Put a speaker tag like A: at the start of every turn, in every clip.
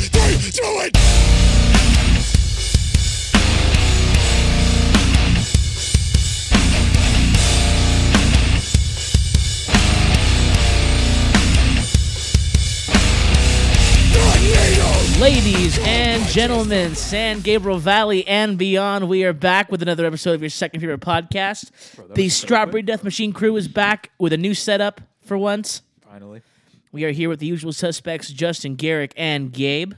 A: Throw it!
B: Ladies and gentlemen, San Gabriel Valley and beyond, we are back with another episode of your second favorite podcast. the Strawberry Death Machine crew is back with a new setup for once.
C: Finally.
B: We are here with the usual suspects, Justin, Garrick, and Gabe.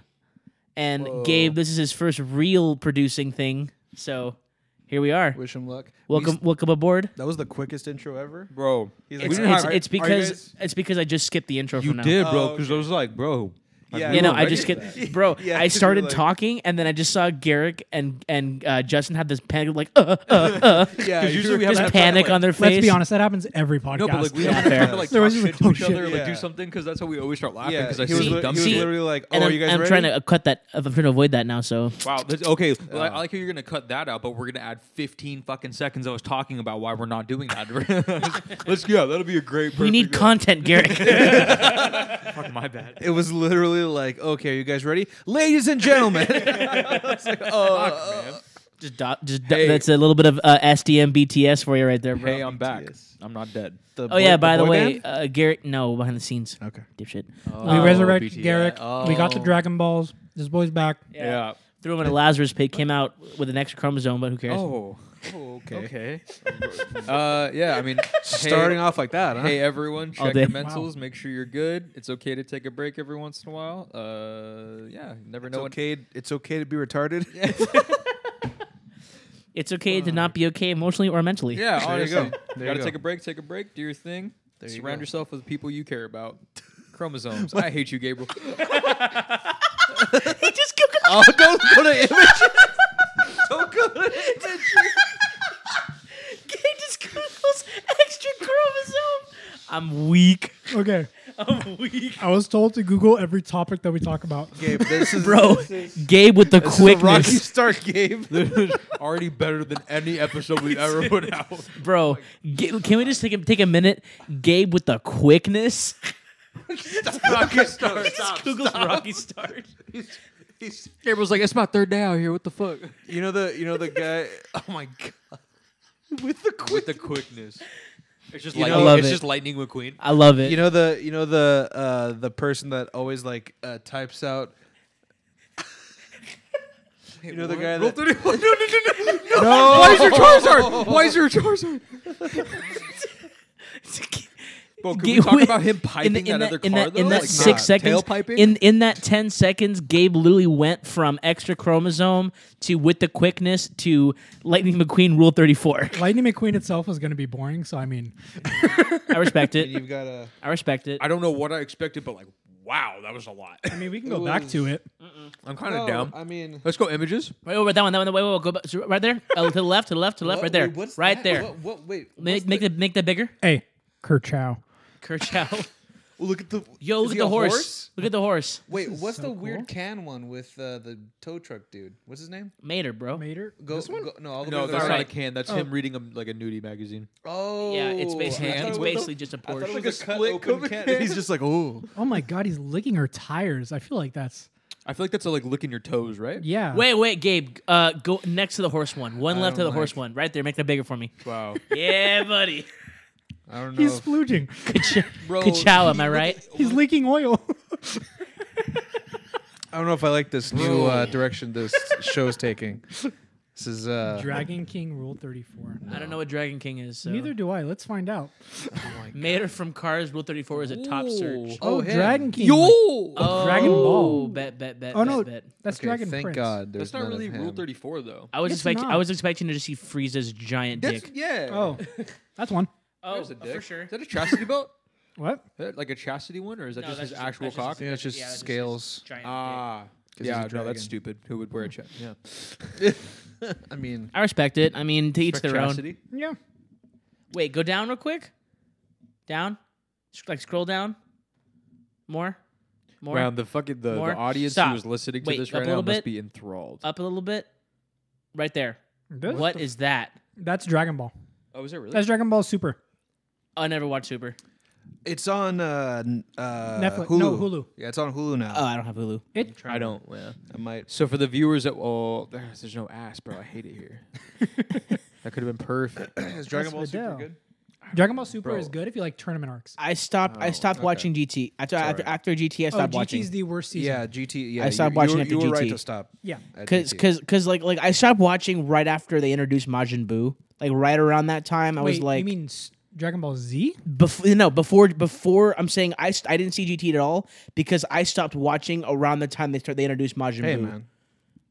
B: And Gabe, this is his first real producing thing, so here we are.
C: Wish him luck.
B: Welcome, welcome aboard.
D: That was the quickest intro ever.
C: bro. He's
B: It's,
C: didn't
B: it's,
C: have-
B: it's
C: are you
B: because
C: guys-
B: it's because I just skipped the intro.
E: You
B: from now.
E: did, bro,
C: Oh,
E: because I was like, bro. like,
C: Yeah,
E: we
B: You
C: no,
B: know,
E: were
B: I
E: ready
B: just
E: for
B: get,
E: that.
B: bro.
C: Yeah,
B: I
C: you were
B: started
C: like-
B: talking, and then I just saw Garrick and and uh, Justin had this panic, like, uh, uh, uh,
C: Yeah,
E: Because usually we have
B: just
E: that
B: panic on their face.
F: Let's be honest, that happens every podcast.
E: No, but like we
B: Yeah,
E: have
B: fair.
E: to like
F: There
E: talk
F: was just
E: shit
F: like,
E: to
F: oh,
E: each
F: shit.
E: other, like
C: Yeah.
E: do something, because that's how we always start laughing.
C: Yeah,
E: Because I see
C: he was,
B: See,
E: some
C: li-
E: dumb
C: he was
E: shit.
C: literally like, "Oh,
B: And
C: are
B: I'm,
C: you guys
B: I'm
C: ready?"
B: trying to uh, cut that. I'm trying to avoid that now. So
E: Wow. That's, okay. well,
C: "Oh,
E: I, I like how you're gonna cut that out, but we're gonna add 15 fucking seconds. I was talking about why we're not doing that. Let's yeah, that'll be a great.
B: we need
E: perfect-
B: content, Garrick.
E: Fuck, my bad.
C: It was literally like, "Okay, are you guys ready, ladies and gentlemen?"
E: Fuck, man.
B: just do, just
C: Hey.
B: that's a little bit of uh, SDM BTS for you right there, bro.
E: Hey, I'm back.
C: BTS.
E: I'm not dead.
C: The
B: oh
C: boy-
B: yeah, by the
C: boy
B: way,
C: band? Oh,
B: uh, Garrick, no behind the scenes,
C: okay. Uh,
B: dipshit.
F: we
B: Um,
F: resurrected
E: BTS.
F: Garrick. We got the
C: Oh.
F: Dragon Balls. This boy's back.
E: Yeah.
B: Threw him in a Lazarus pit, came out with an extra chromosome, but who cares?
E: Oh.
C: Oh, okay.
E: Okay.
C: Uh, yeah, I mean, starting off like that, huh?
E: Hey everyone,
B: All
E: check
B: day.
E: your mentals. Make sure you're good. It's okay to take a break every once in a while. Uh, yeah, you never
C: it's
E: know. when-
C: okay. It's okay to be retarded.
B: It's okay
C: uh.
B: to not be okay emotionally or mentally.
E: Yeah,
C: There you
E: honestly,
C: go. There you
E: gotta
C: go.
E: take a break. Take a break. Do your thing.
C: you
E: Surround
C: go.
E: yourself with people you care about. Chromosomes. I hate you, Gabriel.
B: he just Googled
C: oh, don't go to image. don't go to
B: He just Googles extra chromosome. I'm weak.
F: Okay.
B: I'm weak.
F: I was told to Google every topic that we talk about.
C: Gabe. This is
B: Bro, Gabe with the
C: This is a Rocky
B: quickness.
C: Stark Gabe.
E: Already better than any episode we've ever put out.
B: Bro, Ga- can we just take a, take a minute? Gabe with the quickness.
E: Rocky Star.
B: Google's Rocky Start.
E: Gabriel's like, it's my third day out here. What the fuck?
C: You know the you know the guy. Oh my god! With the
E: With
C: quick.
E: the quickness. It's just
C: You
E: like
C: know-
B: I love
E: it's
B: it.
E: just Lightning McQueen.
B: I love it.
C: you know the you know the uh, the person that always like uh, types out. You know the guy that.
E: no, no, no, no, no.
C: Why is your
E: Charizard? Why is your Charizard? Bro, can we talk
B: Gabe-
E: about him
B: in
E: piping
B: the- in
E: that, other
B: in
E: car
B: that,
E: though?
B: in that
E: Like,
B: six
C: nah,
B: seconds,
C: tailpiping?
B: in in that ten seconds, Gabe literally went from extra chromosome to with the quickness to Lightning McQueen Rule Thirty Four.
F: Lightning McQueen itself was going to be boring, so I mean,
B: I respect
C: And
B: it.
C: you've got a. oh,
B: I respect it.
E: I don't know what I expected, but like, wow, that was a lot.
F: I mean we can go back to it.
E: I'm kind of down.
C: I mean.
E: Let's go images.
B: Right over that one. That one. Wait, wait, wait. Go back, right there. Uh, to the left. To the left. To the left. right
C: what-
B: there.
C: wait, what's
B: right
C: that?
B: there.
C: What, what- wait.
B: Make, make the make that bigger.
F: Hey, Kerchow.
B: Kerchow.
C: Well, Oh, look at the.
B: Yo,
C: is
B: look
C: he
B: at the
C: a
B: horse. Look at the horse.
C: Wait, what's
F: so
C: the
F: cool.
C: weird can one with uh, the tow truck dude? What's his name?
B: Mater, bro.
F: Mater.
C: Go, go- no, all the way
E: No,
C: to
E: that's
C: the
E: not a
B: right.
E: can. That's him reading a, like a nudie magazine.
C: Oh,
B: Yeah, it's basically
C: I thought
B: it's
C: it was a-
B: basically just a
C: I thought it
B: Porsche.
C: was a cut open can. He's just like, oh,
F: Oh my god, he's licking her tires. I feel like that's
E: I feel like that's a, like licking your toes, right?
F: yeah.
B: Wait, wait, Gabe. Uh, go next to the horse one. One left to the
C: don't
B: horse
C: like-
B: one. Right there. Make that bigger for me.
E: Wow,
B: Yeah, buddy.
C: I don't know.
F: He's splooging.
E: bro.
B: Kachow, am
E: he
C: Oh,
B: I
E: look
B: right?
F: He's leaking oil.
C: I don't know if I like this new uh, direction this show's taking. This is uh,
F: Dragon King Rule 34.
B: I don't know what Dragon King is. So.
F: Neither do I. Let's find out.
B: Mater from Cars Rule Thirty Four is a top search.
C: Oh, him.
F: Dragon King.
E: Yo,
B: Oh,
F: Dragon Ball.
B: Bet, bet, bet.
F: oh no,
B: bet, bet.
F: that's
C: okay,
F: Dragon
C: Thank
F: Prince.
C: God, there's
E: that's not
C: none of
E: really Rule
C: him.
E: 34 though.
B: I was
F: It's
B: expecting. I
F: not.
B: was expecting to just see Frieza's giant
E: That's,
B: dick.
E: yeah.
F: Oh, that's one.
B: Oh,
E: There's a dick.
B: for sure.
E: Is that a chastity belt?
F: What?
E: Is that like a chastity one, or is that
B: No,
E: just
B: that's
E: his actual
B: that's
E: cock?
B: his-
C: Yeah, it's just
B: that's his
C: scales.
B: giant dick.
E: Ah,
C: he's a
E: yeah. No,
C: dragon.
E: that's stupid. Who would wear a chest? Yeah.
C: I mean,
B: I respect it. I mean, to each their own.
E: Chastity?
F: Yeah.
B: Wait, go down real quick. Down, Sc- like scroll down. More, more.
E: Wow, the fucking the, the
B: More.
E: audience
B: Stop.
E: who is listening to
B: Wait,
E: this
B: up a
E: right now
B: little bit.
E: must be enthralled.
B: Up a little bit. Right there.
F: This-
B: what is that?
F: That's Dragon Ball.
E: Oh, is it really?
F: That's Dragon Ball Super.
B: I never watched Super.
C: It's on uh, n- uh,
F: Netflix.
C: Hulu.
F: No, Hulu.
C: Yeah, it's on Hulu now.
B: Oh, I don't have Hulu.
F: It
E: I don't. Yeah.
C: I might.
E: So for the viewers at oh, there's, there's no ass, bro. I hate it here. that could have been perfect.
C: Is Dragon
F: That's
C: Ball Super
F: Videl.
C: good?
F: Dragon Ball Super
E: Bro.
F: is good if you like tournament arcs.
B: I stopped. I stopped watching GT after after, after GT. I
F: Oh,
B: stopped
F: GT's
B: watching.
F: the worst season.
C: Yeah, GT. Yeah,
B: I
C: you-
B: stopped
C: you
B: watching
C: were-
B: after
C: You were right
B: GT.
C: to stop.
F: Yeah.
C: at
B: Cause,
C: GT.
B: cause, cause, like, like I stopped watching right after they introduced Majin Buu. Like right around that time, I
F: Wait,
B: was like,
F: you mean s- Dragon Ball Z?
B: before no, before, before. I'm saying I, st- I didn't see GT at all because I stopped watching around the time they start they introduced Majin
C: hey
B: Buu.
C: man,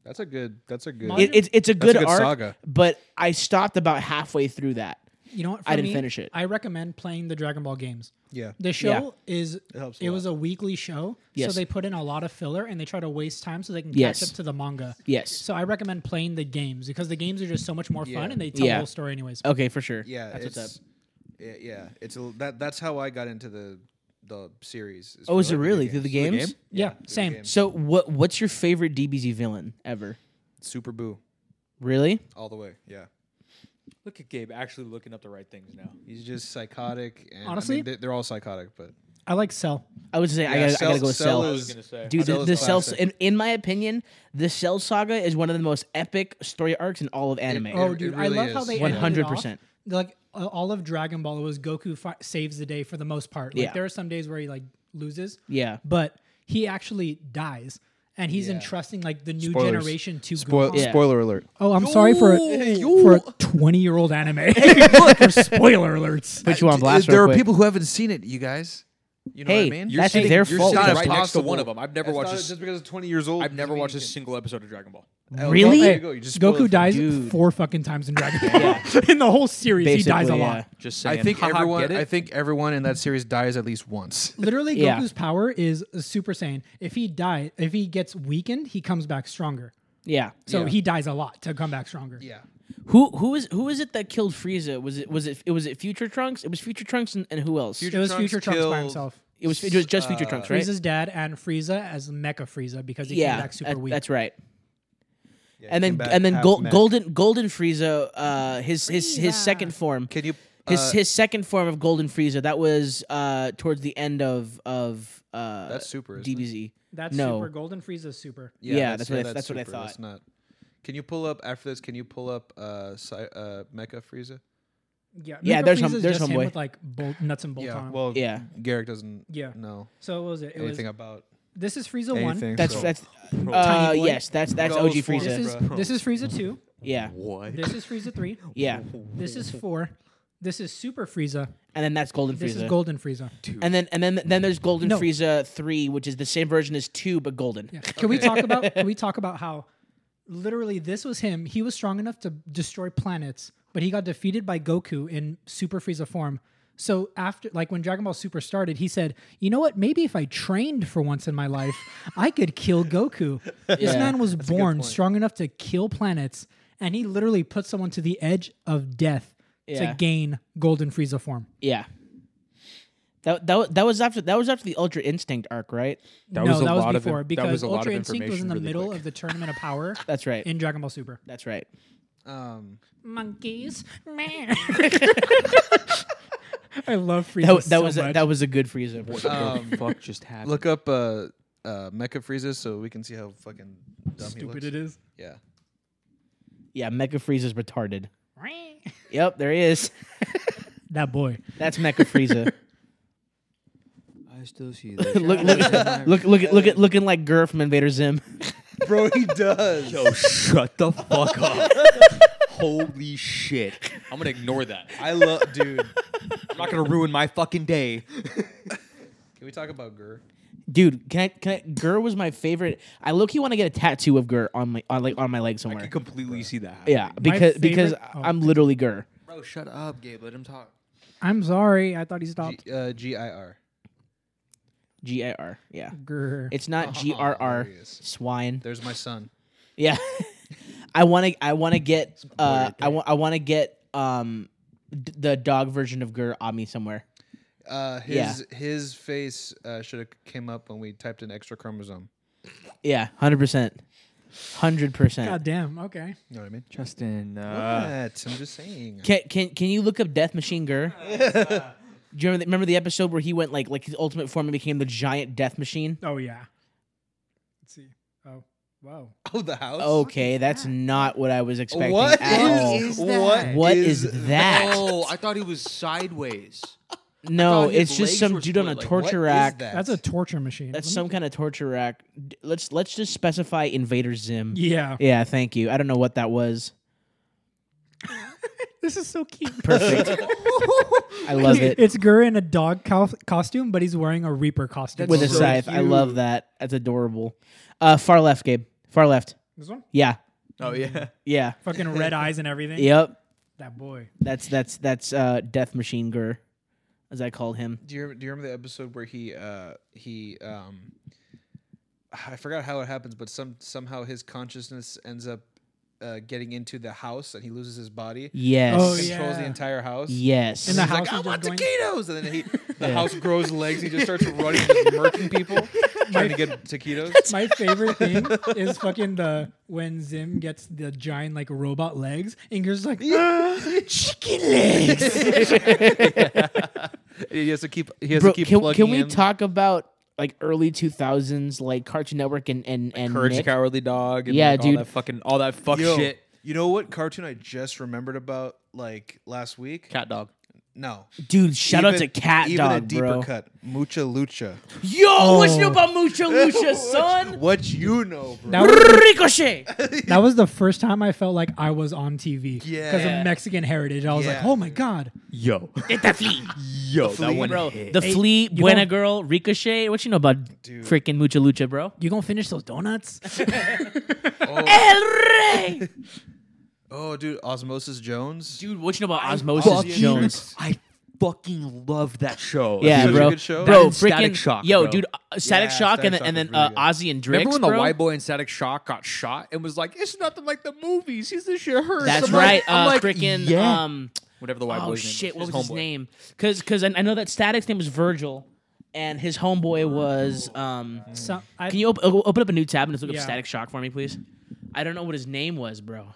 C: that's a good. That's a good.
F: Mon-
B: It, it's it's a
C: That's a
B: good,
C: good
B: arc,
C: saga.
B: but I stopped about halfway through that.
F: You know what? For
B: I didn't
F: me,
B: finish it.
F: I recommend playing the Dragon Ball games.
C: yeah.
F: The show is it,
C: helps a lot.
F: was a weekly show,
B: Yes.
F: so they put in a lot of filler and they try to waste time so they can
B: Yes.
F: catch up to the manga.
B: Yes.
F: So I recommend playing the games because the games are just so much more fun
C: Yeah.
F: and they tell
B: Yeah.
F: the whole story anyways.
B: Okay, for sure.
C: Yeah,
B: that's
C: it's,
B: what's up.
C: Yeah, yeah, it's a, l- that. That's how I got into the the series.
B: Oh,
C: for,
B: is it
C: like, the
B: really
C: games.
B: through the games?
E: game?
F: yeah,
C: through the
F: same.
C: games.
B: So what what's your favorite DBZ villain ever?
C: Super Boo,
B: Really?
C: all the way. Yeah,
E: Look at Gabe actually looking up the right things now.
C: he's just psychotic. And, I
F: Honestly?
C: mean, they- they're all psychotic, but
F: I like Cell.
B: I would say I
C: Yeah,
B: gotta I
C: Cell-
B: gotta go with
C: Cell
B: Cell.
C: is-
E: gonna say.
B: Dude,
C: Cell
B: the,
C: is
B: the Cell
C: classic.
B: in, in my opinion, the Cell saga is one of the most epic story arcs in all of anime.
C: It-
F: Oh,
C: it
F: dude,
C: really
F: I love how
C: is.
F: they
B: One
F: ended it
B: hundred
F: off.
B: percent.
F: Like uh, all of Dragon Ball, it was Goku fi- saves the day for the most part. Like
B: Yeah.
F: there are some days where he like loses,
B: yeah.
F: but he actually dies, and he's
C: Yeah.
F: entrusting like the new
C: Spoilers.
F: generation to
C: Spoil-
F: Gohan.
B: Yeah.
C: spoiler alert.
F: Oh, I'm sorry for
C: Yo.
F: a, for a 20 year old anime. for spoiler alerts.
B: Put you on
C: D-
B: blast.
C: There
B: real
C: are
B: quick.
C: people who haven't seen it. You guys, you know
B: Hey,
C: what I mean?
B: You're that's sitting- their
E: you're
B: fault.
E: sitting
B: It's
E: right next to one of them. I've never
C: That's
E: watched.
C: not
E: A,
C: just
E: s-
C: because it's twenty years old.
E: I've never
C: doesn't
E: watched a
C: mean
E: single episode of Dragon Ball.
C: you can- Oh,
B: Really?
C: There
F: Hey,
C: you go. You just spoiled
F: Goku
C: it.
F: dies
B: Dude.
F: four fucking times in Dragon Ball. in the whole series,
B: Basically,
F: he dies a lot.
B: yeah.
E: Just saying.
C: I think
E: Haha, get
C: everyone.
E: it?
C: I think everyone in that series dies at least once.
F: Literally,
B: Yeah.
F: Goku's power is Super Saiyan. If he die, if he gets weakened, he comes back stronger.
B: Yeah.
F: So
C: Yeah.
F: he dies a lot to come back stronger.
C: Yeah.
B: Who who is who is it that killed Frieza? Was it was it it was it Future Trunks? It was Future Trunks and, and who else?
F: It was
C: Trunks
F: Future Trunks by
C: killed-
F: himself.
B: it was it was just Future
C: uh,
B: Trunks, right?
F: Frieza's dad and Frieza as Mecha Frieza because he
B: yeah,
F: came back super
B: that-
F: weak.
B: that's right. and then
C: came back
B: and then
C: half
B: Gol-
C: mech.
B: golden golden Frieza, uh, his his his
F: Frieza.
B: second form.
C: Can you?
B: his
C: uh,
B: his second form of golden Frieza that was uh towards the end of of uh
C: That's super, isn't it?
B: DBZ.
F: That's
B: no.
F: super. Golden Frieza's super.
B: Yeah, that's what I- that's what I
C: super. That's
B: thought.
C: not. Can you pull up after this? Can you pull up uh, Psy- uh Mecha Frieza?
F: Yeah,
B: Yeah,
F: Mecha
B: there's hum-
F: Frieza's
B: there's
F: just him
B: homeboy.
F: with like bolt, nuts and bolts on him.
C: Well,
B: Yeah.
C: Garrick doesn't.
F: Yeah.
C: Know
F: so what was it? It was
C: anything about
F: This is Frieza
C: anything.
F: one.
B: That's
C: so-
B: that's uh,
F: Tiny boy.
B: yes, that's that's
C: Those
B: OG
C: forms.
F: This
B: Frieza.
F: is this is Frieza two.
B: yeah.
E: what?
F: This is Frieza three.
B: Yeah.
F: This is four. This is Super Frieza.
B: And then that's golden
F: This
B: Frieza.
F: is Golden Frieza.
B: and then and then then there's golden
F: No.
B: Frieza 3 which is the same version as 2 but golden.
F: Yeah. Can we talk about? Can we talk about how? Literally, this was him. He was strong enough to destroy planets, but he got defeated by Goku in Super Frieza form. So after, like when Dragon Ball Super started, he said, "You know what? Maybe if I trained for once in my life, I could kill Goku." This man was born strong enough to kill planets, and he literally put someone to the edge of death
B: Yeah.
F: to gain Golden Frieza form.
B: Yeah. That, that, wa- that was after that was after the Ultra Instinct arc, right?
E: That
F: no,
E: was a
F: that was
E: lot of in-
F: before
E: that
F: because
E: was a lot
F: Ultra
E: of
F: Instinct was in the
E: information really
F: middle
E: quick.
F: of the Tournament of Power
B: That's right.
F: in Dragon Ball Super.
B: That's right.
C: um
F: Monkeys, man. I love Frieza
B: That, wa- that
F: so
B: was a,
F: much.
B: that was a good Frieza. version.
E: What the fuck just happened?
C: look up uh uh Mecha Frieza so we can see how fucking dumb
F: stupid
C: he
F: it
C: looks.
F: is.
C: Yeah.
B: Yeah, Mecha Frieza's retarded. Yep, there he is.
F: That boy.
B: That's Mecha Frieza.
E: I still see this.
B: look, look, look, look, look at looking like Gur from Invader Zim.
C: Bro, he does.
E: Yo, shut the fuck up. Holy shit. I'm gonna ignore that.
C: I love dude.
E: I'm not gonna ruin my fucking day.
C: Can we talk about Gur?
B: Dude, can I? Can I? Gur was my favorite. I look. You want to get a tattoo of Gur on my on like on my leg
E: I
B: somewhere.
E: can completely see that. happening.
B: yeah, because because
F: favorite- oh.
B: I'm literally Gur.
E: Bro, shut up, Gabe. Let him talk.
F: I'm sorry. I thought he stopped.
C: G, uh, G-I-R.
B: G I R. Yeah,
F: Grr.
B: it's not G R R.
C: there he is.
B: Swine.
C: There's my son.
B: Yeah, I want to. I want to get. Uh, I want. I want to get um d- the dog version of Gur on me somewhere.
C: Uh
B: Yeah.
C: his his face uh, should have came up when we typed in extra chromosome.
B: Yeah, hundred percent, hundred percent.
F: God damn. Okay.
C: You know what I mean?
E: Justin, uh,
C: What? I'm just saying.
B: Can can can you look up Death Machine Gur? Do you remember the, remember the episode where he went like like his ultimate form and became the giant death machine?
F: Oh yeah. Let's see. Oh wow.
C: Oh, the house.
B: Okay, that's not what I was expecting
C: What
B: at all.
C: is
E: that?
C: what?
B: What is that?
E: Oh, I thought he was sideways.
B: no,
E: thought his
B: it's just
E: legs
B: some
E: were
B: dude on a
E: split, like,
C: What
B: torture
C: is
B: rack.
C: that?
F: That's a torture machine.
B: That's
F: Let me-
B: some kind of torture rack. D- Let's let's just specify Invader Zim.
F: Yeah.
B: Yeah, thank you. I don't know what that was.
F: This is so cute.
B: Perfect. I love it.
F: It's Gurr in a dog co- costume, but he's wearing a Reaper costume.
B: With a
E: so
B: scythe. I love
E: cute.
B: that. That's adorable. Uh, far left, Gabe. Far left.
F: This one?
B: Yeah.
E: Oh yeah.
B: Yeah.
F: Fucking red eyes and everything.
B: Yep.
F: That boy.
B: That's that's that's uh, Death Machine Gur, as I called him.
C: Do you do you remember the episode where he uh he um I forgot how it happens, but some somehow his consciousness ends up uh, getting into the house and he loses his body.
B: Yes.
F: Oh,
C: Controls
F: yeah.
C: the entire house.
B: Yes.
F: And the
C: He's like,
F: house
C: I
F: is
C: want
F: just
C: taquitos, and then he the
B: Yeah.
C: house grows legs. He just starts running, just murking people, trying to get taquitos.
F: My favorite thing is fucking the when Zim gets the giant like robot legs and Gurr's like,
B: chicken legs.
C: He has to keep. He has
B: Bro,
C: to keep
B: can,
C: plugging
B: can we
C: in.
B: talk about like early two thousands like Cartoon Network and and and
E: Courage the
B: Nick?
E: Cowardly Dog. And
B: Yeah,
E: like,
B: dude.
E: All that fucking all that fuck
C: Yo,
E: shit.
C: You know what cartoon I just remembered about like last week?
E: Cat Dog.
C: No.
B: Dude, shout out
C: Even-
B: to Cat
C: even
B: Dog,
C: a deeper
B: bro.
C: cut. Mucha Lucha.
B: Yo, what's
F: Oh.
B: new about Mucha Lucha, son?
C: What you know, bro?
F: that was,
B: Ricochet.
F: that was the first time I felt like I was on TV. Because
C: Yeah.
F: of Mexican heritage. I was like,
C: Yeah.
F: oh my God.
E: Yo.
B: It's a flea.
E: Yo. That
C: Flea,
E: one
B: Bro,
E: hit.
B: the flea, Buena
F: don't-
B: Girl, Ricochet. What you know about
C: Dude.
B: freaking Mucha Lucha, bro?
F: You gonna finish those donuts?
B: El Rey.
C: Oh, dude, Osmosis Jones.
B: Dude, what you know about Osmosis
E: Fucking-
B: Jones?
E: I fucking love that show.
B: Yeah,
C: Such a
B: bro.
C: good show.
B: Bro,
E: That and Static
B: freaking
E: Shock,
B: Yo,
E: bro.
B: dude, uh, Static
C: Yeah,
B: Shock and, and
C: Static Shock
B: then
C: was
B: uh,
C: really good.
B: Ozzy and Drix,
E: Remember when
B: bro?
E: the white boy in Static Shock got shot and was like, "It's nothing like the movies. He's the shit hurts."
B: That's
E: I'm
B: right.
E: Like, I'm
B: uh,
E: like,
B: freaking
E: yeah.
B: um
E: Whatever the white
B: oh
E: boy's
B: shit,
E: name. is,
B: what was his
E: homeboy.
B: name? Cuz cuz I, I know that Static's name was Virgil and his homeboy was um
E: Mm-hmm.
F: so, I,
B: Can you op- o- open up a new tab and just look
F: Yeah.
B: up Static Shock for me, please? I don't know what his name was, bro.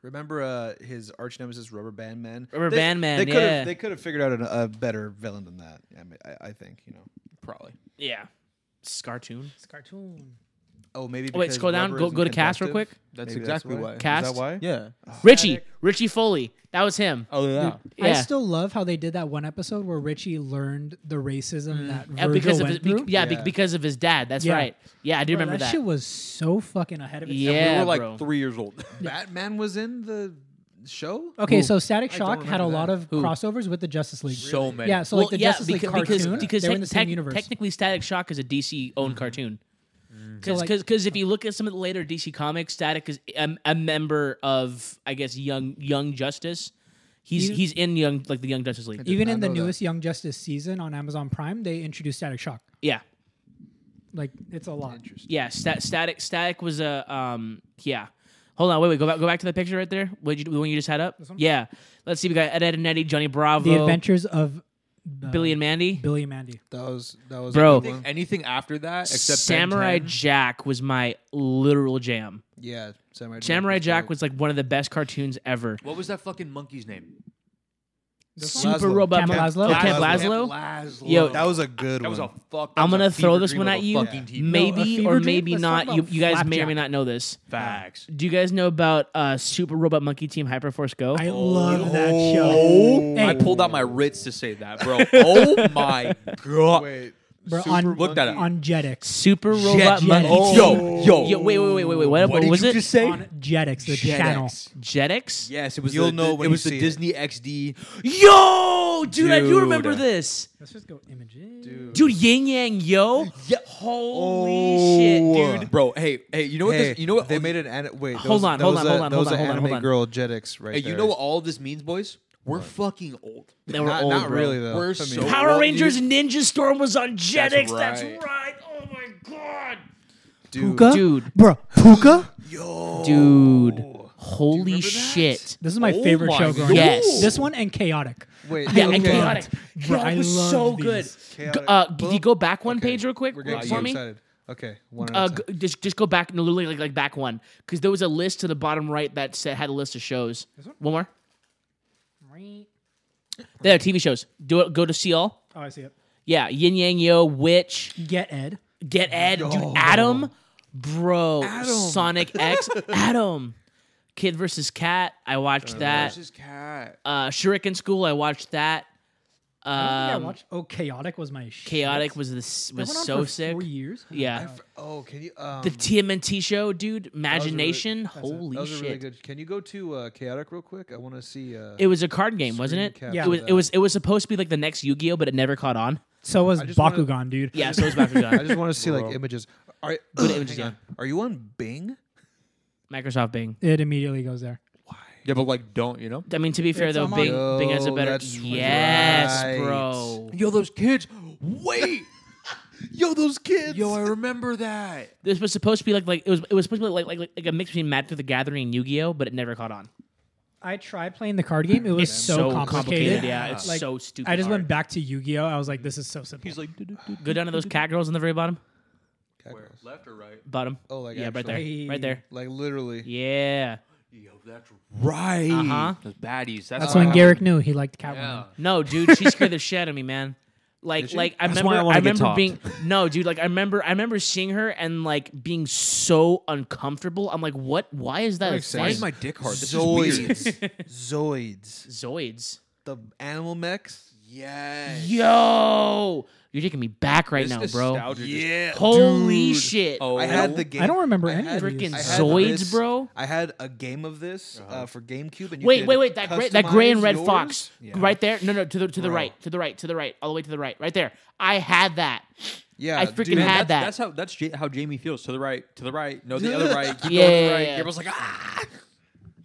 C: Remember uh, his arch nemesis, Rubber Band Man.
B: Rubber
C: They-
B: Band Man,
C: They could
B: yeah.
C: have they could have figured out an- a, better villain than that. I, mean, I, I think you know.
E: Probably.
B: Yeah. Scartoon.
F: It's cartoon.
C: Oh, maybe.
B: Oh, wait,
C: because
B: scroll down.
C: Rubber
B: Go
C: isn't
B: go to Cast real quick.
C: conductive?
E: That's exactly
C: Maybe why.
E: why.
C: Is
B: Cast?
C: that why?
E: Yeah.
B: Richie, Richie Foley. That was him.
E: Oh yeah.
F: I
B: Yeah.
F: still love how they did that one episode where Richie learned the racism
C: Mm.
F: that
B: Yeah,
F: Virgil
B: because of
F: went
B: his,
F: through.
B: bec- yeah, be-
C: Yeah.
B: because of his dad. That's
F: Yeah.
B: right. Yeah, I do
F: Bro,
B: remember that.
F: shit was so fucking ahead of itself.
B: Yeah,
E: we were like
B: bro.
E: three years old.
C: Batman was in the show.
F: Okay, so Static
C: I don't
F: Shock had a
C: remember
F: lot
C: that.
F: of crossovers with the Justice League.
E: So many.
F: Yeah, so like the Justice League
B: becau-
F: cartoon,
B: because, because
F: they were
B: tec-
F: in the same
B: tec-
F: universe. Mm-hmm.
B: technically Static Shock is a DC owned cartoon.
C: Mm.
B: Because
F: So, like-
B: if you look at some of the later DC comics, Static is a, a member of I guess Young Young Justice. He's
F: You-
B: he's in Young like the Young Justice League.
F: Even
C: not
F: in the
C: know that.
F: newest Young Justice season on Amazon Prime, they introduced Static Shock.
B: Yeah,
F: Like it's a lot.
B: yeah. Sta- static Static was a um yeah. Hold on, wait, wait. Go back, go back to the picture right there. What you, the one you just had up? Yeah. Let's see. We got Ed, Ed and Eddie, Johnny Bravo,
F: The Adventures of uh,
B: Billy and Mandy.
F: Billy and Mandy.
C: That was that was a
B: Bro.
C: good one.
E: Anything after that except
B: Samurai
E: Ben 10.
B: Jack was my literal jam.
C: Yeah, Samurai.
B: Samurai Jack
C: was.
B: was like one of the best cartoons ever.
E: What was that fucking monkey's name?
B: Super
C: Laszlo.
B: Robot
F: Cam
B: Mon-
F: Laszlo?
B: Oh, Cam Laszlo?
C: Laszlo.
E: Laszlo.
B: Yo,
C: That was a good
E: that was a
C: one.
E: fuck.
B: I'm
E: that
B: gonna
E: was a
B: throw
E: fever
B: this
E: dream
B: one
E: of
B: at
E: a
B: you.
E: fucking TV.
F: No, a
B: Maybe
F: fever
B: or
F: dream?
B: maybe
F: Let's talk
B: not. You,
F: about
B: you guys may or may
F: Flapjack.
B: not know this.
E: Facts.
B: Do you guys know about uh, Super Robot Monkey Team Hyperforce Go?
F: I love that show. Hey,
E: Oh. I pulled out my Ritz to say that, bro. oh my god.
C: Wait,
F: Bro,
C: Super
F: on-
E: Look that up.
F: on Jetix.
B: Super Robot
E: Jet-
B: Monkey
F: Oh.
B: Team.
E: Yo, yo,
B: Yo, wait, wait, wait, wait, wait. What,
E: What
B: what
E: did
B: was
E: you
B: it?
E: just say?
F: On Jetix, the
E: Jetix.
F: channel.
B: Jetix?
E: Yes, it was.
C: You'll
E: the,
C: know
E: the-
C: when
E: it
C: you
E: was
C: see
E: the
C: it.
E: Disney XD.
B: Yo, dude, I do
E: Dude.
B: remember this.
F: Let's just go images.
B: Dude, Yin Yang Yo.
E: Yeah.
B: Holy
C: Oh.
B: shit, dude.
E: Bro, hey, hey, you know what?
C: Hey,
E: this, you know what?
C: They made an ani- wait. that
B: Hold
C: was-
B: on,
C: that
B: hold
C: was
B: on,
C: a-
B: hold on,
C: that
B: hold on,
C: was an
B: hold on,
C: anime
B: hold on.
C: girl Jetix right
E: hey,
C: there.
E: you know what all of this means, boys? We're fucking old.
B: They were
C: Not,
B: old,
C: not
B: bro.
C: really though.
E: We're
C: I mean,
E: so-
B: Power
E: Well,
B: Rangers Ninja Storm was on Jetix. That's right.
E: right.
B: Oh my god.
C: dude.
F: Puka?
B: Dude.
F: Bro, Puka?
C: Oh.
B: Dude. Holy shit.
F: This is my
E: Oh
F: favorite
E: my
F: show growing
B: Yes.
F: up. This one and Chaotic.
C: Wait,
B: Yeah,
C: okay.
B: and chaotic.
F: Bro,
B: Yo,
F: I
B: it was
F: love
B: so
F: these.
B: good.
C: Chaotic.
B: Uh, can you
C: Boom.
B: go back one
C: Okay,
B: page real quick
C: We're getting
B: for
C: too
B: me?
C: excited. Okay, one. At
B: Uh,
C: a time.
B: g- just just go back, no, literally like, like back one, because there was a list to the bottom right that said, had a list of shows. One more. They have TV shows. Do it. Go to see all.
F: Oh, I see it.
B: Yeah, Yin Yang Yo, Witch,
F: Get Ed.
B: Get Ed, dude, Adam, bro, Sonic X, Adam, Kid versus Cat. I watched
C: Uh,
B: that.
C: Versus cat.
B: uh, Shuriken School. I watched that.
F: I think I
B: Um,
F: watched. Oh, Chaotic was my shit.
B: Chaotic was this
F: That
B: was
F: went on
B: so
F: for
B: sick.
F: Four years.
B: Yeah,
C: I f- oh, can you? Um,
B: the TMNT show, dude.
C: was a really-
B: Imagination.
C: that's it.
B: Holy
C: that was a
B: shit!
C: Really good. Can you go to uh, chaotic real quick? I want to see. Uh,
B: It was a card game, wasn't
C: Screen
B: it?
C: cap
F: Yeah.
B: It was.
C: of
B: It
C: that.
B: was. It was supposed to be like the next Yu-Gi-Oh, but it never caught on.
F: So was
C: I just wanna-
F: Bakugan, dude.
B: Yeah, so it was
C: I
B: Bakugan.
C: just want to see
E: Bro.
C: like images. Are
B: Good images,
C: hang on. Are you on Bing?
B: Microsoft Bing.
F: It immediately goes there.
E: Yeah, but like, don't you know?
B: I mean, to be fair
F: It's
B: though,
F: on
B: Bing
C: mine.
B: Bing has a
C: Yo,
B: better.
C: that's
B: Yes,
C: right.
B: bro.
E: Yo, those kids. Wait.
C: Yo, those kids.
E: Yo, I remember that.
B: This was supposed to be like like it was it was supposed to be like like like, like a mix between Magic the Gathering and Yu-Gi-Oh, but it never caught on.
F: I tried playing the card game. It was
B: It's
F: so,
B: complicated. Yeah, it's
F: Like,
B: so stupid.
F: I just
B: hard.
F: went back to Yu-Gi-Oh. I was like, this is so simple.
E: He's like,
B: Go down to those cat girls on the very bottom.
C: Cat
E: where?
C: girls.
E: Left or right?
B: Bottom.
C: Oh, like
B: yeah, right there,
C: actually-
B: right there.
C: Like literally.
B: Yeah.
E: Yo, that's right.
B: Uh-huh.
E: Those baddies. That's,
F: That's
E: why
B: "Uh,
F: when Garrick knew he liked Catwoman.
E: Yeah.
B: No, dude, she scared the shit out of me, man. Like,
C: she?
B: like I
E: That's
B: remember,
E: why I
B: I,
E: wanna get
B: remember
E: topped.
B: being no, dude. Like, I remember, I remember seeing her and like being so uncomfortable. I'm like, what? Why is that? a
C: makes sense.
E: Why is
B: thing?
E: my dick hard? This is weird.
C: Zoids. Zoids.
B: Zoids?
C: The animal mechs.
E: Yes.
B: Yo, you're taking me back right
E: This
B: now, bro.
E: nostalgia just-
B: Holy
C: Dude.
B: shit!
E: Oh,
C: I had the game.
F: I don't remember
C: I
F: any
C: had-
F: of these.
B: Freaking
C: I had
B: Zoids,
C: this-
B: bro.
C: I had a game of this uh, for GameCube. And you
B: Wait,
C: could
B: wait, wait! That gray, that
C: customize
B: gray and red
C: yours.
B: fox,
E: Yeah.
B: right there. No, no, to the to the
E: Bro.
B: right, to the right, to the right, all the way to the right, right there. I had that.
C: Yeah,
B: I freaking
C: dude,
B: had
E: that's,
B: that.
E: That's how that's J- how Jamie feels. To the right, to the right. No, the other right. Keep going to
B: Yeah.
E: the right. Gabriel's like, ah.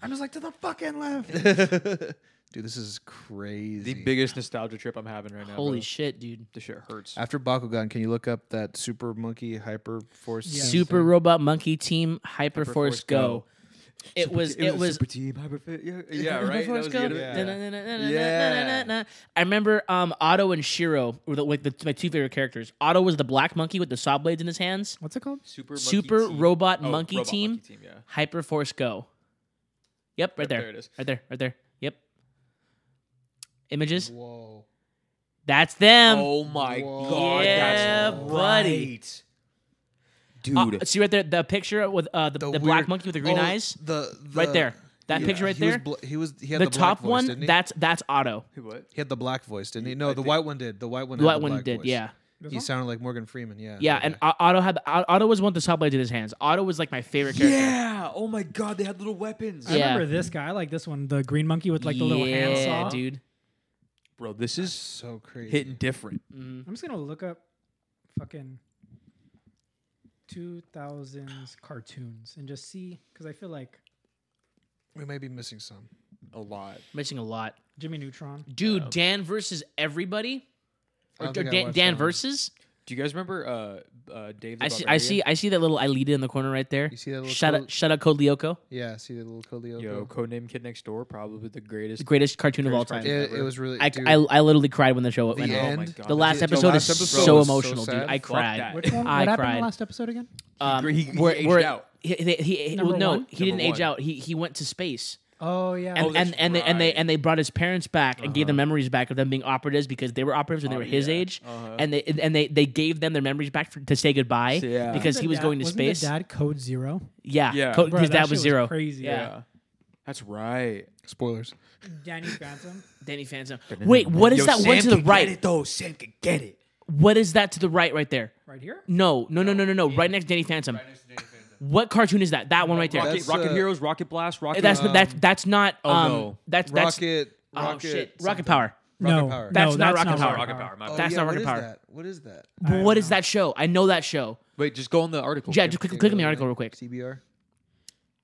E: I'm just like to the fucking left.
C: Dude, this is crazy.
E: The biggest nostalgia trip I'm having right now.
B: Holy
E: bro.
B: shit, dude!
E: This shit hurts.
C: After Bakugan, can you look up that Super Monkey Hyper Force?
F: Yeah.
B: Super Robot Monkey Team Hyper Force
E: Force
B: Go.
E: Go.
B: It was it was
E: super team hyper fit. Yeah, yeah right. That
B: Force
E: was
B: Go.
E: good.
C: Yeah.
B: Da-na-na-na-na-na-na-na-na-na. I remember um Otto and Shiro were the, like the, my two favorite characters. Otto was the black monkey with the saw blades in his hands.
F: What's it called?
E: Super
B: Super
E: monkey team.
B: Robot
E: Oh,
B: Monkey
E: robot
B: Team.
E: Monkey team. Yeah.
B: Hyper Force Go. Yep, right
E: Yep,
B: there.
E: there it is.
B: Right there. Right there. Yep. Images.
C: Whoa.
B: That's them.
E: oh my
C: Whoa.
E: god.
B: Um, Yeah,
E: that's
B: buddy.
E: right.
B: Uh,
E: Dude.
B: see right there the picture with uh, the, the, black
C: weird-
B: monkey with the green
C: oh,
B: eyes.
C: The, the
B: Right there. That
C: yeah,
B: picture right
C: he was
B: there.
C: bl- he was. He had
B: the,
C: the, black
B: top
C: voice,
B: one.
C: Didn't he?
B: That's that's Otto.
E: Who what?
C: he had the black voice, didn't he? No,
E: I
C: the
E: think-
C: white one did. The white one.
B: The
C: had
B: white
C: the
B: one
C: black
B: did.
C: voice.
B: Yeah. Uh-huh.
C: He sounded like Morgan Freeman. Yeah.
B: Yeah,
C: okay.
B: and O- Otto had the, O- Otto was one of the saw blades in his hands. Otto was like my favorite character.
E: Yeah. Oh my god. They had little weapons.
F: I
B: Yeah.
F: remember this guy. I like this one. The green monkey with like the little hand
B: Yeah,
F: saw.
B: dude.
E: Bro, this is
C: so crazy.
E: hitting different.
F: I'm just gonna look up fucking 2000s cartoons and just see because I feel like
C: We may be missing some.
E: A lot.
B: Missing a lot,
F: Jimmy Neutron.
B: dude. Dan versus everybody,
C: I
B: or,
C: don't think I
B: Dan,
C: watched
B: Dan
C: that one.
B: versus.
E: Do you guys remember uh, uh, Dave? the
B: I see, I
E: Barbarian?
B: see, I see that little Aelita in the corner right there.
C: You see that little
B: shout
C: code-
B: out, shout out, Code Lyoko,
C: Yeah. See the little Coleoco.
E: Yo, codename Kid Next Door, probably the greatest.
B: the greatest cartoon of all time.
E: Greatest
C: it,
E: Never.
C: it was really.
B: I,
C: dude,
B: I, I literally cried when the show
C: the
B: went on.
C: end.
E: Oh God.
B: The last
E: Dude,
B: episode
C: last
B: is
C: episode
B: so
C: was so
B: emotional, dude.
C: sad.
B: I
C: Fuck
B: cried.
E: that.
F: Which one?
B: I
F: what happened in
B: cried.
F: the last episode again?
B: Um,
E: He- he
B: we're-
E: aged
B: we're-
E: out.
B: He, he, he- he-
F: Number
B: no,
F: one?
B: he didn't
E: Number
B: age
E: one.
B: out. He he went to space.
F: Oh yeah.
B: and
E: Oh,
B: and,
E: that's
B: and, they, and they
E: right. Uh-huh.
B: and they brought his parents back and gave them memories back of them being operatives because they were operatives when they were his
E: Oh, yeah.
B: age,
E: Uh-huh.
B: and they and they they gave them their memories back for, to say goodbye
E: So, yeah.
B: because
F: The
B: he was
F: dad-
B: going to
F: wasn't
B: space.
F: The dad code zero.
B: Yeah,
E: Yeah.
B: Co-
F: Bro,
B: his
F: that
B: dad
F: shit
B: was
F: was
B: zero.
F: crazy.
B: Yeah.
E: Yeah. That's right.
C: Spoilers.
F: Danny Phantom.
B: Danny Phantom. Wait, what is
E: Yo,
B: that one
E: Sam
B: to the
E: can Get
B: right?
E: it though. Sam can get it.
B: What is that to the right right there?
F: Right here.
B: No, no, no, no, no, no. Right next to Danny Phantom. What cartoon is that? That one right there.
E: Rocket,
C: That's,
E: Rocket
C: uh,
E: Heroes, Rocket Blast, Rocket.
B: That's
E: uh,
B: that's that's not
E: Oh,
B: um
E: no.
B: that's that's
C: Rocket.
B: oh
C: Rocket.
B: shit rocket power.
F: no,
C: Power.
F: no,
B: That's not Rocket
F: not
B: Power.
E: Rocket Power. my
C: Oh,
E: bad.
B: That's
C: yeah,
B: not
C: what
B: Rocket
C: is
B: Power.
C: that? What is that?
B: But what is that show? I know that show.
E: Wait, just go on the article.
B: Yeah, just click, click
C: E,
B: on the article real quick.
C: CBR.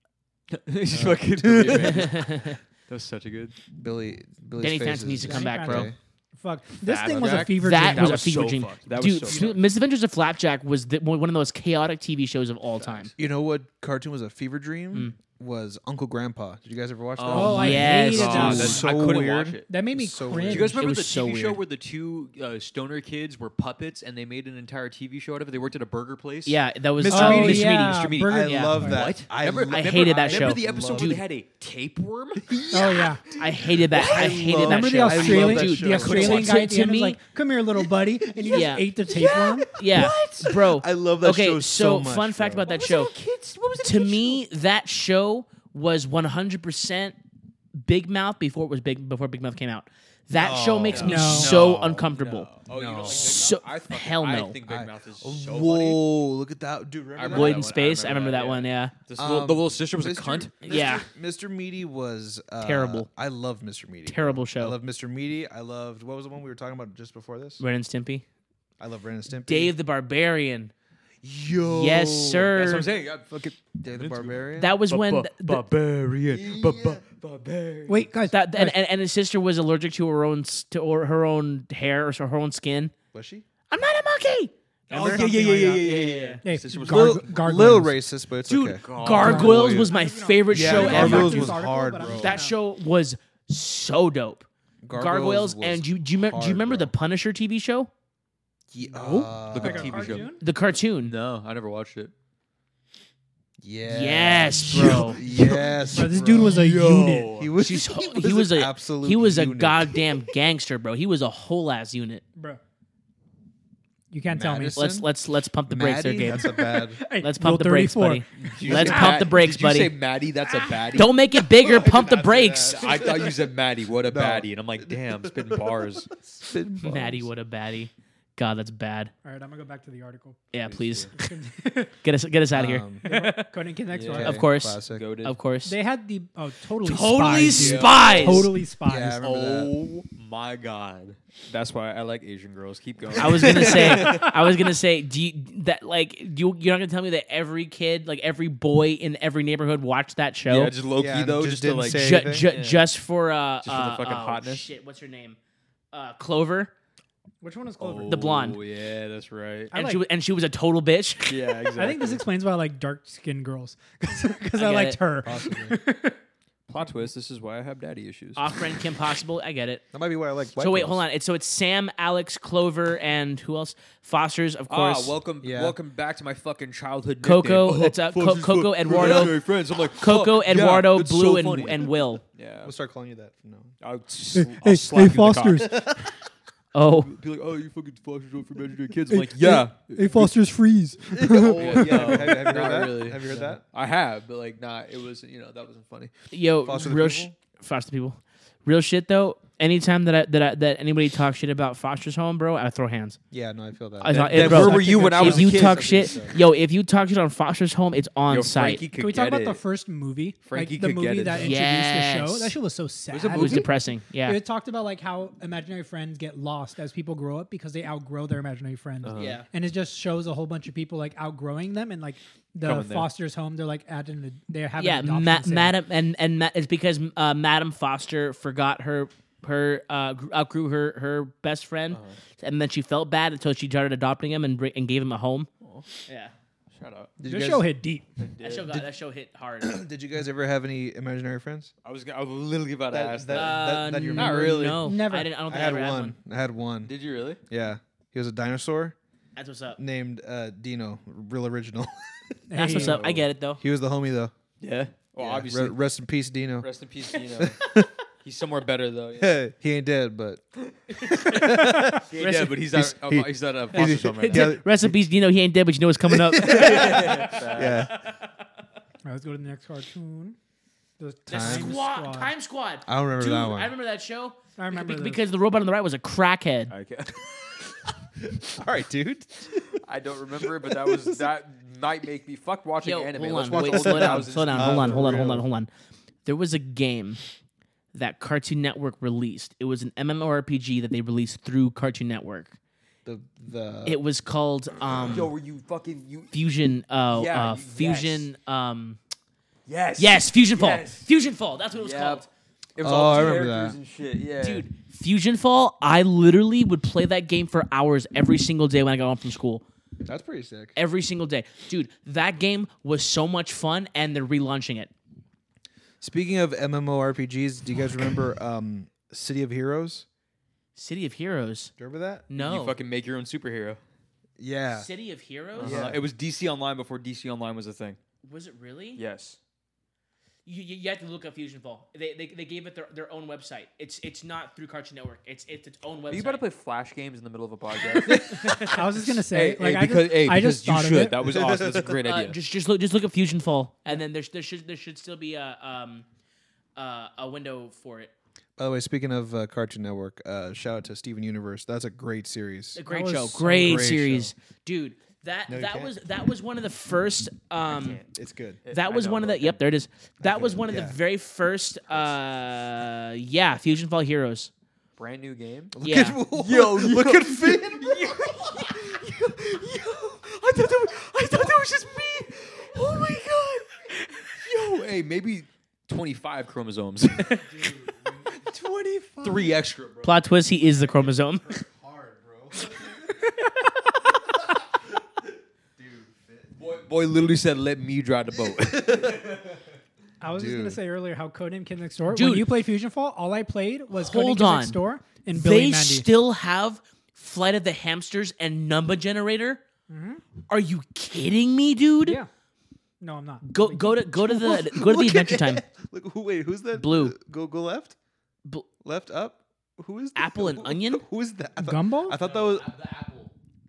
E: He's fucking brilliant, man. Uh, that was such a good.
C: Billy. Billy's
B: Danny
C: face
B: Phantom
C: is
B: needs to come
F: Danny
B: back, bro.
F: Phantom. Fuck. This thing was a
E: Jack-
F: fever
B: That
F: dream.
B: was,
E: That
B: a
E: was
B: fever
E: so
B: dream,
E: fucked. That was
B: dude.
E: so
B: F-
E: fucked.
B: Misadventures of Flapjack was the, one of the most chaotic TV shows of all time. Mm.
C: You know what cartoon was a fever dream? was Uncle Grandpa. Did you guys ever watch that?
E: Oh,
F: Oh, I
B: yes,
F: hated
E: Oh,
F: that.
E: that's-
C: So
E: I couldn't
C: weird.
E: watch it.
F: That made me
C: So
F: cringe.
C: weird.
E: Do you guys remember
B: was
E: the
B: so
E: TV show
B: weird.
E: where the two uh, stoner kids were puppets and they made an entire TV show out of it? They worked at a burger place.
B: Yeah, that was
C: Mr.
B: Oh,
C: Meaty.
B: Mr.
F: Yeah,
B: Meaty, Mr. Meaty.
F: Burger-
C: I
B: yeah.
C: love that.
E: What?
C: I
E: remember,
C: lo-
B: I
E: remember-
B: hated that
E: remember
B: show.
E: the episode
C: Love
E: where they
C: it.
E: had a tapeworm?
F: Oh yeah.
B: I hated that. I hated that
F: Remember the
B: show.
C: I love
F: Australian,
C: that show.
F: the Australian
B: To-
F: guy at
B: to
F: the end was
B: me-
F: like, "Come here, little buddy," and he
B: Yeah.
F: just ate the tapeworm.
B: Yeah, bro.
C: I love that
B: okay,
C: show so much,
B: fun fact
C: bro.
B: about that show.
E: kids? What was it?
B: to me, that show was 100% Big Mouth before it was big before Big Mouth came out. That show makes me
F: No.
B: so uncomfortable.
E: Oh, you don't like Big Mouth?
B: So-
E: I fucking-
B: hell no.
E: I think Big Mouth is so
C: Whoa!
E: funny.
C: Look at that, dude. Remember
E: I
C: that?
E: remember
B: Void
E: that
B: in
E: one. I
B: Space. I remember that one.
E: yeah.
B: Yeah.
E: This little, the little sister was a cunt.
B: Yeah.
C: Mr. Meaty was uh,
B: Terrible.
C: I love Mr. Meaty.
B: Terrible
C: I
B: show.
C: love Mr. Meaty. I loved what was the one we were talking about just before this?
B: Ren and Stimpy.
C: I love Ren and Stimpy.
B: Dave the Barbarian.
C: Yo.
B: Yes, sir.
E: That's what I'm saying. I fucking
C: Dave the Barbarian.
B: That was when th- th-
E: barbarian, barbarian.
F: Wait, guys,
B: that and,
F: guys,
B: and, and his sister was allergic to her own s- to or her own hair or her own skin.
C: was she?
B: I'm not a monkey.
E: Oh, yeah,
F: something
E: yeah, yeah,
F: like
E: yeah,
F: that.
E: yeah, yeah, yeah.
F: hey,
E: Sister was
F: Gar-
C: Lil,
F: Gargoyles.
C: Lil racist, but it's
E: Dude,
C: okay.
B: Gargoyles was my favorite
C: Yeah,
B: show
F: Yeah,
B: ever.
C: Gargoyles
F: Gargoyles
C: was
F: article,
C: hard,
F: but I'm
C: bro.
F: not-
B: That show was so dope. Gargoyles,
C: was
B: and do you do you, me- do
C: hard,
B: you remember
C: bro.
B: the Punisher TV show?
C: Ye- uh,
E: Look
F: like
E: up
F: a
E: TV show.
F: cartoon?
B: The cartoon.
E: No, I never watched it.
C: Yeah.
B: Yes, bro.
C: Yes.
F: Bro, this dude was a unit.
C: He was.
B: She's
C: he
B: ho-
C: was,
B: he was
C: an
B: a
C: absolute.
B: he was a
C: unit.
B: goddamn gangster, bro. He was a whole ass unit.
F: bro. You can't tell me.
C: Madison?
B: Let's let's let's pump the brakes there,
C: Maddie,
B: Gabe.
C: that's a bad.
F: Hey,
B: Let's
F: Rule
B: pump the brakes,
F: 34.
B: buddy.
E: Did you
B: Let's
E: say
B: pump
E: Matt-
B: the brakes,
E: did you
B: buddy. Ah.
E: say Maddie? That's a baddie.
B: Don't make it bigger. pump the brakes.
E: I thought you said Maddie. What a baddie! And I'm like, damn, spitting bars.
B: Maddie, what a baddie. God, that's bad.
F: All right, I'm gonna go back to the article.
B: Yeah, please get us get us out of here.
C: Um,
F: Conan connects.
E: Yeah.
F: one.
B: Of course.
C: Classic.
E: Goated.
B: Of course.
F: They had the oh totally
B: Totally
F: spies, dude.
B: spies.
F: totally spies.
C: Yeah, I remember that.
E: Oh my god. That's why I like Asian girls. Keep going.
B: I was gonna say, I was gonna say, do you that like you you're not gonna tell me that every kid, like every boy in every neighborhood, watched that show
E: yeah, just low
C: Yeah,
E: key
C: and
E: though,
C: just
E: just, to
C: didn't
E: like.
C: say
B: ju-
C: anything?
B: ju-
E: Yeah.
B: just for uh,
E: for the
B: uh,
E: fucking
B: oh,
E: hotness?
B: Shit, what's her name? Uh, Clover,
F: Which one is Clover?
B: the blonde.
E: Oh, yeah, that's right.
F: I
B: and
F: like-
B: she was, and she was a total bitch.
E: yeah, exactly.
F: I think this explains why I like dark skinned girls because
B: I
F: I,
B: get
F: liked
B: it.
F: her.
C: Possibly.
E: plot twist. This is why I have daddy issues.
B: Off brand Kim Possible, I get it.
C: That might be why I like. White
B: so wait,
C: girls.
B: hold on. It's so it's Sam, Alex, Clover, and who else? Foster's, of course.
E: Ah, welcome,
C: Yeah.
E: welcome back to my fucking childhood.
B: Coco,
E: nickname. Oh,
B: it's, uh,
E: fuck,
B: Co-
E: this is
B: Coco,
E: what-
B: Eduardo-
E: imaginary friends. I'm like
B: Coco,
E: fuck, oh, yeah,
B: Eduardo,
E: that's so
B: Blue, and,
E: funny.
B: and Will.
E: yeah.
C: We'll start calling you that. from now on.
E: I'll, s- I'll slap you in the cock.
B: Oh,
E: Be like, oh, you fucking Foster's up for imaginary kids. I'm like, yeah,
F: Hey, Foster's freeze.
C: Oh, yeah.
E: No,
C: Have, have you heard
E: not
C: that?
E: really.
C: Have you heard
E: No.
C: that?
E: I have, but like, nah, it was you know that wasn't funny.
B: yo,
C: Foster the
B: real
C: People?
B: Sh- Foster the people, real shit though. Anytime that I, that I, that anybody talks shit about Foster's home, bro, I throw hands.
C: Yeah, no, I feel that.
B: I thought-
E: Then
B: bro,
E: where were you when I
B: if
E: was a
B: you
E: kid?
B: talk
C: I think
B: shit,
C: so.
B: yo, if you talk shit on Foster's home, it's on
E: Yo,
B: site.
E: Frankie could
F: Can we talk
E: get
F: about the
E: it.
F: first movie?
E: Frankie
F: like the
E: could
F: movie
E: get it,
F: that
E: though.
F: introduced the show.
B: Yes.
F: That shit was so sad.
E: was a
B: It was
E: movie?
B: depressing. Yeah.
F: It talked about like how imaginary friends get lost as people grow up because they outgrow their imaginary friends.
E: Uh-huh.
B: Yeah.
F: And it just shows a whole bunch of people like outgrowing them and like the
E: Coming there.
F: Foster's home. They're like at an they have
B: yeah,
F: an adoption
B: Ma-
F: sale.
B: Madam and and Ma- it's because uh, Madam Foster forgot her her uh, gr- outgrew her her best friend, and then she felt bad until she started adopting him and br- and gave him a home. Yeah,
E: Shut up.
C: Did you,
F: This
C: guys,
F: show hit deep.
B: that show got, that show hit hard.
C: did you guys ever have any imaginary friends?
E: I was, I was literally about to
C: That-
E: ask
C: that-
E: that.
B: Uh,
C: that you
B: no,
E: remember? Not really.
B: No,
F: Never.
B: I, didn't, I don't
C: I
B: think I,
C: had
B: ever had
C: one.
B: one.
C: I had one.
E: Did you really?
C: Yeah, he was a dinosaur
B: That's what's up.
C: named uh, Dino. Real original.
B: That's what's up. I get it though.
C: he was the homie though.
E: Yeah. Well,
C: Yeah,
E: obviously.
C: re- rest in peace, Dino.
E: Rest in peace, Dino. he's somewhere better though. Yeah,
C: he ain't dead, but
E: He ain't dead, but he's not.
C: he-
E: He's, he's not a foster home right
C: yeah,
E: now.
B: Recipes, Dino, he ain't dead, but you know what's coming up.
C: yeah.
F: All right, let's go to the next cartoon. The
C: Time
B: Squad, Time Squad.
C: I don't remember
B: Dude,
C: that one.
B: I remember that show.
F: I remember
B: Be-
F: this.
B: because the robot on the right was a crackhead.
E: I can't-
C: All right, dude.
E: I don't remember it, but that was that night make me fuck watching
B: Yo,
E: anime.
B: hold
E: Let's
B: on,
E: watch
B: wait,
E: old
B: slow down,
E: 2000s.
B: slow down, hold on, hold on, hold on,
C: Unreal.
B: hold on. There was a game that Cartoon Network released. It was an MMORPG that they released through Cartoon Network.
C: The the
B: It was called um,
E: Yo, were you fucking you?
B: Fusion. Uh,
E: Yeah,
B: uh,
E: you-
B: Fusion. Um,
E: Yes.
B: yes, Fusion Fall.
E: Yes.
B: Fusion Fall. That's what it was
E: Yep.
B: called.
E: It was
C: Oh,
E: all
C: I remember
E: remember
C: that.
E: and shit. Yeah.
B: Dude, Fusion Fall. I literally would play that game for hours every single day when I got home from school.
C: that's pretty sick.
B: Every single day, dude. That game was so much fun, and they're relaunching it.
C: Speaking of MMORPGs, do you guys remember um, City of Heroes?
B: City of Heroes.
C: Do you remember that?
B: No.
E: You fucking make your own superhero.
C: Yeah.
B: City of Heroes?
C: Yeah.
E: Uh, it was DC Online before DC Online was a thing.
B: Was it really?
E: Yes.
B: You, you, you have to look up Fusion Fall. They, they, they gave it their, their own website. It's it's not through Cartoon Network. It's it's its own website.
E: Are you about to play Flash games in the middle of a podcast?
F: I was just gonna say, like, I
E: because,
F: just,
E: hey,
F: I just
E: because
F: thought
E: you should.
F: of it.
E: That was awesome. That's a great
B: Uh,
E: idea.
B: just just look just look at Fusion Fall, and then there there should there should still be a um uh, a window for it.
C: By the way, speaking of uh, Cartoon Network, uh, shout out to Steven Universe. That's a great series.
B: A great
F: was
B: show,
F: so
B: great,
C: great
B: series, dude. That
C: you
B: that
C: can't.
B: was that was one of the first um
C: It's good.
B: that
E: I
B: was
E: know,
B: one of
E: but
B: the yep there it is. That was
C: can-
B: one of the
C: yeah.
B: very first uh yeah Fusion Fall heroes.
E: Brand new game.
B: Yeah.
E: Yo,
C: look
E: yo.
C: at Finn.
E: yo, yo, I thought that was, I thought that was just me. Oh my god. Yo, hey, maybe 25 chromosomes. 25. Three extra, bro.
B: Plot twist: He is the chromosome.
E: Boy, boy literally said, "Let me drive the boat."
F: I was just gonna
C: Dude.
F: say earlier how Codename Kid Next Door.
B: Dude.
F: when you played Fusion Fall, all I played was Codename
B: Hold
F: Kid
B: on.
F: Next Door and Billy
B: they
F: and Mandy.
B: still have Flight of the Hamsters and Number Generator. Mm-hmm. Are you kidding me, dude?
F: yeah. No, I'm not.
B: Go go to go to the go to the Adventure Time.
C: Look, who, wait, who's that?
B: Blue.
C: Go go left,
B: Bl-
C: left up. Who is that?
B: Apple and onion?
C: Who is that? I thought,
F: Gumball? Oh.
C: I thought that was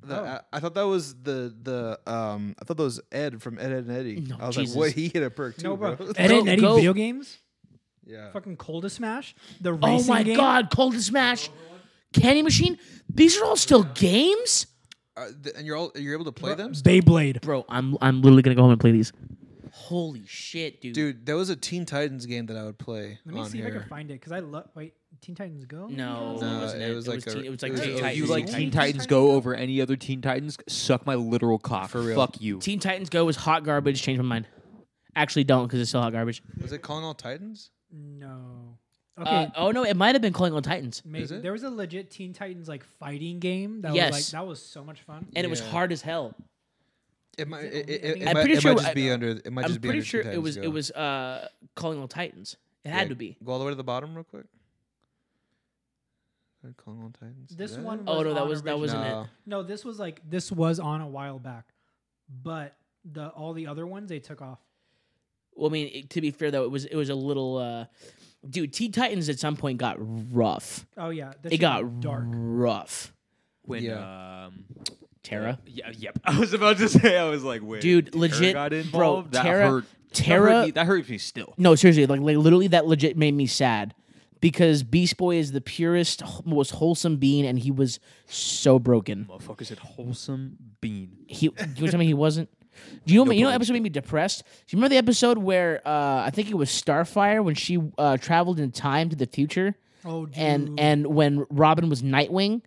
C: the, I, I thought that was the the um. I thought that was Ed from Ed, Ed and Eddie.
B: No,
C: I was
B: Jesus.
C: like, what? He hit a perk too,
F: no, bro.
C: bro.
F: Ed and Eddie
B: go-
F: video games.
C: yeah.
F: Fucking Cold to Smash. The
B: Oh
F: racing
B: my
F: game.
B: God! Cold to Smash, Candy Machine. These are all still games,
C: Uh, th- and you're all you're able to play them,
F: Beyblade.
B: bro. I'm I'm literally gonna go home and play these. Holy shit, dude!
C: dude. There was a Teen Titans game that I would play.
F: Let me
C: on
F: see
C: here.
F: if I can find it because I love. Wait, Teen Titans Go.
B: No,
C: No,
B: it, wasn't
C: it
B: it.
C: was
B: it
C: like
B: was
C: a-
B: teen, it was like
C: it was-
B: Teen
C: it was
B: Titans.
E: you like
B: Teen,
E: Teen
B: Titans.
E: Titans Go over any other Teen Titans? Suck my literal cock.
C: For real.
E: Fuck you.
B: Teen Titans Go was hot garbage. Change my mind. Actually, don't because it's still hot garbage.
C: Was it calling all Titans?
F: No. Okay.
B: Uh, oh no, it might have been Calling on Titans,
F: maybe
C: is it?
F: there was a legit Teen Titans like fighting game that
B: Yes.
F: was like that was so much fun.
B: and it was
C: Yeah.
B: hard as hell.
C: It might.
F: it
C: It,
F: only- I
C: it, it,
F: mean-
C: might,
B: I'm pretty
C: it
B: sure
C: might just
B: I-
C: be under. It might
B: I'm
C: just be
B: pretty
C: under
B: sure
C: Teen
B: it
C: Titans
B: was
C: Go.
B: it was uh calling all Titans. It had
C: Yeah,
B: to be.
C: Go all the way to the bottom real quick. Is that Calling all Titans. Is
F: This
C: that it?
F: one. Was
B: Oh no, that
F: on
B: was that
F: original-
B: wasn't
C: No.
B: it.
F: No, this was like this was on a while back, but the all the other ones they took off.
B: Well, I mean, it- to be fair though, it was it was a little uh dude. Teen Titans at some point got rough.
F: Oh yeah, this
B: It
F: shit
B: got
F: dark.
B: rough.
E: When
C: Yeah.
E: um,
B: Tara,
E: yeah, yep. I was about to say. I was like, wait,
B: dude,
E: Tara
B: legit,
E: got
B: bro.
E: involved? That
B: Tara,
E: hurt. that hurt
B: Tara.
E: me, that hurts me still.
B: No, seriously, like, like literally, that legit made me sad because Beast Boy is the purest, wh- most wholesome being, and he was so broken.
E: Motherfucker said wholesome bean.
B: He, you want to tell me he wasn't? Do you, you know what episode made me depressed? Do you remember the episode where uh, I think it was Starfire when she uh, traveled in time to the future,
F: Oh, dude.
B: and and when Robin was Nightwing,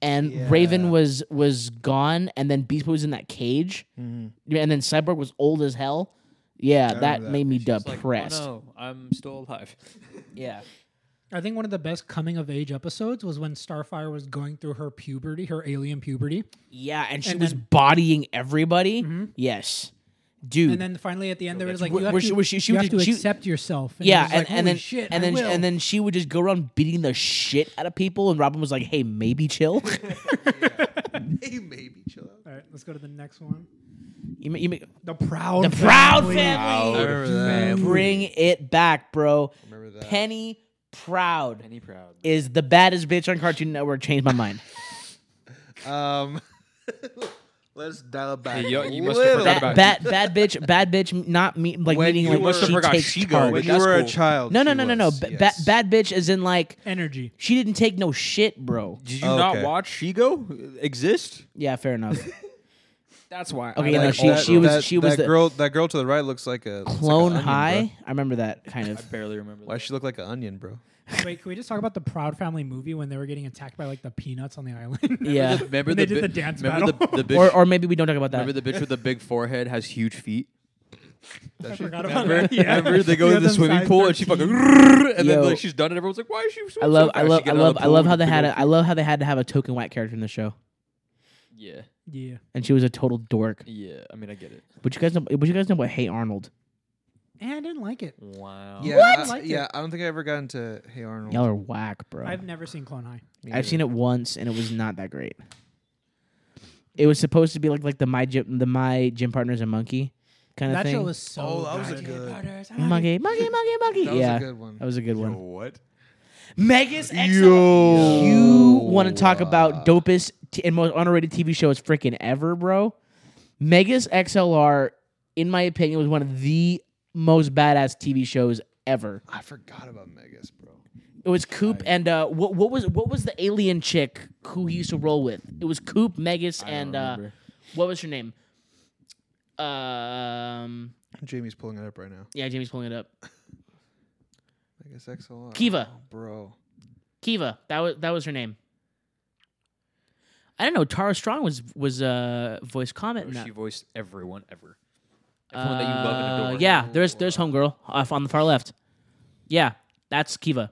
B: and Raven was was gone, and then Beast Boy was in that cage,
F: Mm-hmm.
B: Yeah, and then Cyborg was old as hell. Yeah, that,
C: that.
B: made me
E: Like,
B: depressed.
E: oh no, I'm still alive.
B: Yeah,
F: I think one of the best coming of age episodes was when Starfire was going through her puberty, her alien puberty,
B: yeah, and she
F: And
B: was
F: then- Mm-hmm.
B: bodying everybody. Yes, dude.
F: and then finally at the end there was like
B: where-
F: you have
B: where
F: to,
B: she- where she- she
F: you
B: would
F: have
B: just-
F: to
B: she-
F: accept yourself. And it
B: Yeah,
F: was
B: and,
F: like,
B: and
F: "Holy
B: then
F: shit,
B: and
F: I
B: then
F: will."
B: and then she would just go around beating the shit out of people, and Robin was like, "Hey, maybe chill."
C: Hey, maybe chill out.
F: all right, let's go to the next one.
B: you, ma- you ma-
F: The proud,
B: the proud
F: Family.
B: family, bring it back, bro.
C: Remember that.
B: Penny Proud
E: Penny proud.
B: is the baddest bitch on Cartoon Network. Changed my mind.
C: Um, let's dial it back.
E: Hey, yo, you
C: a
E: must have
C: little
E: forgot
B: bad,
E: about-
C: bit.
B: bad, bad bitch, bad bitch. Not me, like
C: When
B: meaning
C: you
B: like
C: were-
B: she
E: forgot
B: takes
E: she go,
B: charge.
E: but
C: When you were a
E: cool.
C: child.
B: no, no,
C: she
B: no, no, no.
C: was,
B: Ba- ba-
C: yes.
B: bad bitch is in like
F: energy.
B: she didn't take no shit, bro.
E: Did you
C: Oh,
E: not
C: okay.
E: watch Shigo exist?
B: Yeah, fair enough.
E: That's why.
B: Okay, no,
C: Like
B: she-
C: that-
B: she was-
C: that-
B: she was
C: that
B: the-
C: girl. That girl to the right looks like a looks like an
B: Clone
C: onion, bro.
B: High. I remember that kind of.
E: I barely remember.
C: Why
E: That.
C: she look like an onion, bro?
F: Wait, can we just talk about the Proud Family movie when they were getting attacked by like the peanuts on the island?
B: Yeah.
E: Remember
F: When they did the dance
E: remember
F: battle.
E: The, the bitch,
B: Or, or maybe we don't talk about that.
E: remember the bitch with the big forehead has huge feet.
F: I forgot about
E: Remember,
F: that. Yeah.
E: remember they go
F: You
E: to
F: have
E: the
F: them
E: swimming
F: size
E: pool and she
F: 13.
E: fucking and
B: Yo.
E: then like she's done and everyone's like, why is she? swimming
B: I love,
E: so
B: I
E: fast?"
B: love,
E: She
B: I
E: got out of
B: love,
E: the
B: I love
E: pool
B: how
E: with
B: they
E: the
B: had,
E: big
B: a, I love how they had to have a token white character in the show,
E: old- Yeah,
F: Yeah.
B: and she was a total dork.
E: yeah. I mean, I get it.
B: But you guys know, but you guys know what Hey Arnold
F: and I didn't like it.
E: Wow.
C: Yeah,
F: What?
C: I,
F: Like
C: yeah,
F: it.
C: I don't think I ever got into Hey Arnold.
B: Y'all are whack, bro.
F: I've never seen Clone High.
C: Me
B: I've
C: either.
B: seen it once and it was not that great. It was supposed to be like like the my gym the my gym partner's a monkey kind of
F: That
B: thing.
F: show was so.
C: Oh, that was a
F: good.
C: good-
B: monkey, monkey, monkey, monkey.
C: That was
B: yeah,
C: a good one.
B: that was a good
A: Yo,
B: one.
A: what?
B: Megas E.
A: Yo.
B: You want to talk about dopest t- and most underrated TV shows freaking ever, bro? Megas XLR, in my opinion, was one of the most badass TV shows ever.
C: I forgot about Megas, bro.
B: It was Coop and uh, what, what was what was the alien chick who he used to roll with? It was Coop, Megas, and uh, what was her name? Um,
C: Jamie's pulling it up right now.
B: yeah, Jamie's pulling it up.
C: Megas XLR.
B: Kiva.
C: Oh, bro.
B: Kiva, that was that was her name. I don't know. Tara Strong was was uh, voice comment. in that.
E: She voiced everyone ever. Everyone that you love and
B: Uh,
E: adore.
B: Yeah, there's there's homegirl off on the far left. Yeah, that's Kiva.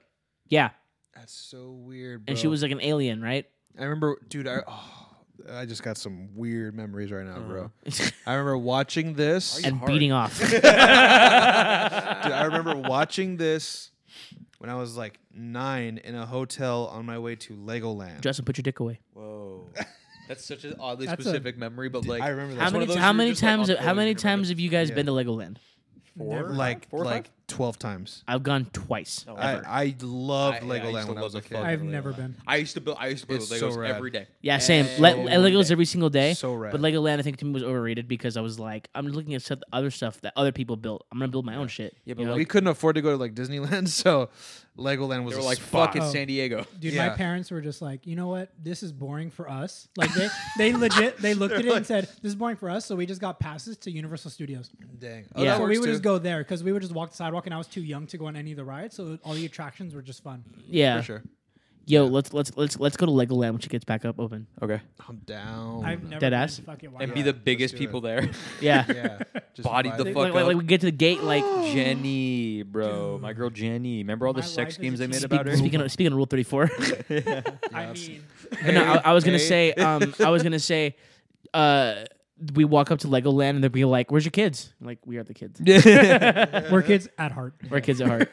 B: Yeah,
C: That's so weird, bro.
B: and she was like an alien, right?
C: I remember, dude. I oh, I just got some weird memories right now, bro.
E: Uh-huh.
C: I remember watching this.
B: and beating off.
C: Dude, I remember watching this when I was like nine in a hotel on my way to Legoland.
B: Justin, put your dick away.
A: Whoa.
E: That's such an oddly
F: That's a-
E: specific memory, but like
C: I remember that.
B: How
E: It's one
B: many
E: of those
B: how
E: you're
B: many
E: just, like,
B: times
E: on
B: how many
E: phones, you remember
B: times have you guys
C: Yeah.
B: been to Legoland?
E: four,
C: like
E: four or
C: like
E: five? Oh,
C: twelve times.
B: I've gone twice.
C: I, I loved
E: I- yeah, I used
C: Legoland
E: to
C: when I
E: love
C: was a
E: the
C: kid.
E: fuck
F: I've never been.
E: I used to build. I used to build
C: It's
E: Legos
C: so rad.
E: every day.
B: Yeah, same. Le-
E: Every
B: Le- Legos
E: day.
B: every single day.
C: So rad.
B: But Legoland, I think, to me was overrated because I was like, I'm looking at stuff, other stuff that other people built. I'm gonna build my own shit.
E: Yeah,
B: you
E: but
B: know?
C: we couldn't afford to go to like Disneyland, so Legoland was
E: They
C: a
E: were like,
C: spot.
E: "Fuck it,
F: Oh.
E: San Diego."
F: Dude, my
C: Yeah.
F: parents were just like, you know what? This is boring for us. Like they, they legit, they looked at it and said, "This is boring for us." So we just got passes to Universal Studios.
C: Dang. Oh,
B: Yeah.
C: that
F: So we
C: works
F: would just
C: too.
F: go there because we would just walk the sidewalk, and I was too young to go on any of the rides, so all the attractions were just fun.
B: yeah.
C: For sure.
B: Yo, let's let's let's let's go to Legoland when she gets back up open.
E: Okay,
C: I'm down.
F: I've never
B: Dead
F: been
B: ass?
F: to fucking
E: and
F: Wildwood.
E: be the biggest
C: do it.
E: people there.
B: Yeah.
C: yeah. Just
E: Body
C: vibe.
E: the fuck
B: like, like,
E: up.
B: like we get to the gate, like
E: Jenny, bro, my girl Jenny. Remember all the
F: My
E: sex
F: life is
E: games I
F: just
E: made
F: a
E: about
B: speak,
E: her?
B: speaking of, speaking of Rule Thirty Four.
F: I mean,
B: But no, I, I was gonna
C: Hey,
B: say, um, I was gonna say, uh, we walk up to Legoland and they'll be like, "Where's your kids?" I'm like, we are the kids.
F: we're kids at heart.
B: We're kids at heart.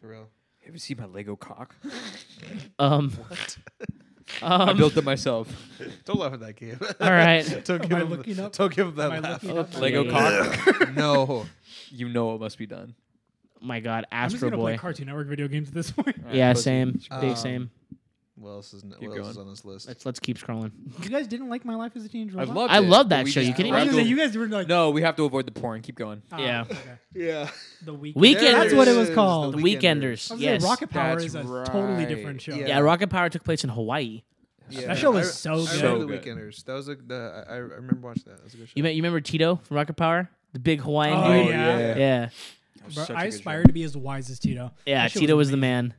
C: For real.
E: Have you seen my Lego cock?
B: Um,
E: I
B: um,
E: built it myself.
C: Don't laugh at that kid.
B: all right.
C: don't
F: Am
C: give
F: I
C: him.
F: looking up?
C: Don't give him
F: Am I
C: that laugh.
F: looking up?
E: Lego
B: Yeah.
E: cock.
C: No.
E: You know it must be done.
B: My God,
F: I'm just
B: Astro
F: gonna play
B: Boy.
F: Cartoon Network video games at this point.
E: All right,
B: Yeah,
E: pussy.
B: same, big
C: Um,
B: same.
C: What else is, what
E: Keep
C: else is
E: going.
C: on this list?
B: Let's let's keep scrolling.
F: You guys didn't like My Life as a Teenage
E: I
F: Robot.
E: love.
B: I
E: it,
B: love
E: but
B: that
E: we
B: show, you
E: just-
B: kidding
E: we
F: I
B: me?
F: was
E: have
F: gonna say,
E: to-
F: you guys were like,
E: No, we have to avoid the porn. Keep going.
F: ah,
B: Yeah.
F: okay.
C: yeah.
F: the weekend.
B: Weekenders.
F: That's what it was called.
C: The
B: The
C: Weekenders.
B: Weekenders.
F: I was gonna
B: Yes.
F: say, Rocket Power
E: That's
F: is a totally
E: right.
F: different show.
C: Yeah.
B: yeah, Rocket Power took place in Hawaii.
C: Yeah.
F: That show was
C: I-
F: so
C: I
F: good.
C: remember
E: So
C: the
E: good.
C: Weekenders. That was a. The, I, I remember watching that. That was a good show.
B: You, me- you remember Tito from Rocket Power, the big Hawaiian
F: Oh,
B: dude?
F: yeah.
B: Yeah,
C: yeah.
B: yeah.
F: Bro,
E: Such a
F: I
E: good
F: aspire
E: show.
F: to be as wise as Tito. That shit
B: Tito was the man.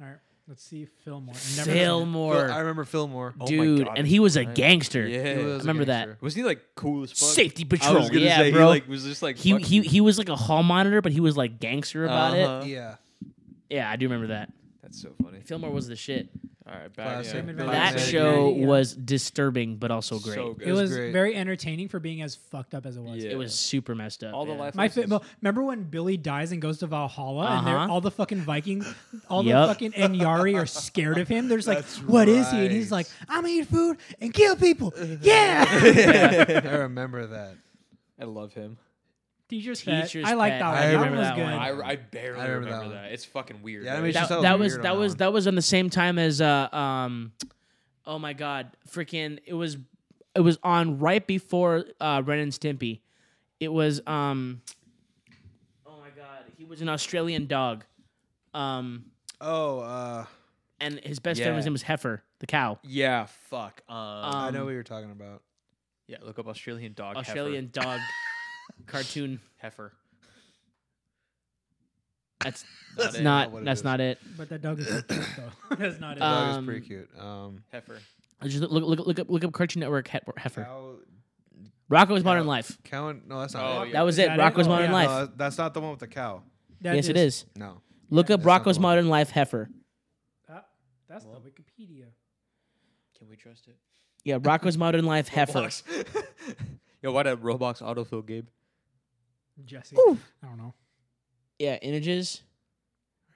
F: All right, let's see Fillmore. Never seen it.
C: Phil- I
B: Fillmore,
C: remember Fillmore.
E: Oh my
B: dude,
E: God,
B: and he was a
E: right.
B: gangster.
E: Yeah.
C: He was a
B: remember that.
C: gangster.
E: Wasn't he like cool as fuck?
B: Safety
E: I
B: patrol.
E: was gonna
B: yeah,
E: say,
B: bro.
E: He like was just like
B: he,
E: fuck
B: he
E: you.
B: he was like a hall monitor, but he was like gangster about
E: Uh-huh.
B: it.
C: Yeah.
B: Yeah, I do remember that.
E: That's so funny.
B: Fillmore was the shit.
E: All right, back.
C: Classic.
E: Yeah.
F: That
B: That
C: Yeah.
B: show
F: Yeah.
B: was disturbing, but also great.
E: So good.
F: It
C: was
F: was
C: great.
F: very entertaining for being as fucked up as it was.
E: Yeah.
B: It was super messed up.
E: all the
B: yeah.
E: life.
F: My fa-
E: lessons.
F: well, remember when Billy dies and goes to Valhalla, and they're,
B: Uh-huh.
F: all the fucking Vikings, all
B: Yup.
F: the fucking Enyari are scared of him. They're just like, "What is he?" And he's
C: right.
F: like, "I'm gonna eat food and kill people." Yeah,
C: I remember that.
E: I love him.
F: teacher's pet.
B: Teacher's
F: I like
B: pet.
F: that one.
C: I
F: that
C: remember
F: one was
B: that
F: good.
B: one.
E: I, I barely
C: I remember
E: remember,
C: that
E: that.
C: one.
E: It's fucking weird.
C: Yeah, I
E: right?
C: mean, it's
B: that,
C: just-
B: that was
C: weird
B: that
C: on that
B: was
C: one.
B: that was on the same time as uh um oh my god freaking it was it was on right before uh Ren and Stimpy it was um oh my god he was an Australian dog um
C: Oh, uh,
B: and his best friend was
E: Yeah.
B: name was Heifer the cow
E: yeah, fuck. Um,
C: I know
B: Um,
C: what you're talking about.
E: yeah, look up Australian dog.
B: Australian dog cartoon
E: heifer.
B: that's
E: Not
B: that's not,
E: it.
C: Not what it
B: that's
C: is.
B: not it
F: But that dog is so cute, though. That's not it.
C: That
B: Uh,
C: dog
B: Um,
C: is pretty cute. Um,
E: Heifer. Heifer.
B: just look look look up look up Cartoon Network He- Heifer
C: cow,
B: Rocco's Modern
C: Cow.
B: Life
C: cow and, no, that's not.
E: Oh,
C: it.
E: yeah.
B: that was
F: Is
B: it
F: that it?
B: Rocco's
F: Oh,
B: Modern
F: yeah.
B: Life
C: No, that's not the one with the cow.
F: That
B: yes it is
C: No.
B: look up
C: That's not
B: Rocco's
C: the one.
B: Modern Life Heifer
F: Ah, that's the Wikipedia.
E: Can we trust it?
B: Yeah, Rocco's Modern Life Heifer.
E: Roblox. Yo, why did Roblox autofill Gabe?
F: Jesse. I don't know.
B: yeah, images.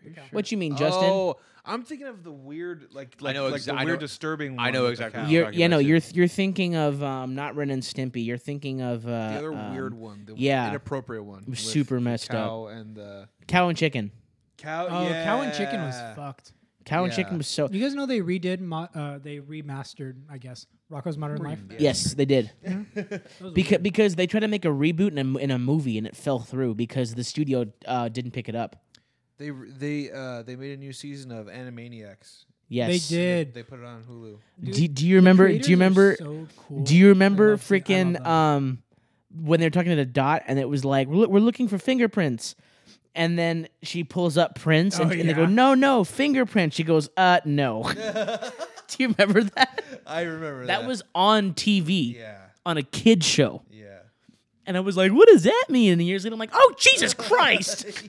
F: sure?
B: What you mean, Justin?
C: Oh, I'm thinking of the weird, like, like
E: know
C: like
E: exa-
C: the
E: I
C: weird,
E: know-
C: disturbing.
E: I
C: one
E: know
C: with the
E: exactly
C: cow.
E: what
B: You're,
E: talking
B: yeah,
E: about
B: no,
E: too.
B: you're th- you're thinking of um, not Ren and Stimpy. You're thinking of uh,
C: the other
B: um,
C: weird one, the
B: yeah.
C: inappropriate one, with
B: super
C: the
B: messed up.
C: cow and the
B: Cow and Chicken.
C: cow.
F: Oh,
C: yeah.
F: cow and chicken was fucked.
B: Cow and
C: Yeah.
B: Chicken was so.
F: You guys know they redid, mo- uh, they remastered, I guess, Rocco's Modern Life.
B: Yes, they did.
F: That was
B: Because because they tried to make a reboot in a, m- in a movie and it fell through because the studio uh, didn't pick it up.
C: They they uh they made a new season of Animaniacs.
B: Yes,
F: They
C: They,
F: did.
C: they put it on Hulu.
B: Do, do you remember?
F: Creators
B: Do
F: are
B: you remember?
F: so cool.
B: Do you remember
F: love the- I love
B: freaking
F: that.
B: um when they're talking to the dot and it was like we're, loo- we're looking for fingerprints, and then she pulls up prints and,
F: Oh,
B: and they go
F: yeah.
B: no no fingerprints. She goes uh no. do you remember that?
C: I remember that.
B: That was on TV
C: yeah
B: on a kid show,
C: yeah.
B: and I was like, what does that mean? And years later, I'm like, oh Jesus Christ!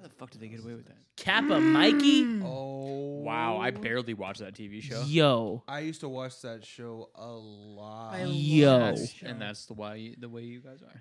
A: How the fuck did they get away with that?
B: Kappa Mikey,
C: Oh
A: Wow, I barely watched that TV show.
B: yo.
C: I used to watch that show a lot.
F: I love
B: Yo.
F: that
A: That's-
F: show.
A: and that's the why you, the way you guys are.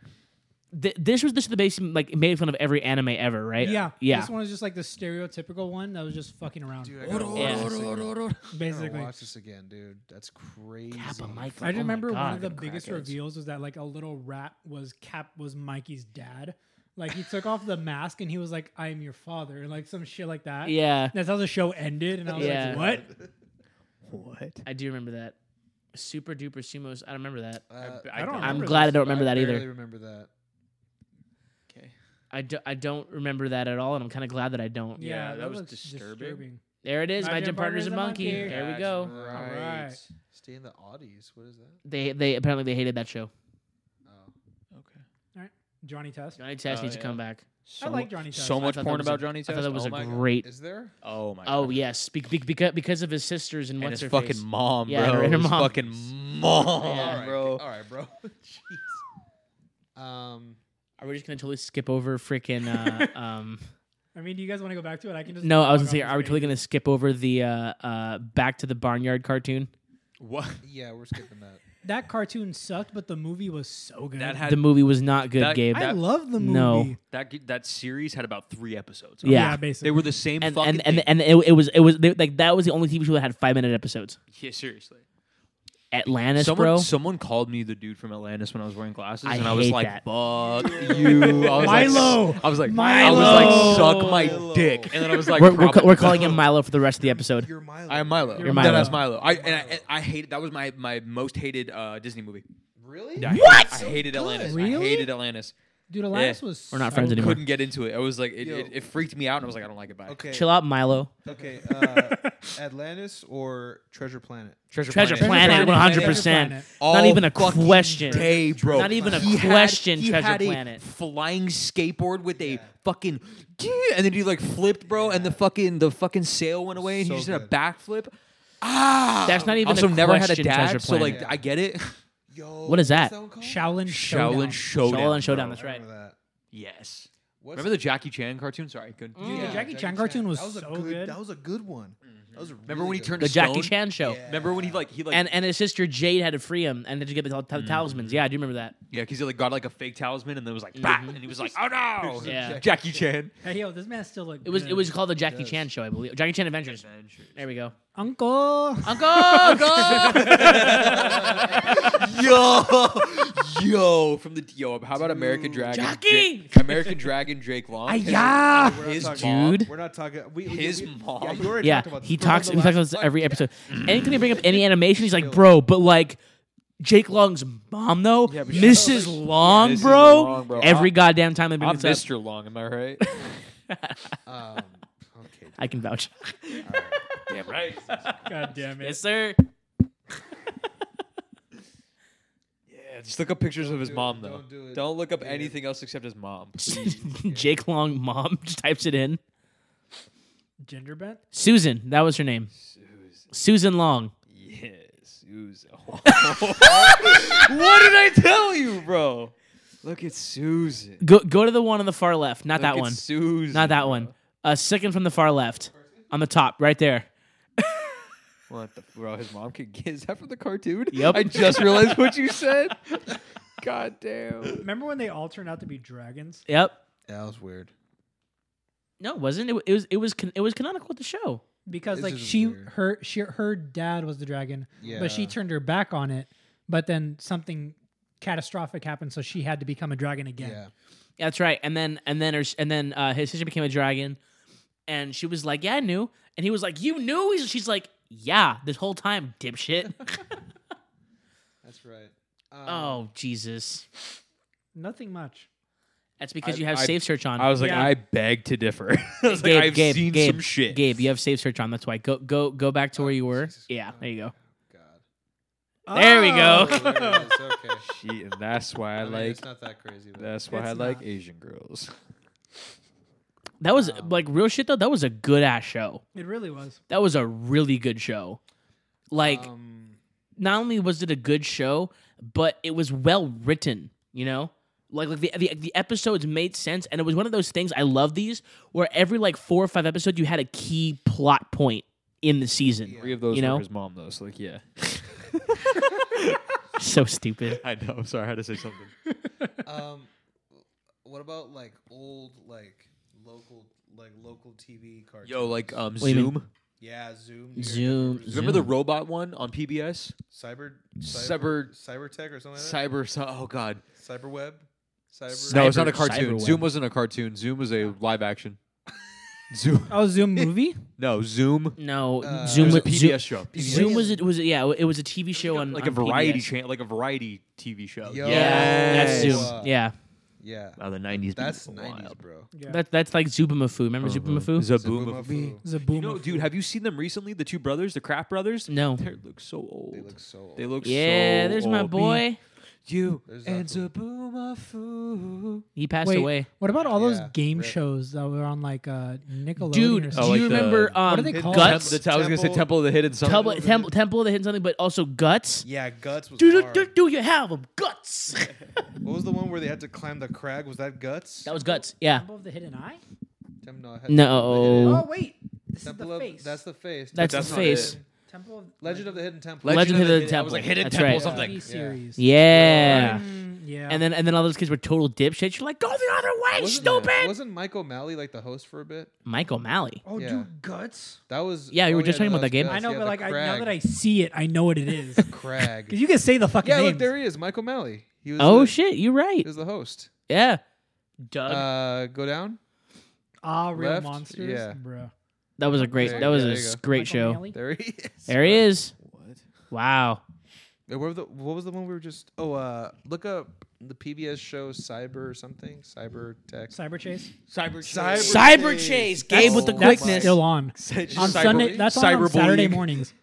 B: Th- this was this the base like made fun of every anime ever, right?
F: yeah,
B: yeah.
F: This one is just like the stereotypical one that was just fucking around,
C: Dude, I gotta watch
B: Yeah.
C: this again. I gotta
F: basically.
C: watch this again, dude. That's crazy.
B: Kappa Mikey.
F: I
B: oh
F: just
B: my
F: remember one
B: God.
F: of the biggest
B: Crackheads.
F: reveals was that like a little rat was Cap was Mikey's dad. Like he took off the mask and he was like, "I am your father," and like some shit like that.
B: Yeah,
F: That's how the show ended, and I was
B: Yeah.
F: like, "What?"
A: What?
B: I do remember that. Super duper sumos. I remember that.
C: Uh,
A: I,
F: don't
B: I'm
F: remember
B: glad I
A: this.
B: don't remember that
C: I
B: either.
C: barely remember that.
A: Okay.
B: I, do, I don't remember that at all, and I'm kind of glad that I don't.
A: Yeah, that was disturbing.
B: There it is.
F: Imagine
B: Imagine Partners
F: Partners
B: and
F: and
B: Monkey.
F: Monkey.
B: There we
A: That's
B: go.
C: Right.
F: right.
C: Stay in the oddies. What is that?
B: They they apparently they hated that show.
C: Oh.
A: Okay.
F: Johnny Test.
B: Johnny Test
A: Oh,
B: needs to
A: yeah.
B: come back.
F: I
A: So
F: like
A: mu-
F: Johnny Test.
E: So
B: I
E: much
B: thought that
E: porn
B: was a-
E: about Johnny Test.
B: I thought that was
E: oh
B: a
E: my God.
B: great.
C: Is there?
E: Oh my.
B: Oh
E: God.
B: yes, be, be, beca- because of his sisters and
E: And
B: what's her
E: his fucking
B: face.
E: mom,
B: Yeah,
E: bro.
B: her
E: His
B: mom.
E: fucking
B: Yeah.
E: mom,
C: Oh, all right,
E: bro.
C: All right, bro. Jeez. Um,
B: Are we just gonna totally skip over freaking? Uh, um,
F: I mean, do you guys want to go back to it? I can just
B: no, I was
F: log
B: gonna say,
F: off
B: are we
F: this
B: totally
F: page.
B: gonna skip over the uh, uh, Back to the Barnyard cartoon?
E: What?
C: yeah, we're skipping that.
F: That cartoon sucked, but the movie was so good.
E: That had
B: The movie was not good,
E: That-
B: Gabe.
F: I
E: that-
F: love the movie.
B: No.
E: that g- that series had about three episodes.
B: Yeah.
F: basically.
E: They were the same
B: and
E: fucking
B: and, and
E: thing.
B: and it, it was it was they, like that was the only TV show that had five minute episodes.
E: yeah, seriously.
B: Atlantis,
E: someone,
B: bro.
E: someone called me the dude from Atlantis when I was wearing glasses,
B: I
E: and I was
B: hate
E: like,
B: that.
E: "Fuck you, I was
F: Milo.
E: Like, I was like, I was like,
F: Milo.
E: suck my
C: Milo.
E: dick, and then I was like,
B: we're, we're, ca-
E: "Probably
B: we're
E: not."
B: calling him Milo for the rest of the episode.
C: You're Milo.
E: I am Milo.
F: You're
E: Dead
B: Milo.
E: ass Milo. I and I, and I hated that was my my most hated uh, Disney movie.
C: Really?
E: Yeah, I hated-
B: What?
E: I hated Atlantis. I
F: Really?
E: hated Atlantis.
F: Dude, Elias was.
B: We're not
F: so
B: friends
F: good.
B: anymore.
E: Couldn't get into it. I was like, it,
C: Yo.
E: it, it freaked me out, and I was like, I don't like it. Bye.
C: Okay.
B: Chill out, Milo.
C: Okay. Uh, Atlantis or Treasure Planet?
E: Treasure,
B: Treasure
E: Planet.
B: Planet,
F: Planet,
B: 100.
F: Treasure
B: percent
E: All
B: Not even a
E: fucking
B: question.
E: Day, bro.
B: Not even a
E: He had-
B: question,
E: he
B: Treasure
E: had a
B: Planet.
E: flying skateboard with a
C: Yeah.
E: fucking, and then he like flipped, bro, and the fucking the fucking sail went away, and
C: So
E: he just did
C: good.
E: a backflip. Ah,
B: That's not even
E: also
B: a
E: never had a
B: question,
E: dad,
B: Treasure
E: so like
C: Planet.
E: I get it.
C: Yo.
B: What is that?
C: one called?
F: Shaolin Showdown.
E: Shaolin Showdown.
B: Shaolin Showdown.
E: bro.
B: That's right.
C: Oh, Remember that.
E: Yes.
C: What's
E: Remember the Jackie Chan cartoon? Sorry, I couldn't.
B: Mm.
F: Dude, the Jackie Chan cartoon was,
C: that was
F: so
C: a good,
F: good.
C: That was a good one. That was a
E: Remember when
C: really
E: he
C: good
E: turned
B: The
E: to
B: Jackie
E: stone?
B: Chan show.
C: Yeah.
E: Remember when he like he like
B: And and his sister Jade had a free him and then she get the tal-
E: Mm.
B: tal- talismans. Yeah, I do remember that.
E: yeah, because he like got like a fake talisman and then was like bah, and he was like, oh no,
B: Mm-hmm. Yeah.
E: Jackie Chan.
F: Hey, yo, this man still looked.
B: It was
F: good.
B: it was called the Jackie
C: Yes.
B: Chan show, I believe. Jackie Chan Adventures. There we go.
F: Uncle.
B: Uncle, Uncle.
E: yo, yo, from the yo. How about American Dragon?
B: Jackie!
E: Dra- American Dragon Drake Long.
B: Ah!
F: Yeah.
C: one. We're not
E: His
C: talking-
B: mom.
C: We're not talking. We, we-
E: His
C: we-
E: mom.
C: Yeah, you already
B: yeah,
C: talked about
B: he
C: this. Remember
B: talks.
C: the
B: He talks about
C: last
B: this
C: podcast?
B: every episode.
E: Mm.
B: Anytime they bring up any animation, he's like, "Bro, but like." Jake Long's mom, though,
E: Yeah, but she-
B: Mrs. Long,
E: Mrs.
B: bro.
E: Long, bro. Uh,
B: Every
E: I'm-
B: goddamn time they bring
E: I'm
B: this up,
E: Mr. Long, am I right?
C: Um, okay.
B: I can vouch.
E: Damn right.
F: God damn it.
B: yes, sir.
E: Yeah, just look up pictures of his
C: do it.
E: mom though.
C: Don't do it.
E: look up
C: Dude.
E: anything else except his mom.
B: Jake Long mom just types it in.
F: Gender bent.
B: Susan, that was her name. Susan Long.
E: Yes, Susan. what did I tell you, bro? Look at Susan.
B: Go go to the one on the far left, not that
E: Look at
B: one.
E: Susan.
B: Not that one. Uh, second from the far left, on the top, right there.
E: What the bro? His mom could get. Is that from the cartoon?
B: Yep.
E: I just realized what you said.
A: God damn.
F: Remember when they all turned out to be dragons?
B: Yep.
C: That was weird.
B: No, it wasn't. It, wa- it was. It was. Con- it was canonical with the show.
F: Because
C: This
F: like
C: is
F: she
C: weird.
F: her she her dad was the dragon, but she
C: Yeah.
F: turned her back on it. But then something catastrophic happened, so she had to become a dragon again.
C: Yeah.
B: That's right. And then and then her, and then uh, his sister became a dragon, and she was like, "Yeah, I knew." And he was like, "You knew?" He's- She's like, "Yeah, this whole time, dipshit."
C: That's right. Um,
B: oh Jesus!
F: Nothing much.
B: That's because
E: I-
B: you have
E: I-
B: safe search on.
E: I was like,
F: Yeah.
E: I beg to differ. I was like, I've seen some shit.
B: Gabe, you have safe search on. That's why. Go go go back to where you were.
C: Jesus
B: yeah,
C: Christ.
B: there you go.
C: God.
B: There we go.
C: Oh, there it is. Okay.
E: She- that's why I,
C: mean,
E: like.
C: It's not that crazy. But
E: That's why I
F: It's
E: like
F: not.
E: Asian girls.
B: That was like real shit though. That was a good ass show.
F: It really was.
B: That was a really good show. Like
C: Um,
B: not only was it a good show, but it was well written. You know, like like the, the the episodes made sense, and it was one of those things. I love these where every like four or five episodes you had a key plot point in the season.
E: Three of those
B: You
E: were
B: know?
E: his mom, though. So like, yeah.
B: So stupid.
E: I know. I'm sorry. I had to say something.
C: um, what about like old like local like local TV cartoons?
E: Yo, like um,
B: do you mean?
E: Zoom.
C: yeah, Zoom,
B: Zoom.
E: Remember the
B: Zoom.
E: robot one on PBS?
C: Cyber,
E: Cyber-
C: cyber, cybertech or something like
E: Cyber. so- Oh God.
C: that. Cyberweb, cyber.
E: No, it's not a
B: Cyber-
E: cartoon.
B: cyberweb.
E: Zoom wasn't a cartoon. Zoom was a live action. Zoom.
F: Oh, Zoom movie?
E: No, Zoom.
B: No,
C: Uh,
B: Zoom
E: it was
B: was
E: a PBS
B: Zoom,
E: show.
B: Zoom was it was it, yeah it was a TV show on
E: like a
B: on
E: variety
B: PBS.
E: channel, like a variety TV show.
C: Yo.
B: Yeah,
E: Yes.
B: that's Zoom.
C: Wow.
B: Yeah,
C: Yeah,
E: Wow, the nineties.
C: that's nineties, bro.
F: Yeah.
B: that that's like Zubumafu. Remember Zubumafu?
E: Zaboomafu.
F: It's a
E: You
F: boom.
E: know, dude, have you seen them recently? The two brothers, the Crap Brothers.
B: No.
E: they look so old.
C: They look so old.
E: They look
B: Yeah,
E: so
B: there's my
E: old.
B: boy.
E: You
C: There's
E: and
C: Zafu.
E: Zaboomafu.
B: He passed
F: Wait,
B: away.
F: what about all those
C: Yeah,
F: game
C: rip.
F: shows that were on like uh, Nickelodeon?
B: Dude,
F: or
B: do
E: Oh,
F: something?
E: like
B: you
E: the-
B: remember
E: What
B: um,
F: are they called?
B: Guts?
E: Temp- the- I was gonna say
C: Temple-
E: Temple of the Hidden Sun.
B: Temple, Temple, Temple of the Hidden Something, but also Guts.
C: Yeah, guts was
B: Do, do,
C: hard.
B: do, do you have them? Guts.
C: What was the one where they had to climb the crag? Was that guts?
B: that was Guts. Yeah.
F: Temple of the Hidden Eye?
C: Tem- no, I had-
B: No.
F: Oh wait, this
C: Temple
F: is
C: of
F: the face.
C: that's the face.
B: That's,
E: that's
B: the
E: not it.
B: face.
F: Temple of
C: Legend of the Hidden Temple.
E: Legend
B: Legend,
E: of
B: of
E: the
B: the,
E: Hidden- I
B: Temple.
E: was like, Hidden
B: That's
E: Temple
B: right.
E: or something.
F: TV series.
B: Yeah.
F: Mm, yeah.
B: And then and then all those kids were total dipshits. You're like, go the other way,
C: Wasn't-
B: stupid.
C: Wasn't Mike O'Malley like the host for a bit?
B: Michael Malley.
F: oh,
C: yeah.
F: dude, guts.
C: That was.
B: Yeah, you
C: oh,
B: were just talking
C: no,
B: about that
C: was
B: game.
C: Guts.
F: I know,
C: Yeah,
F: but
C: the
F: like I, now
C: crag.
F: that I see it, I know what it is. Because
C: crag.
F: you can say the fucking
C: yeah,
F: names.
C: look, there he is, Michael Malley. He was.
B: Oh
C: the,
B: shit, you're right.
C: He was the host.
B: Yeah. Doug.
C: Uh, go down.
F: Ah, real
C: Left?
F: monsters.
C: Yeah.
F: bro.
B: that was a great.
C: there-
B: That was
C: yeah,
B: a
C: there you
B: s-
C: go.
B: great show.
C: There he is.
B: There he is.
E: What?
B: Wow.
C: Wait, What, were the, what was the one we were just? Oh, uh, look up the PBS show Cyber or something. Cyber Tech.
F: Cyber Chase.
E: Cyber
C: Cyber-
B: Cyber Chase. Gabe
C: That's-
B: with the
C: Oh my.
F: That's
B: quickness.
F: still on.
E: Cyber-
F: On
E: Cyber-
F: Sunday, that's on, on Saturday
E: Cyberbullying.
F: mornings.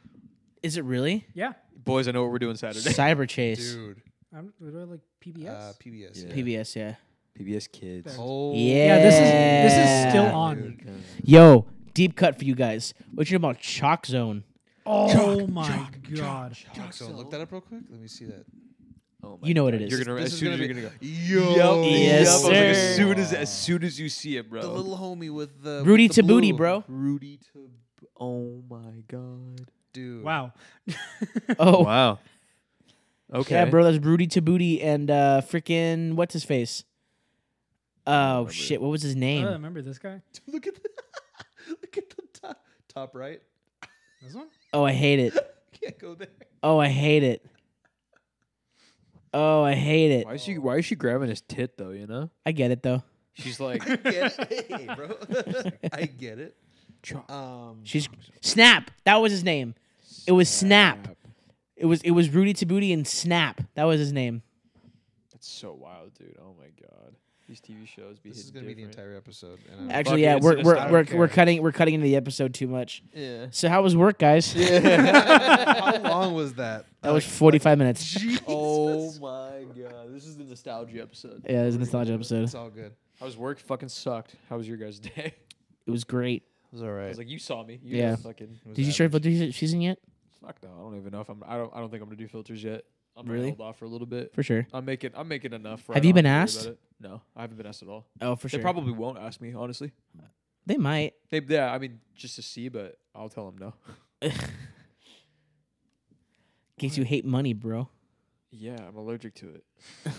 B: Is it really?
F: Yeah.
E: Boys, I know what we're doing Saturday.
B: Cyber Chase.
C: Dude.
F: I'm what do I like PBS.
C: Uh, PBS.
E: Yeah.
B: PBS, yeah.
E: PBS Kids.
C: Oh,
F: yeah, this is this is
B: Yeah.
F: still on.
C: dude.
B: Yo, deep cut for you guys. What you know about Chalk Zone?
F: Oh my god.
C: So look that up real quick. Let me see that.
E: Oh my
B: You know what it
E: God.
B: is.
E: You're gonna,
C: This
E: as
C: is
E: soon as
C: gonna
E: you're gonna
C: be-
E: go.
C: Yo.
E: yup,
B: Yes,
E: yup. I was like,
B: sir.
E: as soon as as soon as you see it, bro.
C: The little homie with the
B: Rudy
C: with the
B: Tabooty,
C: blue.
B: bro.
E: Rudy to. Oh my god.
C: Dude.
F: Wow.
B: Oh,
E: Wow. Okay.
B: yeah, bro. That's Rudy Tabooty and uh, freaking what's his face? Oh
E: remember. Uh,
B: shit, what was his
F: I
B: name?
F: remember this guy.
C: look at the look at the top top right.
F: This one?
B: oh, I hate it.
C: Can't go there.
B: Oh, I hate it. Oh, I hate it.
E: Why is she Why is she grabbing his tit though? You know.
B: I get it though.
E: She's like.
C: Get it, hey, bro. I get it. Um,
B: She's Snap. That was his name. It was Snap. It was it was Rudy Tabooty and Snap. That was his name.
E: That's so wild, dude. Oh my god. These TV shows be
C: this is gonna
E: hidden
C: be the
E: different.
C: entire episode. And I'm-
B: Actually,
E: Fuck it,
B: yeah,
E: it's-
B: we're
E: it's
B: we're
E: not- I
B: we're,
E: don't
B: we're
E: care.
B: cutting we're cutting into the episode too much. So how was work, guys?
C: how long was that?
B: That was 45 minutes.
E: Yeah. oh my god. This is the nostalgia episode.
B: Yeah, it was a nostalgia episode.
C: It's all good.
E: How's work? Fucking sucked. How was your guys' day?
B: It was great.
C: It was all
E: I
C: right.
E: was like, you saw me. You
B: Yeah.
E: guys Fucking.
B: Did you start filter season yet?
E: Fuck no. I don't even know if I'm. I don't. I don't think I'm gonna do filters yet. I'm
B: Really?
E: gonna hold off for a little bit.
B: For sure.
E: I'm making. I'm making enough. Right
B: Have you
E: now,
B: been
E: don't worry
B: asked?
E: about it. No, I haven't been asked at all.
B: Oh, for
E: They
B: sure.
E: probably won't ask me, honestly.
B: They might.
E: They, yeah, I mean, just to see, but I'll tell them no.
B: Case you hate money, bro.
E: Yeah, I'm allergic to it.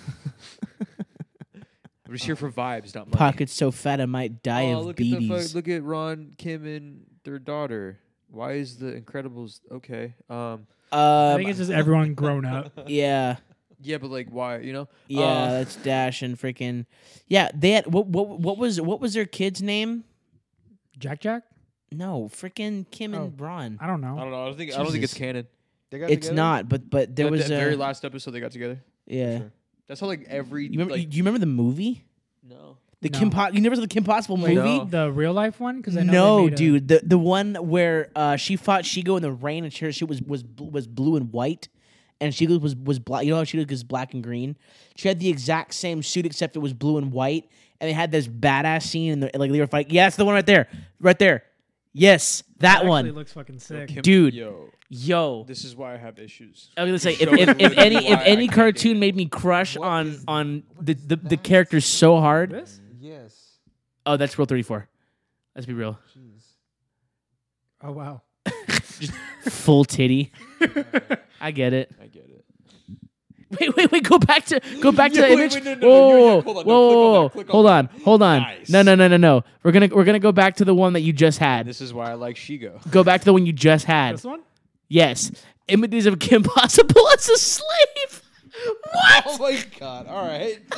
E: I'm just here for vibes, not money.
B: Pockets so fat I might die
E: Oh,
B: of
E: look at the fuck-
B: beaties.
E: look at Ron, Kim, and their daughter. Why is the Incredibles okay? Um,
B: um,
F: I think it's just everyone grown up.
B: yeah,
E: yeah, but like, why? You know? Uh,
B: yeah.
E: Oh.
B: that's Dash and freaking. Yeah, they had what? What? What was? What was their kid's name?
F: Jack Jack?
B: No, freaking Kim
F: Oh.
B: and Ron.
F: I don't know.
E: I don't know. I don't think. I don't think it's
B: Jesus.
E: canon.
C: They got
B: It's
C: together?
B: not, but but there
E: That-
B: was
E: that
B: a
E: very last episode they got together.
B: yeah.
E: Sure. That's how like every.
B: You remember?
E: like,
B: do you remember the movie?
E: no.
B: The
F: No.
B: Kim po- You never saw the Kim Possible movie?
E: No.
F: The real life one? Because I know they
B: No,
F: made a-
B: dude, the the one where uh, she fought Shigo in the rain and her shit was was bl- was blue and white, and Shigo was was black. You know how Shigo was black and green. She had the exact same suit except it was blue and white, and they had this badass scene and the, like they were fighting. Yeah, that's the one right there, right there. Yes, that
F: actually
B: one,
F: looks fucking sick.
E: Kim-
B: Dude.
E: Yo,
B: yo.
E: this is why I have issues.
B: I was gonna say if,
E: shows
B: if, if
E: literally
B: any if
E: why I
B: any
E: can't
B: cartoon made me crush
C: What
B: on
C: is-
B: on
C: what
B: the
C: is
B: the, the
C: that?
B: characters so hard.
F: This?
C: Yes.
B: Oh, that's Rule Thirty Four. Let's be real.
C: Jeez.
F: Oh wow.
B: Full titty. I get it.
E: I get it.
B: Wait, wait, wait. Go back to go back to
E: Yeah,
B: the
E: wait,
B: image.
E: wait, no, no, no, yeah,
B: Whoa,
E: yeah, hold
B: whoa,
E: on, no, click on
B: whoa,
E: that,
B: whoa.
E: click on
B: Hold on, hold on. No,
E: Nice.
B: no, no, no, no. We're gonna we're gonna go back to the one that you just
E: And
B: had.
E: this is why I like Shigo.
B: Go back to the one you just had.
F: This one?
B: Yes, images of Kim Possible as a slave.
C: Oh
B: What?
C: my god. All right.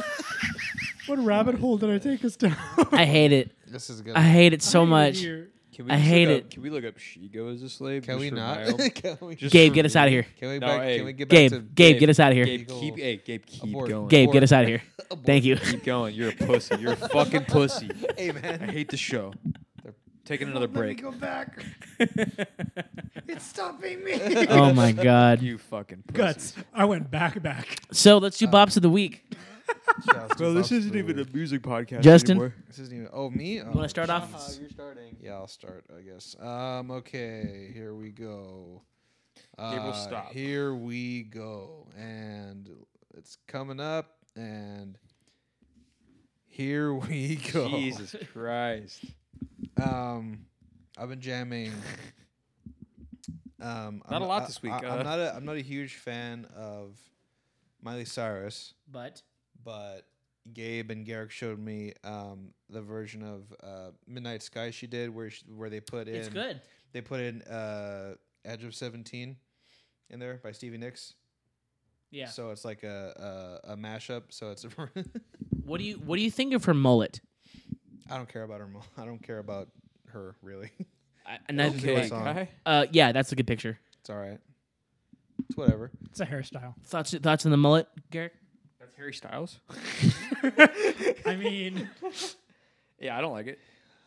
F: What rabbit hole did I take us down?
B: I hate it.
C: this is good.
B: I hate it so much.
E: Can we
B: I
E: just look
B: hate
E: up-
B: it.
E: Can we look up Shigo as a slave?
C: Can
E: just
C: we
E: for
C: not?
E: Vile?
C: can we,
E: Just
B: Gabe,
E: for
B: get us
E: real.
B: out of here.
C: can we,
E: No,
C: back,
E: hey,
C: can we get
B: Gabe,
C: back to
B: Gabe, get us out of here.
E: Gabe, keep, hey, Gabe, keep
C: Abort.
E: going.
B: Gabe, get
C: Abort.
B: us out of here.
C: Abort.
B: Thank you.
E: Keep going. You're a pussy. You're a fucking pussy.
C: Hey
E: I
C: man.
E: hate the show. Taking another break.
C: Let me go back. it's stopping me.
B: Oh my god.
E: You Uh, fucking pussy.
F: Guts. I went back back.
B: So let's do bops of the week.
E: Bro, this isn't even a music podcast.
B: Justin?
E: anymore.
C: This isn't even. Oh me.
B: You want to
E: uh,
B: start off?
C: you're starting. Yeah, I'll start. I guess. Um. Okay. Here we go.
E: Gabriel,
C: Uh,
E: stop.
C: Here we go, and it's coming up, and here we go.
E: Jesus Christ.
C: Um, I've been jamming. Um,
E: Not a lot this week,
C: I,
E: uh.
C: am not a I'm not a huge fan of Miley Cyrus,
B: But
C: but Gabe and Garrick showed me um, the version of uh, Midnight Sky she did, where she, where they put in
B: it's good.
C: they put in uh, Edge of Seventeen in there by Stevie Nicks.
B: Yeah.
C: So it's like a a, a mashup. So it's
B: What do you what do you think of her mullet?
C: I don't care about her. mo- I don't care about her really.
B: I, and I-
C: Okay.
E: guy.
B: uh, yeah, that's a good picture.
C: It's all right. It's whatever.
F: It's a hairstyle.
B: Thoughts thoughts on the mullet, Garrick?
E: That's Harry Styles.
F: I mean,
E: yeah, I don't like it.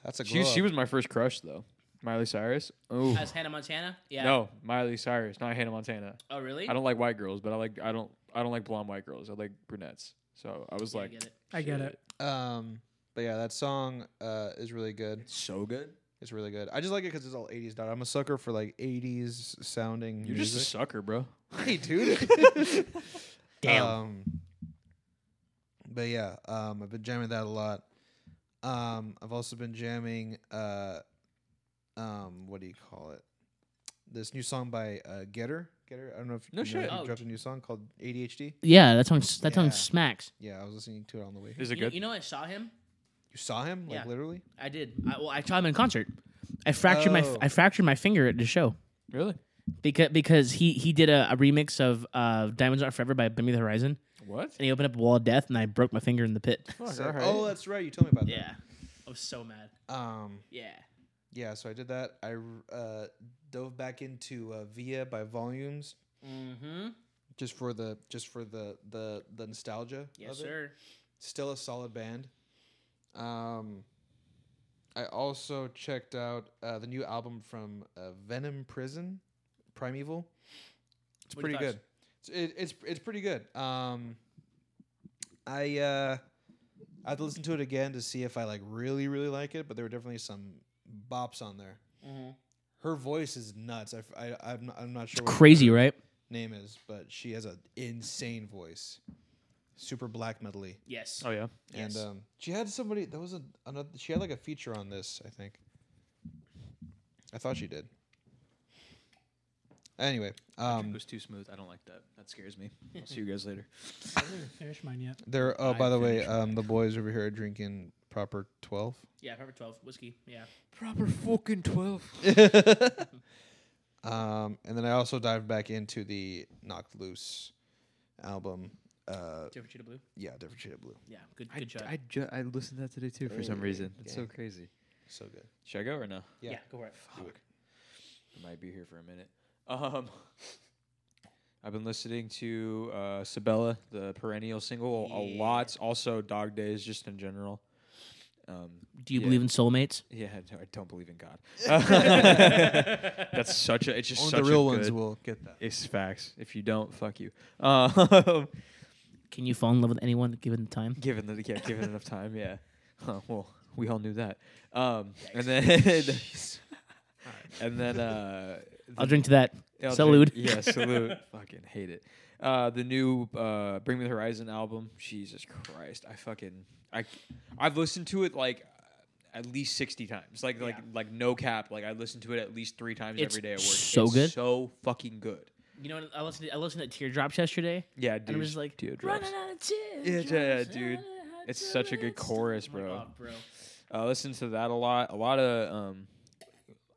C: That's a
E: She,
C: glow
E: she
C: up.
E: was my first crush though. Miley Cyrus. Oh
B: As Hannah Montana? Yeah.
E: no, Miley Cyrus, not Hannah Montana.
B: Oh really?
E: I don't like white girls, but I like I don't I don't like blonde white girls. I like brunettes. So I was
B: Yeah, I
E: like,
B: get it.
F: I get it.
C: Um, but yeah, that song uh, is really good.
G: So good.
C: It's really good. I just like it because it's all '80s. Dot. I'm a sucker for like '80s sounding.
E: you're just a
C: music.
E: sucker, bro.
C: hey, dude.
B: Damn.
C: Um, but yeah, um, I've been jamming that a lot. Um, I've also been jamming. Uh, um, what do you call it? This new song by uh, Getter. Getter. I don't know if
E: No
C: you know,
E: shit.
C: he
B: Oh,
C: dropped a new song called ADHD.
B: Yeah, that song that song
C: Yeah.
B: smacks.
C: Yeah, I was listening to it on the way. here.
E: Is it
B: you, know-
E: good?
B: you know I saw him?
C: You saw him, like
B: Yeah.
C: literally.
B: I did. I, well, I saw him in concert. I fractured my f-
C: Oh.
B: I fractured my finger at the show
E: really?
B: because because he he did a, a remix of uh, Diamonds Are Forever by Bring Me the Horizon
E: What?
B: and he opened up a wall of death and I broke my finger in the pit.
E: Fuck,
C: So-
E: all right.
C: Oh, that's right. You told me about
B: Yeah. I was so mad.
C: that. Um,
B: Yeah.
C: yeah. So I did that. I uh, dove back into uh, Via by Volumes
B: Mm-hmm.
C: just for the just for the the the nostalgia.
B: Yes,
C: of it.
B: sir.
C: Still a solid band. Um, I also checked out uh, the new album from uh, Venom Prison, Primeval. It's
B: What are
C: pretty
B: your
C: good.
B: thoughts?
C: It's, it, it's it's pretty good. Um, I uh, I had to listen to it again to see if I like really really like it, but there were definitely some bops on there. Her voice is nuts. I, f- I am not, I'm not sure what her
B: Crazy, right?
C: name is, but she has an insane voice, super black metally.
B: Yes.
E: Oh yeah.
B: Yes.
C: And um, she had somebody. That was a, another. She had like a feature on this, I think. I thought she did. Anyway,
A: it
C: um,
A: was too smooth. I don't like that. That scares me. I'll see you guys later.
F: I didn't even finish mine yet.
C: there. Oh, by the way, um, the boys over here are drinking proper twelve.
B: Yeah, proper twelve whiskey. Yeah.
D: Proper fucking twelve.
C: Um, and then I also dived back into the Knocked Loose album. Uh,
B: Different shade of blue.
C: yeah, different shade of blue.
B: Yeah. Good.
D: I
B: Good shot.
D: I, ju- I listened to that today too for some
C: Hey,
D: reason. It's so
C: yeah.
D: crazy.
C: So good.
E: Should I go or no?
B: yeah.
C: yeah.
B: Go for it.
E: Fuck. I might be here for a minute. Um, I've been listening to uh, Sabella, the perennial single, a lot. Also, Dog Days, just in general. Um,
B: Do you
E: Yeah.
B: believe in soulmates?
E: yeah, no, I don't believe in God. That's such a. It's just
C: Only
E: such
C: the real
E: a
C: ones
E: good-
C: will get that.
E: It's facts. If you don't, fuck you. Um,
B: Can you fall in love with anyone given the time?
E: given the yeah, given enough time, yeah. Huh, well, we all knew that. Um, and then, and then, uh,
B: I'll
E: the-
B: drink to that.
E: I'll
B: Salute.
E: drink- Yeah, salute. fucking hate it. Uh, the new uh, Bring Me the Horizon album. Jesus Christ, I fucking I I've listened to it like at least sixty times. Like like like no cap. Like I listened to it at least three times
B: It's
E: every day at work.
B: so
E: It's
B: good.
E: so fucking good.
B: You know, what? I listened. To, I listened to Teardrops yesterday,
E: Yeah,
B: and
E: dude.
B: I'm just like
E: teardrops.
B: running out of
E: Yeah,
B: tears.
E: yeah, dude. It's such a good
B: Oh
E: chorus, bro. I listen to that a lot. A lot of um,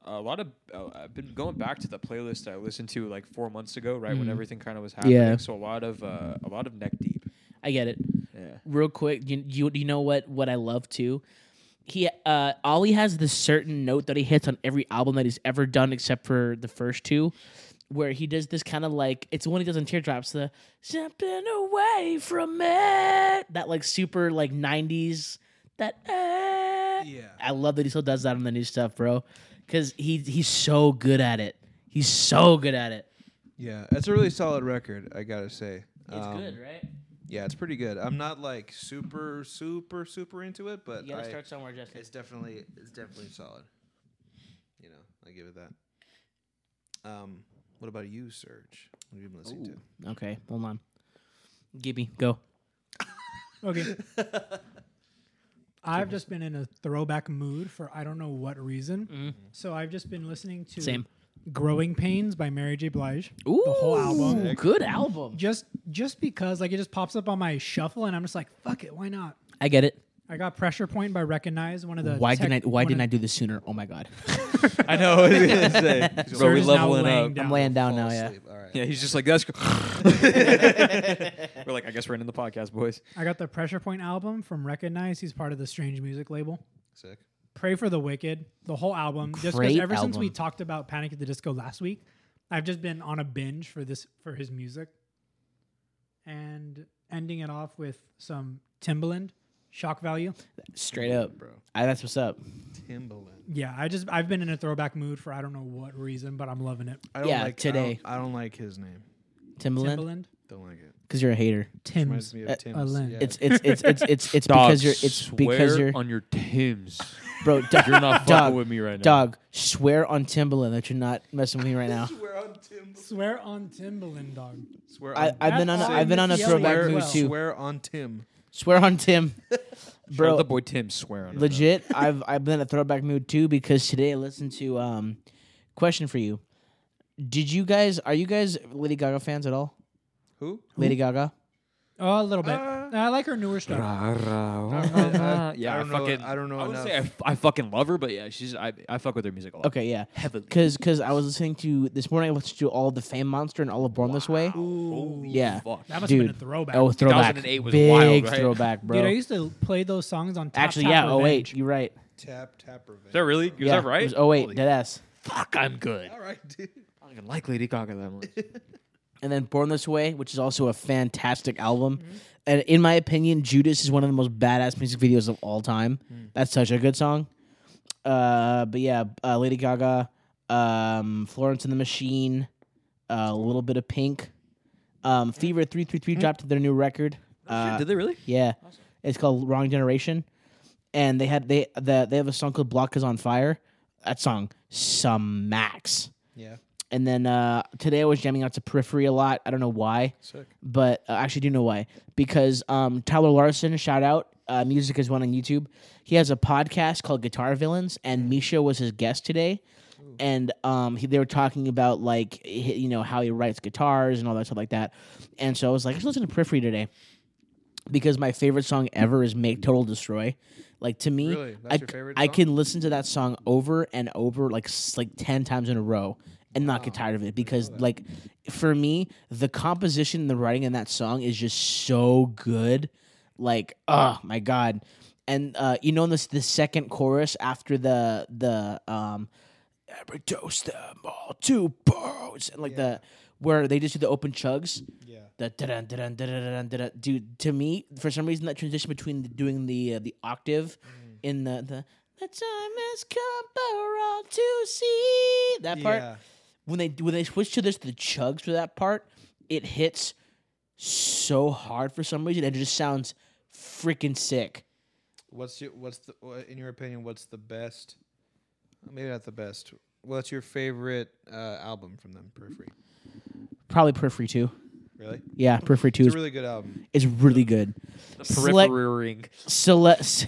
E: a lot of uh, I've been going back to the playlist I listened to like four months ago, right when
B: Mhm.
E: everything kind of was happening.
B: Yeah.
E: So a lot of uh, a lot of neck deep.
B: I get it.
E: Yeah.
B: Real quick, you, you you know what what I love too. He uh, Ollie has this certain note that he hits on every album that he's ever done, except for the first two, where he does this kind of like it's the one he does in Teardrops, the stepping away from it, that like super like '90s that. eh.
C: Yeah.
B: I love that he still does that on the new stuff, bro, because he he's so good at it. He's so good at it.
C: Yeah, it's a really solid record. I gotta say.
B: It's
C: Um,
B: good, right?
C: Yeah, it's pretty good. I'm not like super, super, super into it, but
B: You gotta
C: I-
B: start somewhere, Justin.
C: it's definitely, it's definitely solid. You know, I give it that. Um, what about you, Serge? What have you been listening to?
B: Okay, hold on. Gibby, go.
F: Okay. I've just been in a throwback mood for I don't know what reason. So I've just been listening to
B: Mm. Same.
F: Growing Pains by Mary J. Blige.
B: Ooh,
F: The whole album.
B: Good album.
F: Just just because like it just pops up on my shuffle and I'm just like, fuck it, why not?
B: I get it.
F: I got Pressure Point by Recognize, one of the
B: why
F: tech-
B: didn't I?
F: one
B: Why
F: of-
B: didn't I do this sooner? Oh my god.
E: I know. I was gonna say, bro,
F: Surge
E: we
F: is now
E: leveling
F: laying
E: up.
F: down.
B: I'm laying down
C: Fall
B: now. Oh, Yeah.
C: asleep. All right.
E: Yeah, he's just like that's. We're like, I guess we're ending the podcast, boys.
F: I got the Pressure Point album from Recognize. He's part of the Strange Music label.
C: Sick.
F: Pray for the Wicked, the whole album. Just because
B: Great
F: ever since we
B: album.
F: talked about Panic at the Disco last week, I've just been on a binge for this for his music. And ending it off with some Timbaland, shock value.
B: Straight up,
C: bro.
B: I, that's what's up.
C: Timbaland.
F: Yeah, I just I've been in a throwback mood for I don't know what reason, but I'm loving it.
C: I don't
B: Yeah,
C: like I
B: today.
C: don't, I don't like his name.
B: Timbaland,
F: Timbaland,
C: Don't like it.
B: because you're a hater.
C: Reminds
F: Tim's.
C: me
B: uh,
C: of Tim's.
F: Alan.
C: Yeah.
B: It's it's it's it's it's it's
E: Dog,
B: because you're it's
E: swear
B: because you're
E: on your Tims.
B: bro. Dog,
E: You're not
B: dog,
E: fucking with me right now.
B: dog. Swear on Timbaland that you're not messing with me right now.
C: Swear on Timbaland.
F: Swear on Timbaland, dog.
C: Swear on
B: I, I've been on a,
F: That's
B: I've been on a
F: awesome.
B: throwback
F: Swear-
B: mood
F: well.
B: too.
C: Swear on Tim.
B: Swear on Tim,
E: Bro,
B: bro.
E: the boy Tim swear on. him.
B: legit i've i've been in a throwback mood too because today i listened to um question for you did you guys are you guys lady gaga fans at all
C: Who?
B: lady gaga
F: Oh, a little bit.
C: Uh,
F: I like her newer stuff.
E: Uh, yeah,
C: I
E: I,
C: don't know-
E: fucking.
C: I don't know
E: I would say I,
C: enough.
E: f- I fucking love her, but yeah, she's. I, I fuck with her music a lot.
B: okay yeah
E: heavily.
B: because because i was listening to this morning i listened to all of the fame monster and all of born this way
E: Holy
B: Oh, Yeah.
E: fuck.
F: That must have been
B: dude
F: a throwback.
B: oh throwback
E: 2008 was
B: big
E: wild, right?
B: throwback bro
F: Dude, I used to play those songs on Tap
B: actually
F: Tap
B: yeah oh
F: Revenge.
B: wait you're right
C: Tap tap revenge.
E: Is that really? Is
B: yeah,
E: that right?
B: it was 08 dead ass
E: fuck, I'm good.
C: All right, dude.
E: I don't even like Lady Gaga that much.
B: and then Born This Way, which is also a fantastic album.
E: Mm-hmm.
B: And in my opinion, Judas is one of the most badass music videos of all time.
E: Mm.
B: That's such a good song. Uh, but yeah, uh, Lady Gaga, um, Florence and the Machine, uh, a little bit of Pink, um, Fever three three three dropped their new record. Uh,
E: Mm-hmm. Oh, Did they really?
B: yeah, it's called Wrong Generation, and they had they the, they have a song called Block Is on Fire. That song, some max.
C: Yeah.
B: And then uh, today I was jamming out to Periphery a lot. I don't know why,
C: Sick.
B: but uh, actually I do know why because um, Tyler Larson, shout out, uh, music is one on YouTube. He has a podcast called Guitar Villains, and Misha was his guest today. and um, he, they were talking about like hi- you know how he writes guitars and all that stuff like that. And so I was like, I was listening to Periphery today because my favorite song ever is "Make Total Destroy." Like to me,
C: Really? That's
B: I,
C: your
B: c-
C: favorite
B: I
C: song?
B: can listen to that song over and over like s- like ten times in a row and not get tired of it because like for me, the composition and the writing in that song is just so good. Like, oh my god. And uh, you know, in this the second chorus after the the um, ever dose them all to birds and like the where they just do the open chugs.
C: Yeah.
B: The da-dun, da-dun, da-dun, da-dun, da-dun. dude, to me, for some reason, that transition between the, doing the uh, the octave
C: Mm.
B: in the the the time has come for all to see that part
C: Yeah.
B: when they when they switch to this the chugs for that part, it hits so hard for some reason and it just sounds freaking sick.
C: What's your what's the wha- in your opinion what's the best? Maybe not the best. What's your favorite uh, album from them? Periphery.
B: Probably Periphery Two.
C: Really?
B: Yeah, Periphery Two
C: It's
B: is
C: a really good album.
B: is really good. Select-
E: ring.
B: Select.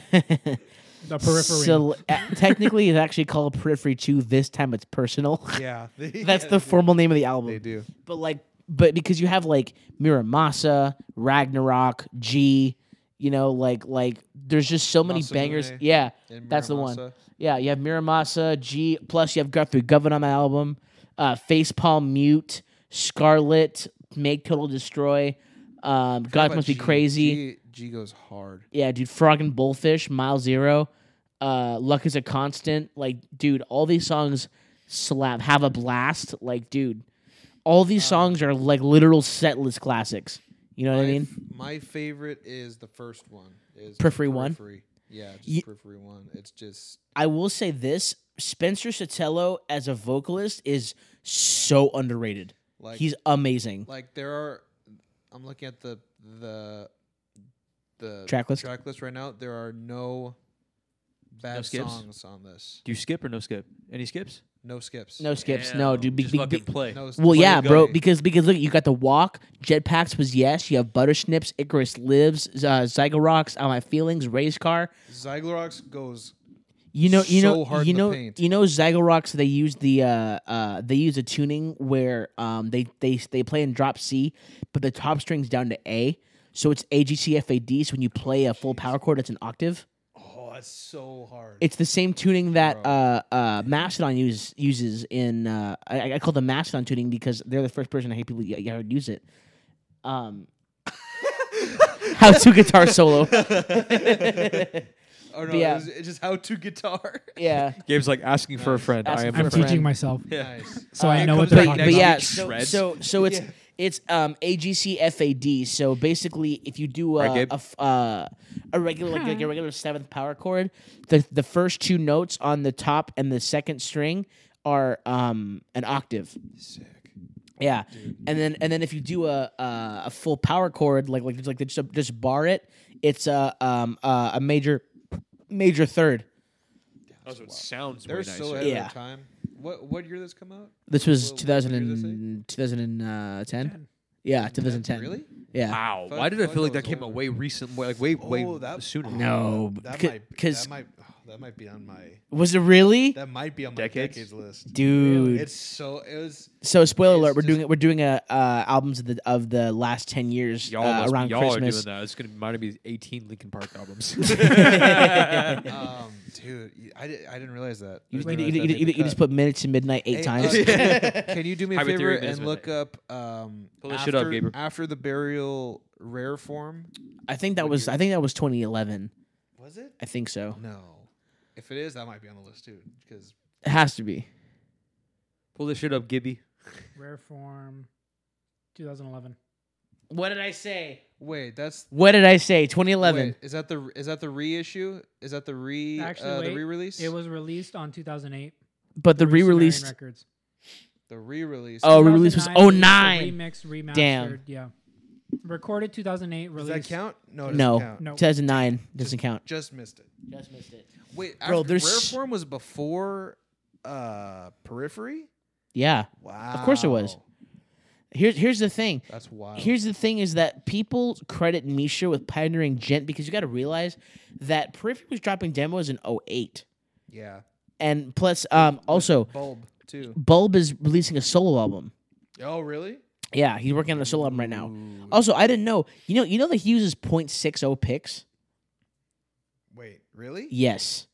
F: The periphery.
B: sele- a- technically, it's actually called Periphery Two. This time, it's personal.
C: Yeah.
B: That's the formal name of the album.
C: They do.
B: But like, but because you have like Miramasa, Ragnarok, G, you know, like like there's just so many bangers.
C: Masamune
B: Yeah,
C: And
B: that's the one.
C: Muramasa.
B: Yeah, you have Miramasa, G, plus you have Guthrie Govan on the album, uh, Facepalm Mute, Scarlet, Make Total Destroy, um,
C: Forgot
B: God
C: about
B: Must Be
C: G.
B: Crazy.
C: G, G goes hard.
B: Yeah, dude, Frog and Bullfish, Mile Zero, uh, Luck is a Constant. Like, dude, all these songs slap. Have a Blast. Like, dude, all these songs are like literal set list classics. You know what I
C: My
B: mean?
C: f- My favorite is the first one. Is
B: Periphery one?
C: Yeah, just
B: Ye-
C: periphery one. It's just
B: I will say this Spencer Sotelo as a vocalist is so underrated.
C: like
B: He's amazing.
C: like there are. I'm looking at the the the
B: Track list?
C: track list right now. There are no bad
E: skips?
C: songs on this.
E: Do you skip or no skip? Any skips?
C: No skips.
B: No skips. No, dude. Be,
E: Just
B: be-
E: fucking
B: be-
E: play.
C: No.
B: well, yeah,
C: play
B: bro.
C: Gunny.
B: Because because look, you got the walk. Jetpacks was yes. You have Buttersnips, Icarus lives. Uh, Zygorox, Out My Feelings, Race Car.
C: Zyglerox goes.
B: You know, you
C: so
B: know,
C: hard
B: you
C: in the
B: know,
C: paint.
B: you know, Zagorox. They use the uh, uh, they use a tuning where um, they they they play in drop C, but the top string's down to A, so it's A G C F A D. So when you play a full power chord, it's an octave.
C: Oh, that's so hard.
B: It's the same tuning that
C: Bro.
B: uh, uh, Mastodon use, uses in. Uh, I, I call the Mastodon tuning because they're the first person I hate people I would use it. Um, how to guitar solo?
C: oh no,
B: yeah.
C: it was, it's just how to guitar.
B: yeah,
E: Gabe's like asking for a friend.
B: Asking
E: I am
B: for
E: a
F: I'm
B: a
E: friend.
F: teaching myself,
C: Nice.
F: so
B: Uh,
F: I know what
B: but,
F: they're
B: but
F: talking about.
B: yeah,
E: Like
B: so,
E: shreds?
B: so so it's
C: Yeah.
B: it's um AGCFAD. So basically, if you do uh,
E: Right, Gabe?
B: a f- uh, a regular like, like a regular seventh power chord, the the first two notes on the top and the second string are um an octave.
C: Sick.
B: Yeah, and then and then if you do a a, a full power chord like like just like just, just bar it, it's a um uh, a major major third.
E: Oh, so it sounds
C: They're
E: way
C: so
E: nicer.
C: ahead
B: Yeah.
C: of their time. What what year this come out?
B: This was
C: Well,
B: 2000
C: what year did they say?
B: and 2010. Yeah, 2010.
C: Really?
B: Yeah.
E: Wow.
C: Fuck-
E: Why did I
C: fuck,
E: feel like
C: that
E: that
C: was
E: came out
C: older.
E: way recent? Way, like way way
C: Oh, that- Oh,
E: sooner.
B: No, uh,
C: That
B: c-
C: might
B: cause
C: that might oh, that might be on my
B: was it really,
C: that might be on my
E: Decades?
C: decades, list.
B: dude?
C: It's so it was
B: so spoiler
C: it's
B: alert, we're
C: just-
B: doing it. We're doing a uh, albums of the of the last ten years
E: Y'all,
B: uh,
E: must,
B: around
E: y'all are
B: Christmas.
E: doing that. It's gonna might be 18 Lincoln Park albums.
C: um dude, y- I, di- I didn't realize that.
B: You,
C: There's no
B: you-
C: way
B: you-
C: that
B: you-
C: they
B: you-
C: could
B: you just
C: cut.
B: put minutes and midnight eight
C: Hey,
B: times.
C: uh, can you do me a
E: Hybrid
C: favor
E: theory
C: and
E: is
C: look up um
E: Pull this shit
C: after,
E: up, Gaber.
C: after the burial rare form?
B: I think that was I think that was 2011.
C: Was it?
B: I think so.
C: Oh, No. If it is, that might be on the list too. Because
B: It has to be.
E: Pull this shit up, Gibby.
F: Rare form, 2011.
B: What did I say?
C: wait, that's
B: What did I say? 2011.
C: Wait, is that the is that the reissue? Is that the re
F: Actually,
C: uh,
F: wait,
C: the re-release?
F: It was released on 2008.
B: But the
F: through Sumerian
B: re-release.
F: records.
C: the re-release.
B: Oh, re-release was
F: 2009,
B: 09.
F: it was a Remix, remastered.
B: Damn.
F: Yeah. Recorded 2008.
C: does
F: Released.
C: that count? No, it doesn't
B: No,
C: count.
F: No.
B: 2009 doesn't count.
C: Just missed it.
B: Just missed it.
C: Wait,
B: Bro,
C: after,
B: there's-
C: rare form was before uh periphery.
B: Yeah.
C: Wow,
B: course it was. Here's here's the thing.
C: That's wild.
B: Here's the thing is that people credit Misha with pioneering Gent because you got to realize that Periphery was dropping demos in 08.
C: yeah,
B: and plus um also
C: Bulb too.
B: Bulb is releasing a solo album.
C: Oh, really?
B: Yeah, he's working on a solo album right
C: Mm.
B: now. Also, I didn't know. You know, you know that he uses .60 picks.
C: Wait, really?
B: Yes,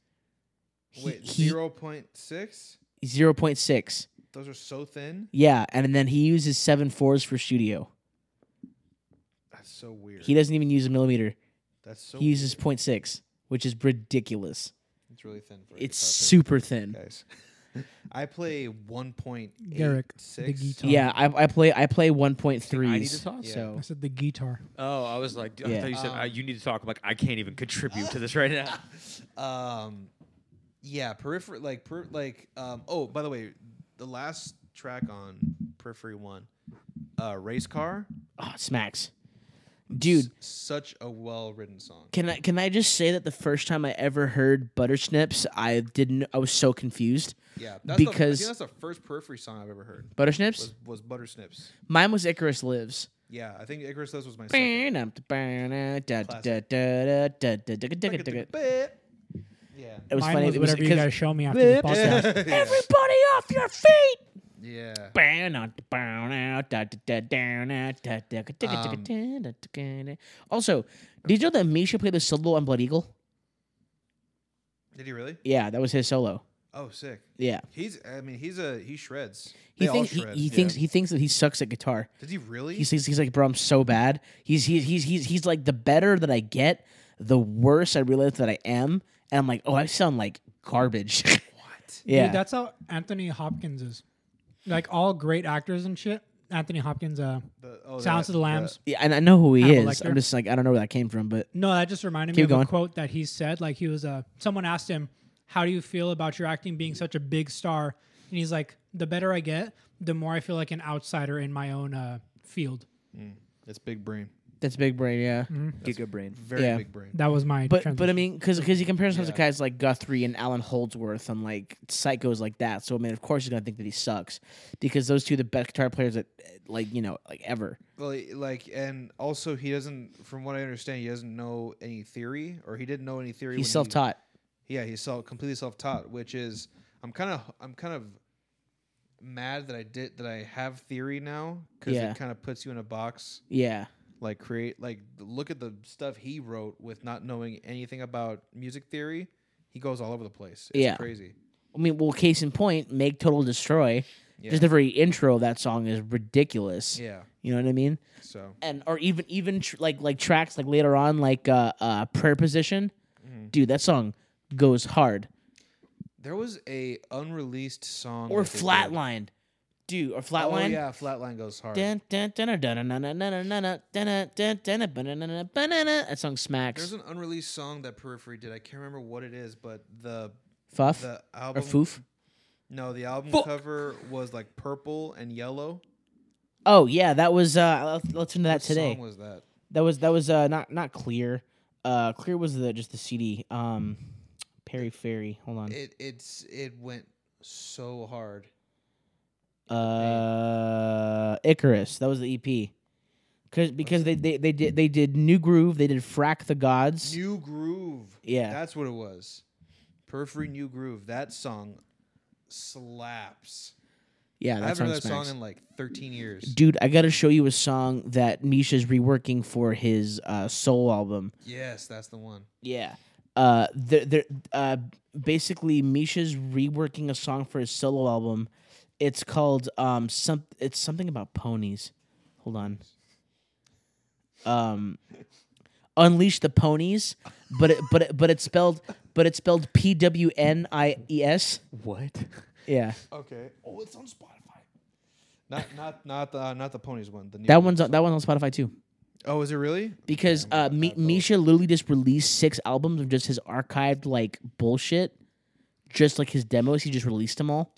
B: He-
C: Wait,
B: he-
C: zero point six.
B: zero point six.
C: Those are so thin.
B: Yeah, and then he uses seven fours for studio.
C: That's so weird.
B: He doesn't even use a millimeter.
C: That's so.
B: He uses .6, which is ridiculous.
C: weird. It's really thin. For a
B: It's
C: guitar
B: super thin.
C: pick, guys. I play one point
F: Garrick, the
C: six.
F: guitar.
B: Yeah, I, I play I play one point
E: I
B: three.
E: need to talk.
B: So
F: I said the guitar.
E: Oh, I was like, I
B: Yeah.
E: thought you said
C: Um,
E: uh, you need to talk. I'm like, I can't even contribute to this right now.
C: Um, yeah, periphery like per- like um. Oh, by the way, the last track on Periphery One, uh, race car,
B: oh, it smacks, dude.
C: S- such a well written song.
B: Can I can I just say that the first time I ever heard Butter Snips, I didn't. I was so confused.
C: Yeah, that's
B: Because-
C: the, I think that's the first Periphery song I've ever heard.
B: Butter
C: Was
B: Snips.
C: was Butter Snips.
B: Mine was Icarus Lives.
C: Yeah, I think Icarus Lives was my second.
B: It
C: Yeah.
B: was
F: Mine
B: funny.
F: was
B: it was
F: whatever you guys
B: because
F: show me after this podcast.
B: everybody off your feet.
C: yeah.
B: Also, did you know that Misha played the solo on Blood Eagle?
C: Did he really?
B: Yeah, that was his solo.
C: Oh, sick.
B: Yeah,
C: He's. I mean, he's a he shreds.
B: he
C: They all
B: thinks he,
C: shred.
B: he
C: Yeah.
B: thinks he thinks that he sucks at guitar.
C: Did he really?
B: He thinks he's like, bro, I'm so bad. He's he's he's he's he's like the better that I get, the worse I realize that I am, and I'm like, oh, I sound like garbage.
C: what?
B: yeah,
F: Dude, that's how Anthony Hopkins is. Like all great actors and shit. Anthony Hopkins. Uh,
C: The- oh,
F: Sounds
C: that-
F: of the Lambs.
B: yeah, and I know who he
F: Hannibal
B: is.
F: Lecter.
B: I'm just like, I don't know where that came from, but
F: No, that just reminded me
B: Keep
F: of
B: going.
F: a quote that he said. Like he was uh, someone asked him, "How do you feel about your acting being such a big star?" And he's like, "The better I get, the more I feel like an outsider in my own uh, field."
C: That's big brain.
B: that's big brain. Yeah,
C: Mm-hmm.
D: Giga brain.
C: Very
B: Yeah.
C: big brain.
F: That was my.
B: but but I
F: transition.
B: mean, because he compares himself to
C: Yeah.
B: guys like Guthrie and Alan Holdsworth and like psychos like that. So I mean, of course he's gonna think that he sucks because those two are the best guitar players that like you know like ever.
C: Well, he- like, and also he doesn't. From what I understand, he doesn't know any theory, or he didn't know any theory. when
B: He's
C: he-
B: self taught.
C: yeah, he's self completely self taught, which is I'm kind of I'm kind of mad that I did that I have theory now because
B: Yeah.
C: it kind of puts you in a box.
B: Yeah,
C: Like create like look at the stuff he wrote with not knowing anything about music theory. He goes all over the place. It's
B: Yeah.
C: crazy.
B: I mean, well, case in point, make total destroy.
C: Yeah.
B: Just the very intro of that song is ridiculous.
C: yeah.
B: You know what I mean?
C: So
B: And or even even tr- like like tracks like later on like uh uh prayer position, dude, that song goes hard.
C: there was a unreleased song
B: Or
C: that they did.
B: flatline, dude, or
C: Oh
B: flatline.
C: yeah, flatline goes hard.
B: Dun, dun, dun, dun, dun, dun, dun, dun, dun, dun, dun, dun, dun, dun, dun, dun, dun, dun, dun. That song
C: There's
B: smacks.
C: an unreleased song that Periphery did. I can't remember what it is, but the
B: Fuff
C: the
B: or
C: album
B: foof.
C: No, the album cover was like purple and yellow.
B: Oh yeah, that was. uh Let's listen to that
C: What
B: today.
C: song was that?
B: That was that was uh not not clear. Uh, clear was the just the CD. Um, Perry Ferry. Hold on.
C: It it's it went so hard.
B: Uh, Icarus. That was the EP. Cause, because they, they they did they did New Groove. They did Frack the Gods.
C: New Groove.
B: Yeah.
C: That's what it was. Periphery New Groove. That song slaps.
B: yeah,
C: I
B: that
C: haven't
B: song
C: heard that
B: smacks.
C: song in like 13 years.
B: Dude, I gotta show you a song that Misha's reworking for his uh, soul album.
C: Yes, that's the one.
B: Yeah. Uh, they're, they're, uh, basically, Misha's reworking a song for his solo album. It's called um some. It's something about ponies. Hold on. Um, unleash the ponies, but it, but it, but it's spelled but it's spelled P W N I E S.
D: What?
B: Yeah,
C: Okay. Oh, it's on Spotify. Not not not the not the ponies one. The new
B: that one's on, that one's on Spotify too.
C: Oh, is it really?
B: Because uh, Mi- Misha literally just released six albums of just his archived like bullshit, just like his demos. He just released them all,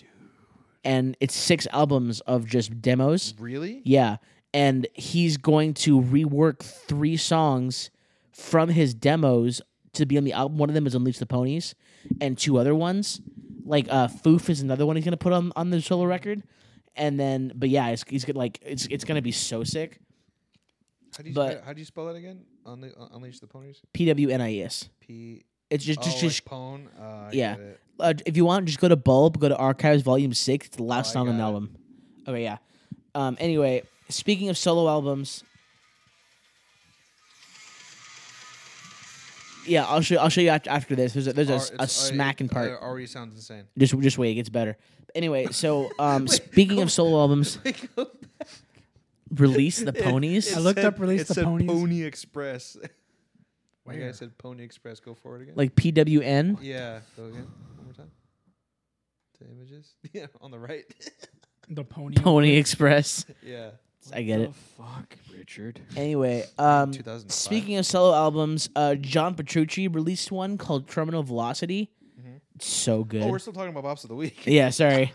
B: and it's six albums of just demos.
C: Really?
B: Yeah, and he's going to rework three songs from his demos to be on the album. One of them is Unleash the Ponies, and two other ones, like uh, Foof is another one he's gonna put on on the solo record, and then but yeah, it's, he's gonna like it's it's gonna be so sick.
C: How do you
B: But-
C: uh, how do you spell that again? Unle- Unleash the ponies.
B: P W N I E S.
C: P
B: It's just
C: Oh,
B: just just
C: like Pone. Uh, I
B: yeah.
C: get it.
B: uh, if you want, just go to Bulb, go to Archives Volume Six. It's the last
C: Oh, I
B: song on the
C: got it.
B: album. Okay, yeah. Um. Anyway, speaking of solo albums, yeah, I'll show I'll show you after, after this. There's a, there's a,
C: Ar-
B: a
C: it's- uh,
B: smacking
C: it-
B: part.
C: uh, already sounds insane.
B: Just just wait, it gets better. Anyway, so um, speaking of solo albums, release the ponies.
F: I looked up release
C: it
F: the
C: said
F: ponies.
C: Pony Express. My guy said Pony Express. Go forward again.
B: like PWN.
C: yeah. Go again. One more time. To images. Yeah. On the right.
F: The pony.
B: Pony Express.
C: yeah.
B: I get it.
E: Fuck, Richard.
B: Anyway, um,
C: 2005.
B: speaking of solo albums, uh, John Petrucci released one called Terminal Velocity. It's So good.
C: Oh, we're still talking about bops of the week.
B: yeah, sorry,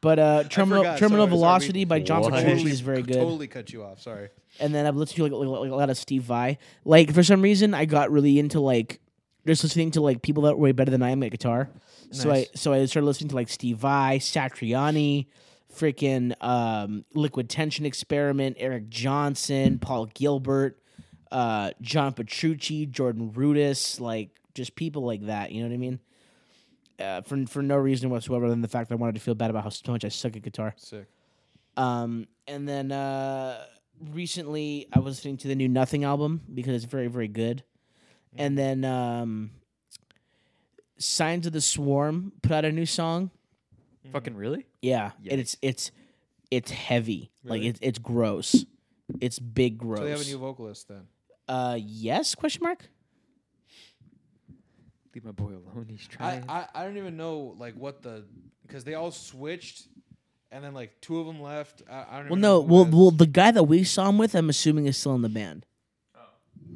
B: but uh, Terminal
C: forgot.
B: Terminal
C: Sorry, sorry, we-
B: Velocity by John
E: What?
B: Petrucci is very good.
C: Totally cut you off. Sorry.
B: And then I've listened to like, like, like a lot of Steve Vai. Like for some reason, I got really into like just listening to like people that were way better than I am at guitar. So I
C: Nice.
B: so I started listening to like Steve Vai, Satriani, freaking um, Liquid Tension Experiment, Eric Johnson, Paul Gilbert, uh, John Petrucci, Jordan Rudess, like just people like that. You know what I mean? Uh, for for no reason whatsoever, other than the fact that I wanted to feel bad about how so much I suck at guitar.
C: Sick.
B: Um, and then uh, recently, I was listening to the new Nothing album because it's very, very good.
C: Mm.
B: And then um, Signs of the Swarm put out a new song.
E: Fucking really?
B: Yeah, and it's it's it's heavy. Like it's it's gross. It's big gross.
C: So they have a new vocalist then.
B: uh, yes? Question mark.
E: Leave my boy alone. He's
C: I,
E: trying.
C: I, I don't even know like what the because they all switched, and then like two of them left. I, I don't.
B: Well,
C: even
B: no.
C: know who
B: Well,
C: that-
B: well, the guy that we saw him with, I'm assuming, is still in the band.
C: Oh.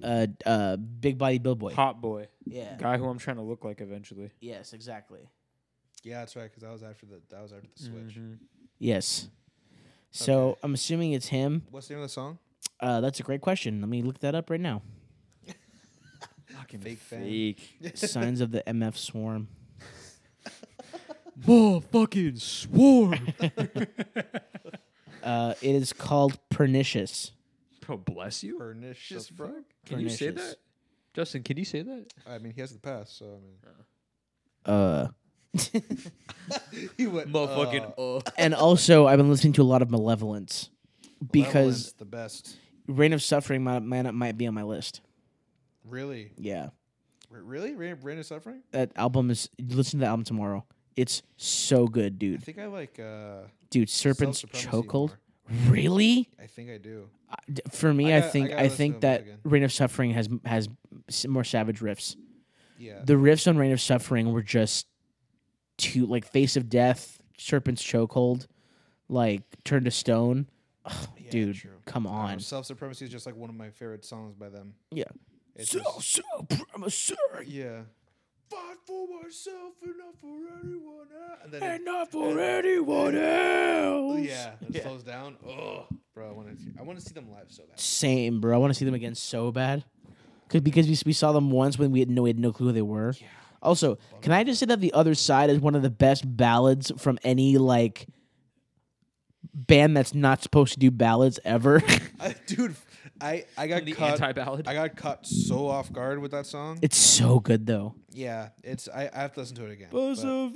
B: Uh, uh, big body billboy.
E: Hot boy.
B: Yeah.
E: Guy who I'm trying to look like eventually.
B: Yes, exactly.
C: yeah, that's right. Because that was after the that was after the switch.
E: Mm-hmm.
B: Yes. So I'm assuming it's him.
C: What's the name of the song?
B: Uh, that's a great question. Let me look that up right now.
E: Fucking
C: Fake fan.
B: Signs of the MF Swarm.
E: Motherfucking swarm.
B: Uh, it is called Pernicious.
E: Bro, bless you.
C: Pernicious Bro.
E: Can you say
B: Pernicious.
E: that? Justin, can you say that?
C: I mean, he has the past, so I
B: Uh,
C: mean, he went
E: Motherfucking
C: uh,
B: and also, I've been listening to a lot of Malevolence
C: Malevolence,
B: because
C: the best.
B: Reign of Suffering might, might, might be on my list.
C: Really,
B: Yeah.
C: R- really, Rain, Rain of Suffering.
B: That album is. Listen to the album tomorrow. It's so good,
C: I
B: dude.
C: think I like. uh
B: Dude, Serpent's
C: Self-Supremacy
B: Chokehold.
C: more.
B: Really?
C: I think I do.
B: I- d- For me,
C: I
B: I,
C: gotta- I
B: think
C: gotta
B: I,
C: listen to
B: think
C: them
B: that
C: again.
B: Reign of Suffering has has s- more savage riffs.
C: Yeah.
B: the riffs on Reign of Suffering were just too like Face of Death, Serpent's Chokehold, like Turn to Stone. Ugh,
C: Yeah,
B: dude,
C: true.
B: come on.
C: Self Supremacy is just like one of my favorite songs by them.
B: Yeah.
C: It's just-
B: Supremacy
C: yeah. Fight for myself and not for anyone else. And then it-
B: not for anyone else.
C: yeah, it slows down. Oh, bro, I want to I want to see them live so bad.
B: Same, bro. I want to see them again so bad. 'Cause- Because we, we saw them once when we had no, we had no clue who they were. Also, can I just say that The Other Side is one of the best ballads from any, like, band that's not supposed to do ballads ever?
C: I, dude, I I got
E: The
C: cut.
E: anti ballad.
C: I got caught so off guard with that song.
B: it's so good, though.
C: yeah, it's I, I have to listen to it again. but-
B: Perseverance.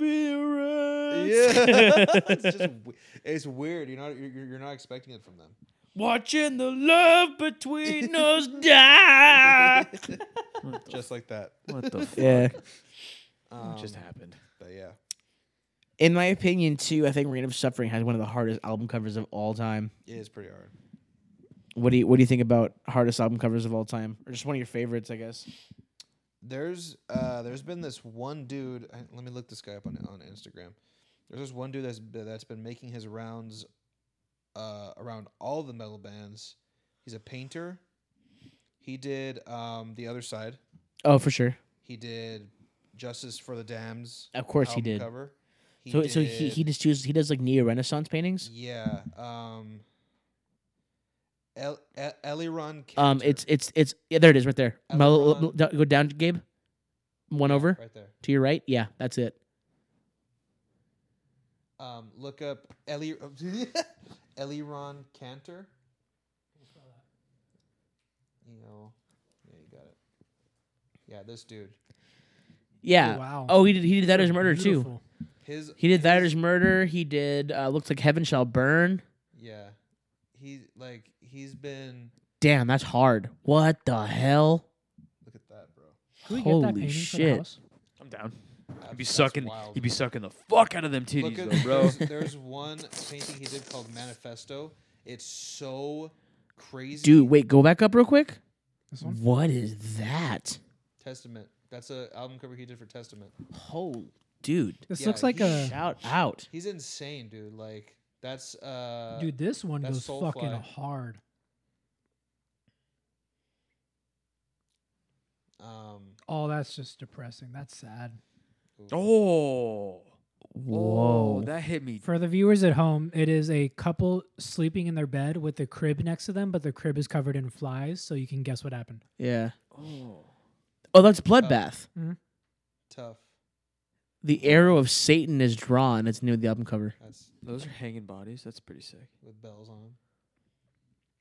C: yeah, it's just w- it's weird. You're not you're, you're you're not expecting it from them.
B: Watching the love between us die.
C: Just like that.
E: What the fuck
B: Yeah.
C: Um,
E: just happened?
C: But yeah,
B: In my opinion, too, I think Reign of Suffering has one of the hardest album covers of all time.
C: it is pretty hard.
B: What do you What do you think about hardest album covers of all time, or just one of your favorites? I guess.
C: There's uh there's been this one dude. I, let me look this guy up on on Instagram. There's this one dude that's be- that's been making his rounds uh around all the metal bands. He's a painter. He did um the other side.
B: Oh, for sure.
C: He did Justice for the Dams.
B: Of course he
C: album
B: did.
C: Cover. He
B: so so he he
C: did-
B: just chooses he does like neo Renaissance paintings.
C: yeah um. El, El, Eliron.
B: Um,
C: Cantor.
B: it's it's it's yeah, there it is right there.
C: Other
B: Mel- l-
C: one.
B: l- go down, Gabe. One over
C: right there.
B: to your right. Yeah, that's it.
C: Um, look up Eli oh, Eliron Cantor. You know, yeah, you got it. Yeah, this dude.
B: Yeah.
F: Oh, wow.
B: Oh, he did. He did that as murder too.
F: Beautiful.
C: His
B: He did that as murder. He did. Uh, looks like heaven shall burn.
C: yeah. He like he's been
B: Damn, that's hard. What the hell?
C: look at that, bro.
F: Can we get that
B: Holy
F: painting for the
B: shit.
F: house?
E: I'm down.
C: That'd
E: He'd be sucking. He'd be sucking the fuck out of them titties,
C: Look at
E: though, bro.
C: There's, there's one painting he did called Manifesto. It's so crazy.
B: Dude, wait. Go back up real quick.
F: This one?
B: What is that?
C: Testament. That's a album cover he did for Testament.
B: Oh, dude.
F: This
C: Yeah,
F: looks like
C: he
F: a
B: Shout out.
C: He's insane, dude. Like that's uh
F: dude. This one goes
C: that's Soulfly.
F: fucking hard.
C: um
F: Oh, that's just depressing. That's sad.
E: Oh,
B: Whoa.
E: Oh, that hit me.
F: For the viewers at home, it is a couple sleeping in their bed with the crib next to them, but the crib is covered in flies, so you can guess what happened.
B: Yeah.
E: Oh,
B: Oh, that's bloodbath.
C: tough.
B: The arrow of Satan is drawn. It's near the album cover.
C: That's
E: those are hanging bodies. That's pretty sick.
C: with bells on. 'em.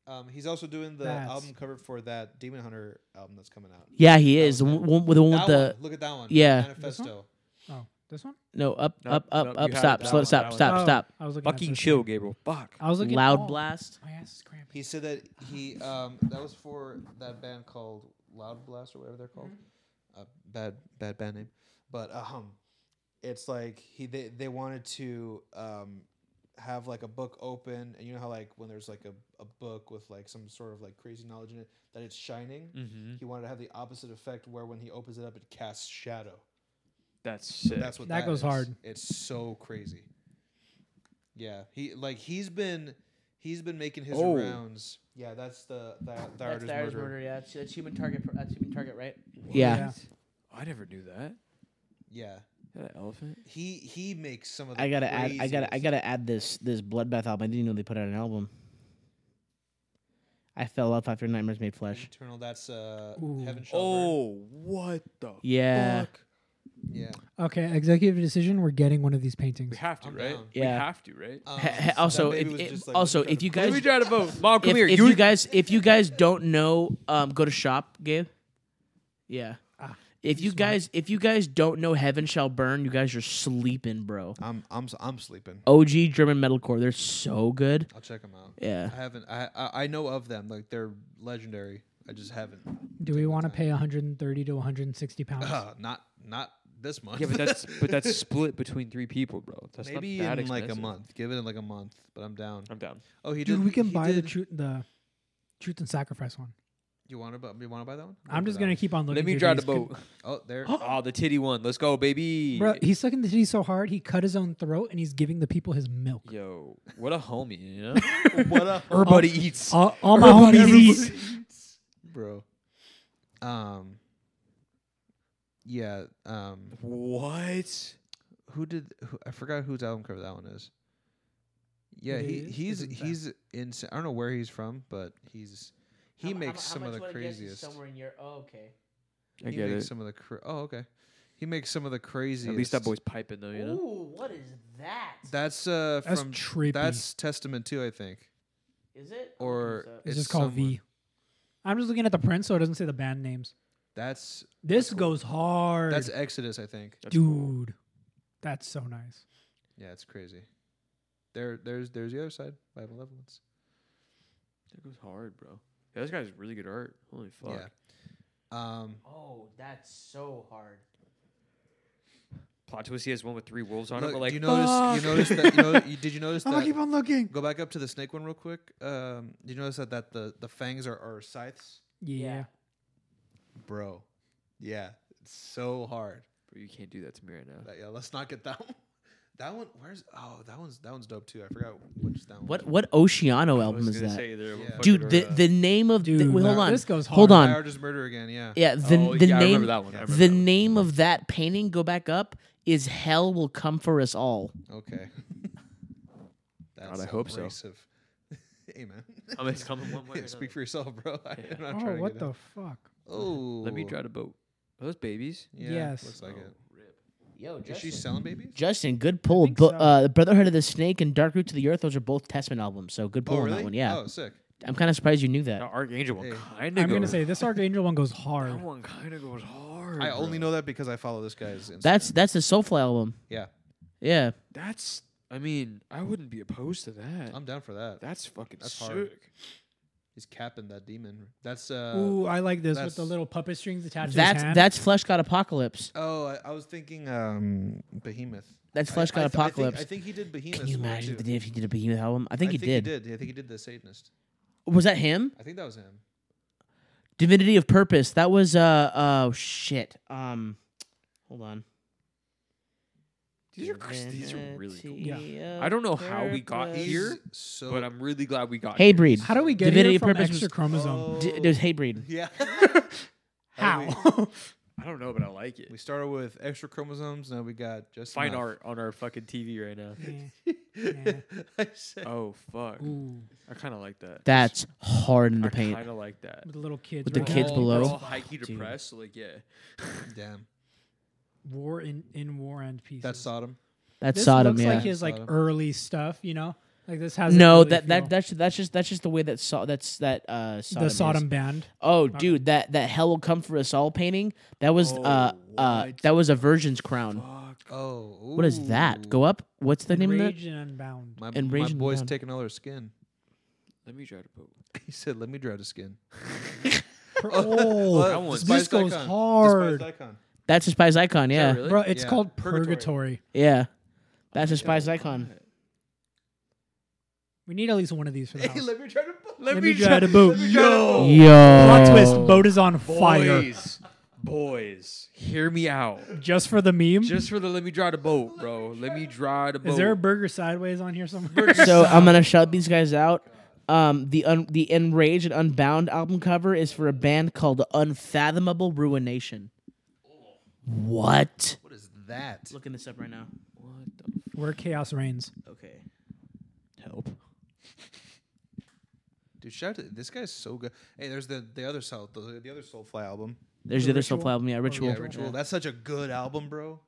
C: Um, he's also doing the
F: That's-
C: album cover for that Demon Hunter album that's coming out.
B: Yeah, he is the
C: That was
B: one, one- the one with
C: That
B: the
C: one, Look at that one.
B: yeah.
F: This one?
C: Manifesto.
F: Oh, this one?
B: no up
E: No,
B: up
E: no,
B: up
E: you
B: up
E: had
B: stop
E: that
B: slow
E: one,
B: stop
E: that
B: stop
E: one.
F: Oh,
B: stop
F: I was looking. at
E: Fucking
F: this
E: chill,
F: one.
E: Gabriel. Fuck.
F: I was looking.
B: loud
F: oh,
B: blast.
F: My ass is cramping.
C: He said that he um that was for that band called Loud Blast or whatever they're called. Uh, bad bad band name. But um it's like he they, they wanted to um have like a book open and you know how like when there's like a, a book with like some sort of like crazy knowledge in it that it's shining.
E: Mm-hmm.
C: He wanted to have the opposite effect where when he opens it up it casts shadow.
E: That's sick.
C: That's what
F: That goes
C: is.
F: hard.
C: It's so crazy. Yeah, he like he's been he's been making his
E: Oh.
C: rounds. Yeah, that's the that the artist murder.
B: Yeah, that's, human target. That's human target, right?
F: Yeah.
B: Yeah.
E: Oh, I never knew that. Is
C: Yeah,
E: that an elephant?
C: he he makes some of. The
H: I gotta add. I gotta. I
C: craziest-
H: gotta add this. This bloodbath album. I didn't know they put out an album. I fell off after Nightmares Made Flesh.
C: Eternal. That's uh
F: Ooh.
C: heaven. Shall Burn.
E: Oh, what the?
B: Yeah.
E: Fuck?
C: yeah.
F: Okay, executive decision. We're getting one of these paintings.
E: We have to,
C: I'm
E: right?
C: down.
E: We
B: Yeah.
E: have to, right?
C: Um,
B: He- he-
C: that
B: also,
C: baby
B: if-
C: was
B: if-
C: just like,
B: also,
C: let me
B: if
C: try
B: you
C: to-
E: Let
B: guys-
E: me try to vote. Mom, come
B: if,
E: here.
B: if you, guys if you guys don't know um go to shop gabe yeah
F: Ah,
B: if you guys if you guys don't know heaven shall burn you guys are sleeping bro
C: I'm I'm s- I'm sleeping.
B: og german metalcore they're so good
C: I'll check them out.
B: yeah
C: I haven't. I, I I know of them. Like they're legendary. I just haven't.
F: Do we want to pay 130 to 160 pounds?
C: Uh, not not this month.
E: yeah, but that's but that's split between three people, bro. That's not
C: Maybe
E: that
C: in like a
E: expensive.
C: month. Give it in like a month, but I'm down.
E: I'm down.
C: Oh, he
F: Dude,
C: did.
F: we can
C: he
F: buy the
C: did-
F: truth, the truth and sacrifice one.
C: You want to buy? You want to buy that one? Or
F: I'm
C: for
F: just
C: that
F: gonna keep on looking.
E: Let me
F: through
E: try to
F: these. Could-
E: vote.
C: one? Oh, there.
E: Oh, the titty one. Let's go, baby.
F: Bro, he's sucking the titty so hard he cut his own throat, and he's giving the people his milk.
E: Yo, what a homie, you know?
C: what up,
E: Everybody eats.
F: All, all my homies eat.
C: bro? Um. Yeah. Um.
E: What?
C: Who did? Who, I forgot whose album cover that one is. Yeah,
F: It
C: he
F: is?
C: he's
F: Isn't that-
C: he's insane. I don't know where he's from, but he's he makes some of the craziest.
B: in your oh, okay
E: I
C: he
E: get
C: makes
E: it.
C: some of the. Cra- oh, okay. He makes some of the craziest.
E: At least that boy's piping
B: Oh,
E: though, you know.
B: ooh what is that
C: That's uh
F: That's
C: from
F: trippy.
C: that's Testament too, I think.
B: is it
C: Or
F: It's, just called
C: somewhere-
F: V. I'm just looking at the print, so it doesn't say the band names.
C: That's
F: This goes hard,
C: that's Exodus, I think.
F: dude. That's so nice.
C: Yeah, it's crazy. There, there's, there's the other side by Malevolence.
E: That goes hard, bro. Yeah, this guy's really good art. Holy fuck.
C: Yeah. Um,
B: oh that's so hard
E: Plot twist: He has one with three wolves on it.
C: look,
E: But like,
C: do you notice? You notice that? You know, you, did you notice
F: I'm gonna keep
C: that?
F: on looking.
C: Go back up to the snake one real quick. Um, did you notice that that the the fangs are, are scythes,
F: Yeah.
C: bro? Yeah, it's so hard.
E: bro, you can't do that to me right now.
C: That- yeah, let's not get that one. That one, where's? Oh, that one's that one's dope too. I forgot which that one.
B: what what oceano album is that
C: Yeah.
B: dude the,
C: uh,
B: the name of the,
F: Dude,
B: wait, hold
F: wow.
B: on
F: This goes
B: hold
F: hard.
B: on
C: I Artist Murder again. Oh, Yeah.
B: Yeah, the, the
E: Oh, yeah, I
B: name
E: remember that one. I remember
B: the
E: that one.
B: name of that painting go back up is Hell Will Come for Us All.
C: Okay. That's
E: I hope so.
C: abrasive. Amen.
E: I'm just coming one way. or
C: Yeah, speak
E: another.
C: for yourself, bro. I, am not
F: Oh,
C: trying to
F: what
C: get
F: the
C: in.
F: fuck?
C: Oh,
E: Let me try to boat. Are those babies?
C: Yeah,
F: Yes.
C: looks like
E: Oh.
C: it.
B: Yo,
C: Is she selling babies?
B: Justin, good pull.
F: think
B: Bo-
F: so.
B: uh, Brotherhood of the Snake and Dark Root to the Earth, those are both Testament albums, so good pull
C: Oh,
B: on
C: really?
B: that one. Yeah,
C: Oh, sick.
B: I'm kind of surprised you knew that.
E: Now, Archangel one
C: Hey.
E: kind of.
F: I'm gonna say this Archangel one goes
E: that
F: hard.
E: one kind of goes hard.
C: I only
E: bro.
C: know that because I follow this guy's Instagram.
B: That's that's the Soulfly album.
C: yeah.
B: Yeah.
E: that's. I mean, I wouldn't be opposed to that.
C: I'm down for that.
E: that's fucking
C: that's
E: sick.
C: hard. He's capping that demon. That's uh
F: Ooh, I like this with the
C: that's-
F: little puppet strings attached to his
B: That's
F: hand.
B: that's Flesh God Apocalypse.
C: Oh, I, I was thinking um Behemoth.
B: That's
C: I-
B: Flesh
C: I
B: God
C: th- I think-
B: Apocalypse.
C: I think, he did Behemoth.
B: Can you
C: one,
B: imagine
C: too.
B: if they did- if he did a Behemoth album? I think, he,
C: he
B: did.
C: did. I think he did the Satanist.
B: Was that him?
C: I think that was him.
B: Divinity of Purpose. That was uh oh shit. Um, hold on.
E: These are cr- these are really cool.
F: Yeah.
E: I don't know how we got
B: Purpose.
E: here,
C: He's so
E: but I'm really glad we got
B: Hey
E: here.
B: breed.
F: How do we get
B: Divinity
F: here
B: of
F: from
B: Purpose
F: extra
B: was-
F: chromosome?
B: D-
C: Oh.
B: there's hey breed.
C: Yeah.
F: How?
C: How? do
E: I don't know, but I like
C: We,
E: it.
C: we started with extra chromosomes. Now we got just
E: Fine
C: enough.
E: art on our fucking TV right now.
F: Yeah.
C: I said,
E: Oh fuck!
F: Ooh,
E: I kind of like that.
B: That's hard in
E: I
B: the paint.
E: kind of like that.
F: with the little kids.
B: With the
F: right?
B: kids
E: We're all-
B: below.
E: We're all high key
B: Dude.
E: depressed. so, Like yeah.
C: damn,
F: War in in war and peace.
C: that's Sodom.
B: That's
F: this
B: Sodom.
F: looks
B: Yeah.
F: like his like
C: Sodom.
F: early stuff. You know, like this has
B: no,
F: really
B: that,
F: feel.
B: that that's that's just that's just the way that so, that's that uh Sodom
F: the
B: is.
F: Sodom band.
B: Oh, dude, that that hell will come for us all painting. That was uh
E: Oh,
B: uh that was a virgin's crown.
C: Oh,
B: What is that? Go up. What's the name of that?
F: Enraged and unbound.
C: My,
B: and
C: my
B: Raging
C: boy's
B: Dawn.
C: taking all her skin.
E: Let me try to poke.
C: He said, "Let me draw the skin."
F: oh,
C: Uh,
E: that one.
C: Despised
F: This goes
C: Icon.
F: hard.
C: Despised Icon.
B: That's a spies icon. Yeah,
E: Oh, really? Oh
F: bro, it's
C: Yeah.
F: called
C: Purgatory.
F: Purgatory.
B: yeah. That's a spies icon.
F: We need at least one of these for the
C: Hey,
F: house.
C: let me try to. Let,
F: Let me try to boot.
E: Yo,
B: Yo.
F: Plot twist: boat is on fire.
E: boys, boys, hear me out.
F: Just for the meme.
E: Just for the let me draw the boat, bro. Let me draw the boat.
F: is there a burger sideways on here somewhere?
B: So I'm gonna shout these guys out. Um, the un- the Enraged and Unbound album cover is for a band called Unfathomable Ruination. What?
C: what is that?
B: Looking this up right now.
F: Where chaos reigns.
B: Okay.
C: Dude, shout out to this guy's so good. Hey, there's the the other soul the, the other Soulfly album.
B: There's
F: The
B: the other
F: Ritual?
B: Soulfly album, yeah, Ritual.
C: Yeah, Ritual. That's such a good album, bro.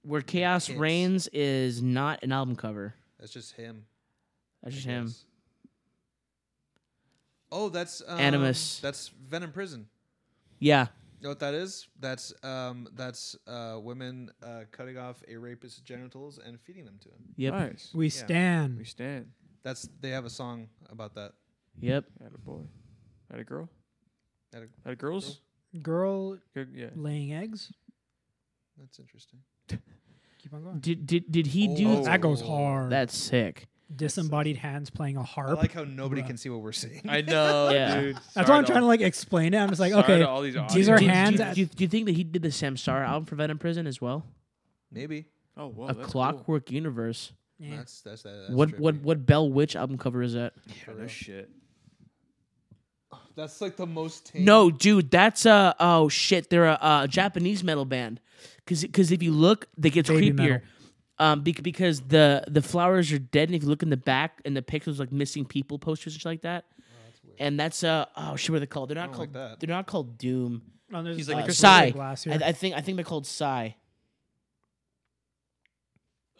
B: Where Chaos
C: Hits.
B: Reigns is not an album cover.
C: That's just him.
B: That's just him.
C: Yes. Oh, that's um,
B: Animus.
C: That's Venom Prison.
B: Yeah.
C: You know what that is? That's um, that's uh, women uh, cutting off a rapist's genitals and feeding them to him.
B: Yep.
E: Nice.
F: We
E: We
F: stand.
E: stand.
C: That's they have a song about that.
B: Yep.
E: Had a boy. Had a girl.
C: Had a-
E: Had a girls.
F: Girl
E: Good. Yeah.
F: laying eggs.
C: That's interesting.
F: Keep on going.
B: Did did did he
C: Oh.
B: do?
F: that goes hard.
B: That's sick.
F: disembodied hands playing a harp.
C: I like how nobody
F: Bruh.
C: can see what we're saying.
E: I know,
B: Yeah.
E: dude.
F: That's
E: Sorry
F: why I'm trying to like explain it. I'm just like,
E: sorry
F: okay,
E: to all these
F: these are
B: Do- do-
E: audiences.
F: hands.
B: Do,
F: at-
B: do- do you think that he did the Samsara album for Venom Prison as well?
C: Maybe
E: Oh, whoa,
B: a
E: that's cool.
B: Clockwork Universe.
F: Yeah.
C: that's that's that. That's
B: what
C: trippy.
B: what what Bell Witch album cover is that?
E: Yeah, no
C: real.
E: shit.
C: That's like the most. Tame.
B: No, dude, that's a oh shit. They're a, uh Japanese metal band. Because if you look, they gets
F: Baby
B: creepier.
F: metal.
B: Um, bec- because the the flowers are dead, and if you look in the back, and the pictures like missing people posters and shit like that. And that's uh oh shit, what are they called? They're not
C: don't like
B: called
C: that.
B: they're not called Doom.
F: Oh, there's
E: He's
F: a
E: like,
B: Uh,
F: little
B: Psy.
F: glass
B: I,
F: here.
B: I think I think they're called Psy.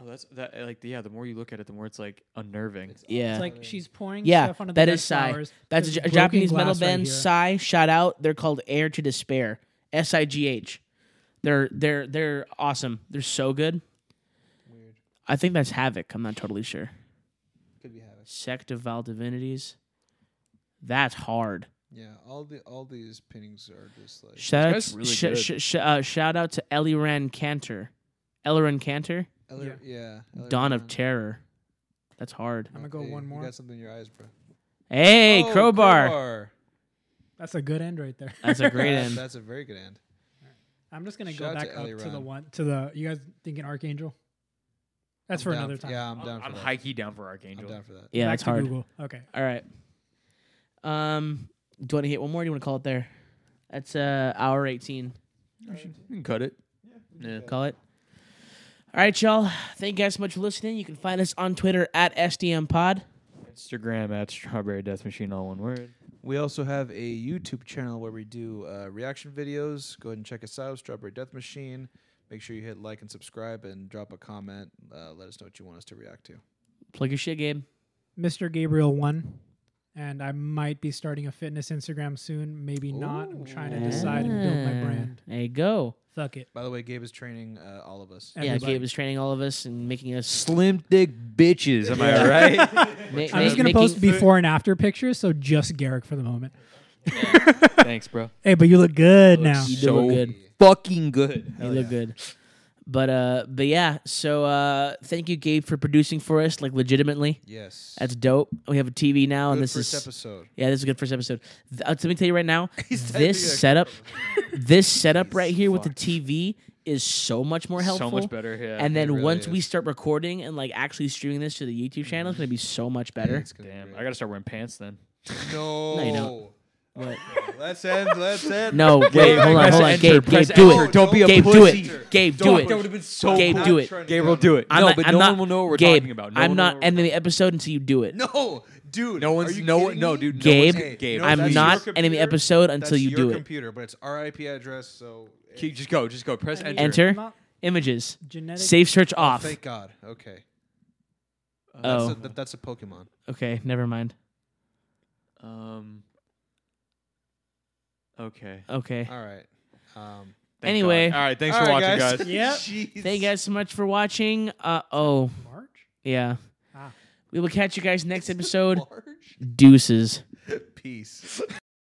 E: Oh, that's that. Like, yeah. The more you look at it, the more it's like unnerving.
B: Yeah,
F: It's like she's pouring
B: Yeah,
F: stuff onto
B: that
F: the
B: is
F: dead
B: Psy.
F: flowers.
B: that's a,
F: There's
B: J- a
F: broken
B: Japanese metal
F: glass right
B: band.
F: here.
B: Psy, shout out. They're called Air to Despair. S I G H. They're they're they're awesome. They're so good.
C: Weird.
B: I think that's Havoc. I'm not totally sure.
C: Could be havoc.
B: Sect of Val Divinities. That's hard.
C: Yeah. All the all these paintings are just like
B: Shout out,
E: guy's really
B: sh-
E: good.
B: sh- sh- uh, shout out to Eliran Cantor. Eliran Cantor?
C: Eller- yeah. Eller-
B: Dawn of
C: Brown.
B: Terror. That's hard.
F: I'm gonna go
C: Hey,
F: one
C: You
F: more.
C: got something in your eyes, bro.
B: Hey,
C: Oh,
B: Crowbar.
C: crowbar.
F: That's a good end right there.
B: That's a great
C: That-
B: end.
C: That's a very good end.
F: I'm just gonna
C: Shout
F: go
C: out
F: back
C: to
F: up
C: Ellie
F: to the
C: Ron.
F: one to the. You guys thinking Archangel? That's for
C: Down
F: another
C: f-
F: time.
C: Yeah, I'm down.
E: I'm,
C: for
E: I'm
C: that.
E: high key down for
C: I'm
E: Archangel.
C: down for that.
B: Yeah,
F: back
B: that's
F: to
B: hard.
F: Google. Okay.
B: All right. Um, do you want to hit one more? Or do you want to call it there? That's uh, hour 18.
E: You can cut it. Yeah.
B: call it. All right, y'all. Thank you guys so much for listening. You can find us on Twitter at SDM Pod.
E: Instagram at Strawberry Death Machine, all one word.
C: We also have a YouTube channel where we do uh, reaction videos. Go ahead and check us out, Strawberry Death Machine. Make sure you hit like and subscribe and drop a comment. Uh, let us know what you want us to react to.
B: Plug your shit, Gabe.
F: Mr. Gabriel one. and I might be starting a fitness Instagram soon. Maybe not. I'm trying to decide and build my
B: Ah,
F: brand.
B: There you go.
F: Fuck it.
C: By the way, Gabe is training uh, all of us.
B: Yeah,
F: Everybody.
B: Gabe was training all of us and making us
H: Slim thick bitches. Am I right?
B: ma-
F: I'm just
B: ma-
F: gonna post
B: making-
F: before and after pictures, so just Garrick for the moment.
H: Thanks, bro.
F: Hey, but you look good now.
B: You did look good.
H: Fucking good.
B: You look good. But uh, but yeah. So uh, thank you, Gabe, for producing for us. Like legitimately,
C: Yes.
B: that's dope. We have a TV now,
C: Good
B: and this
C: first
B: is
C: episode.
B: yeah, this is a good first episode. Th- uh, let me tell you right now,
C: typing a-
B: this setup, this setup right here with the TV is so much more helpful.
E: So much better. Yeah.
B: And then
C: It really
B: once we
C: is.
B: start recording and like actually streaming this to the YouTube channel, it's gonna be so much better.
C: It's gonna be
E: Damn, I
C: great.
E: gotta start wearing pants then.
C: No.
B: No, you don't. What?
C: Let's end. Let's end.
B: No, wait, hold on,
E: press
B: hold on,
E: enter,
B: Gabe, Gabe,
E: press
B: do
C: enter.
B: it.
C: Don't be a
B: Gabe, do
E: pussy.
B: it. Gabe, do
E: Don't-
B: it.
E: That would have been so
B: Gabe,
E: cool.
B: do it.
E: Gabriel, do it.
B: I'm
E: no,
B: not,
E: but
B: I'm
E: no
B: not,
E: one will know what we're
B: Gabe,
E: talking about. No
B: I'm
E: one will know
B: not
E: what we're
B: ending the
E: talking
B: episode until you do it.
C: No, dude.
E: No
C: are
E: one's
C: you
E: no one
C: kidding
E: no
C: me?
E: dude. no one's-
B: Gabe,
C: Hey,
E: Gabe,
C: no,
B: I'm
C: that's
B: not
C: your
B: ending the
C: computer.
B: episode until
C: That's
B: you
C: your
B: do it.
C: computer, but it's RIP address, so
E: Keep- Just go, just go. Press enter.
B: Enter.
F: I'm not
B: Images.
F: Genetic.
B: Safe search off.
C: Oh, thank God. Okay.
B: Oh.
C: That's a, that- that's a Pokemon.
B: Okay, never mind.
E: Um. Okay.
B: Okay.
C: All right. Um,
E: Thank
B: Anyway.
E: God. all right. Thanks
C: all
E: for watching,
C: right,
E: guys.
F: Yep.
C: Jeez.
B: Thank you guys so much for watching. Uh oh,
F: March.
B: yeah.
F: Ah.
B: We will catch you guys next episode.
C: Large?
B: Deuces.
C: Peace.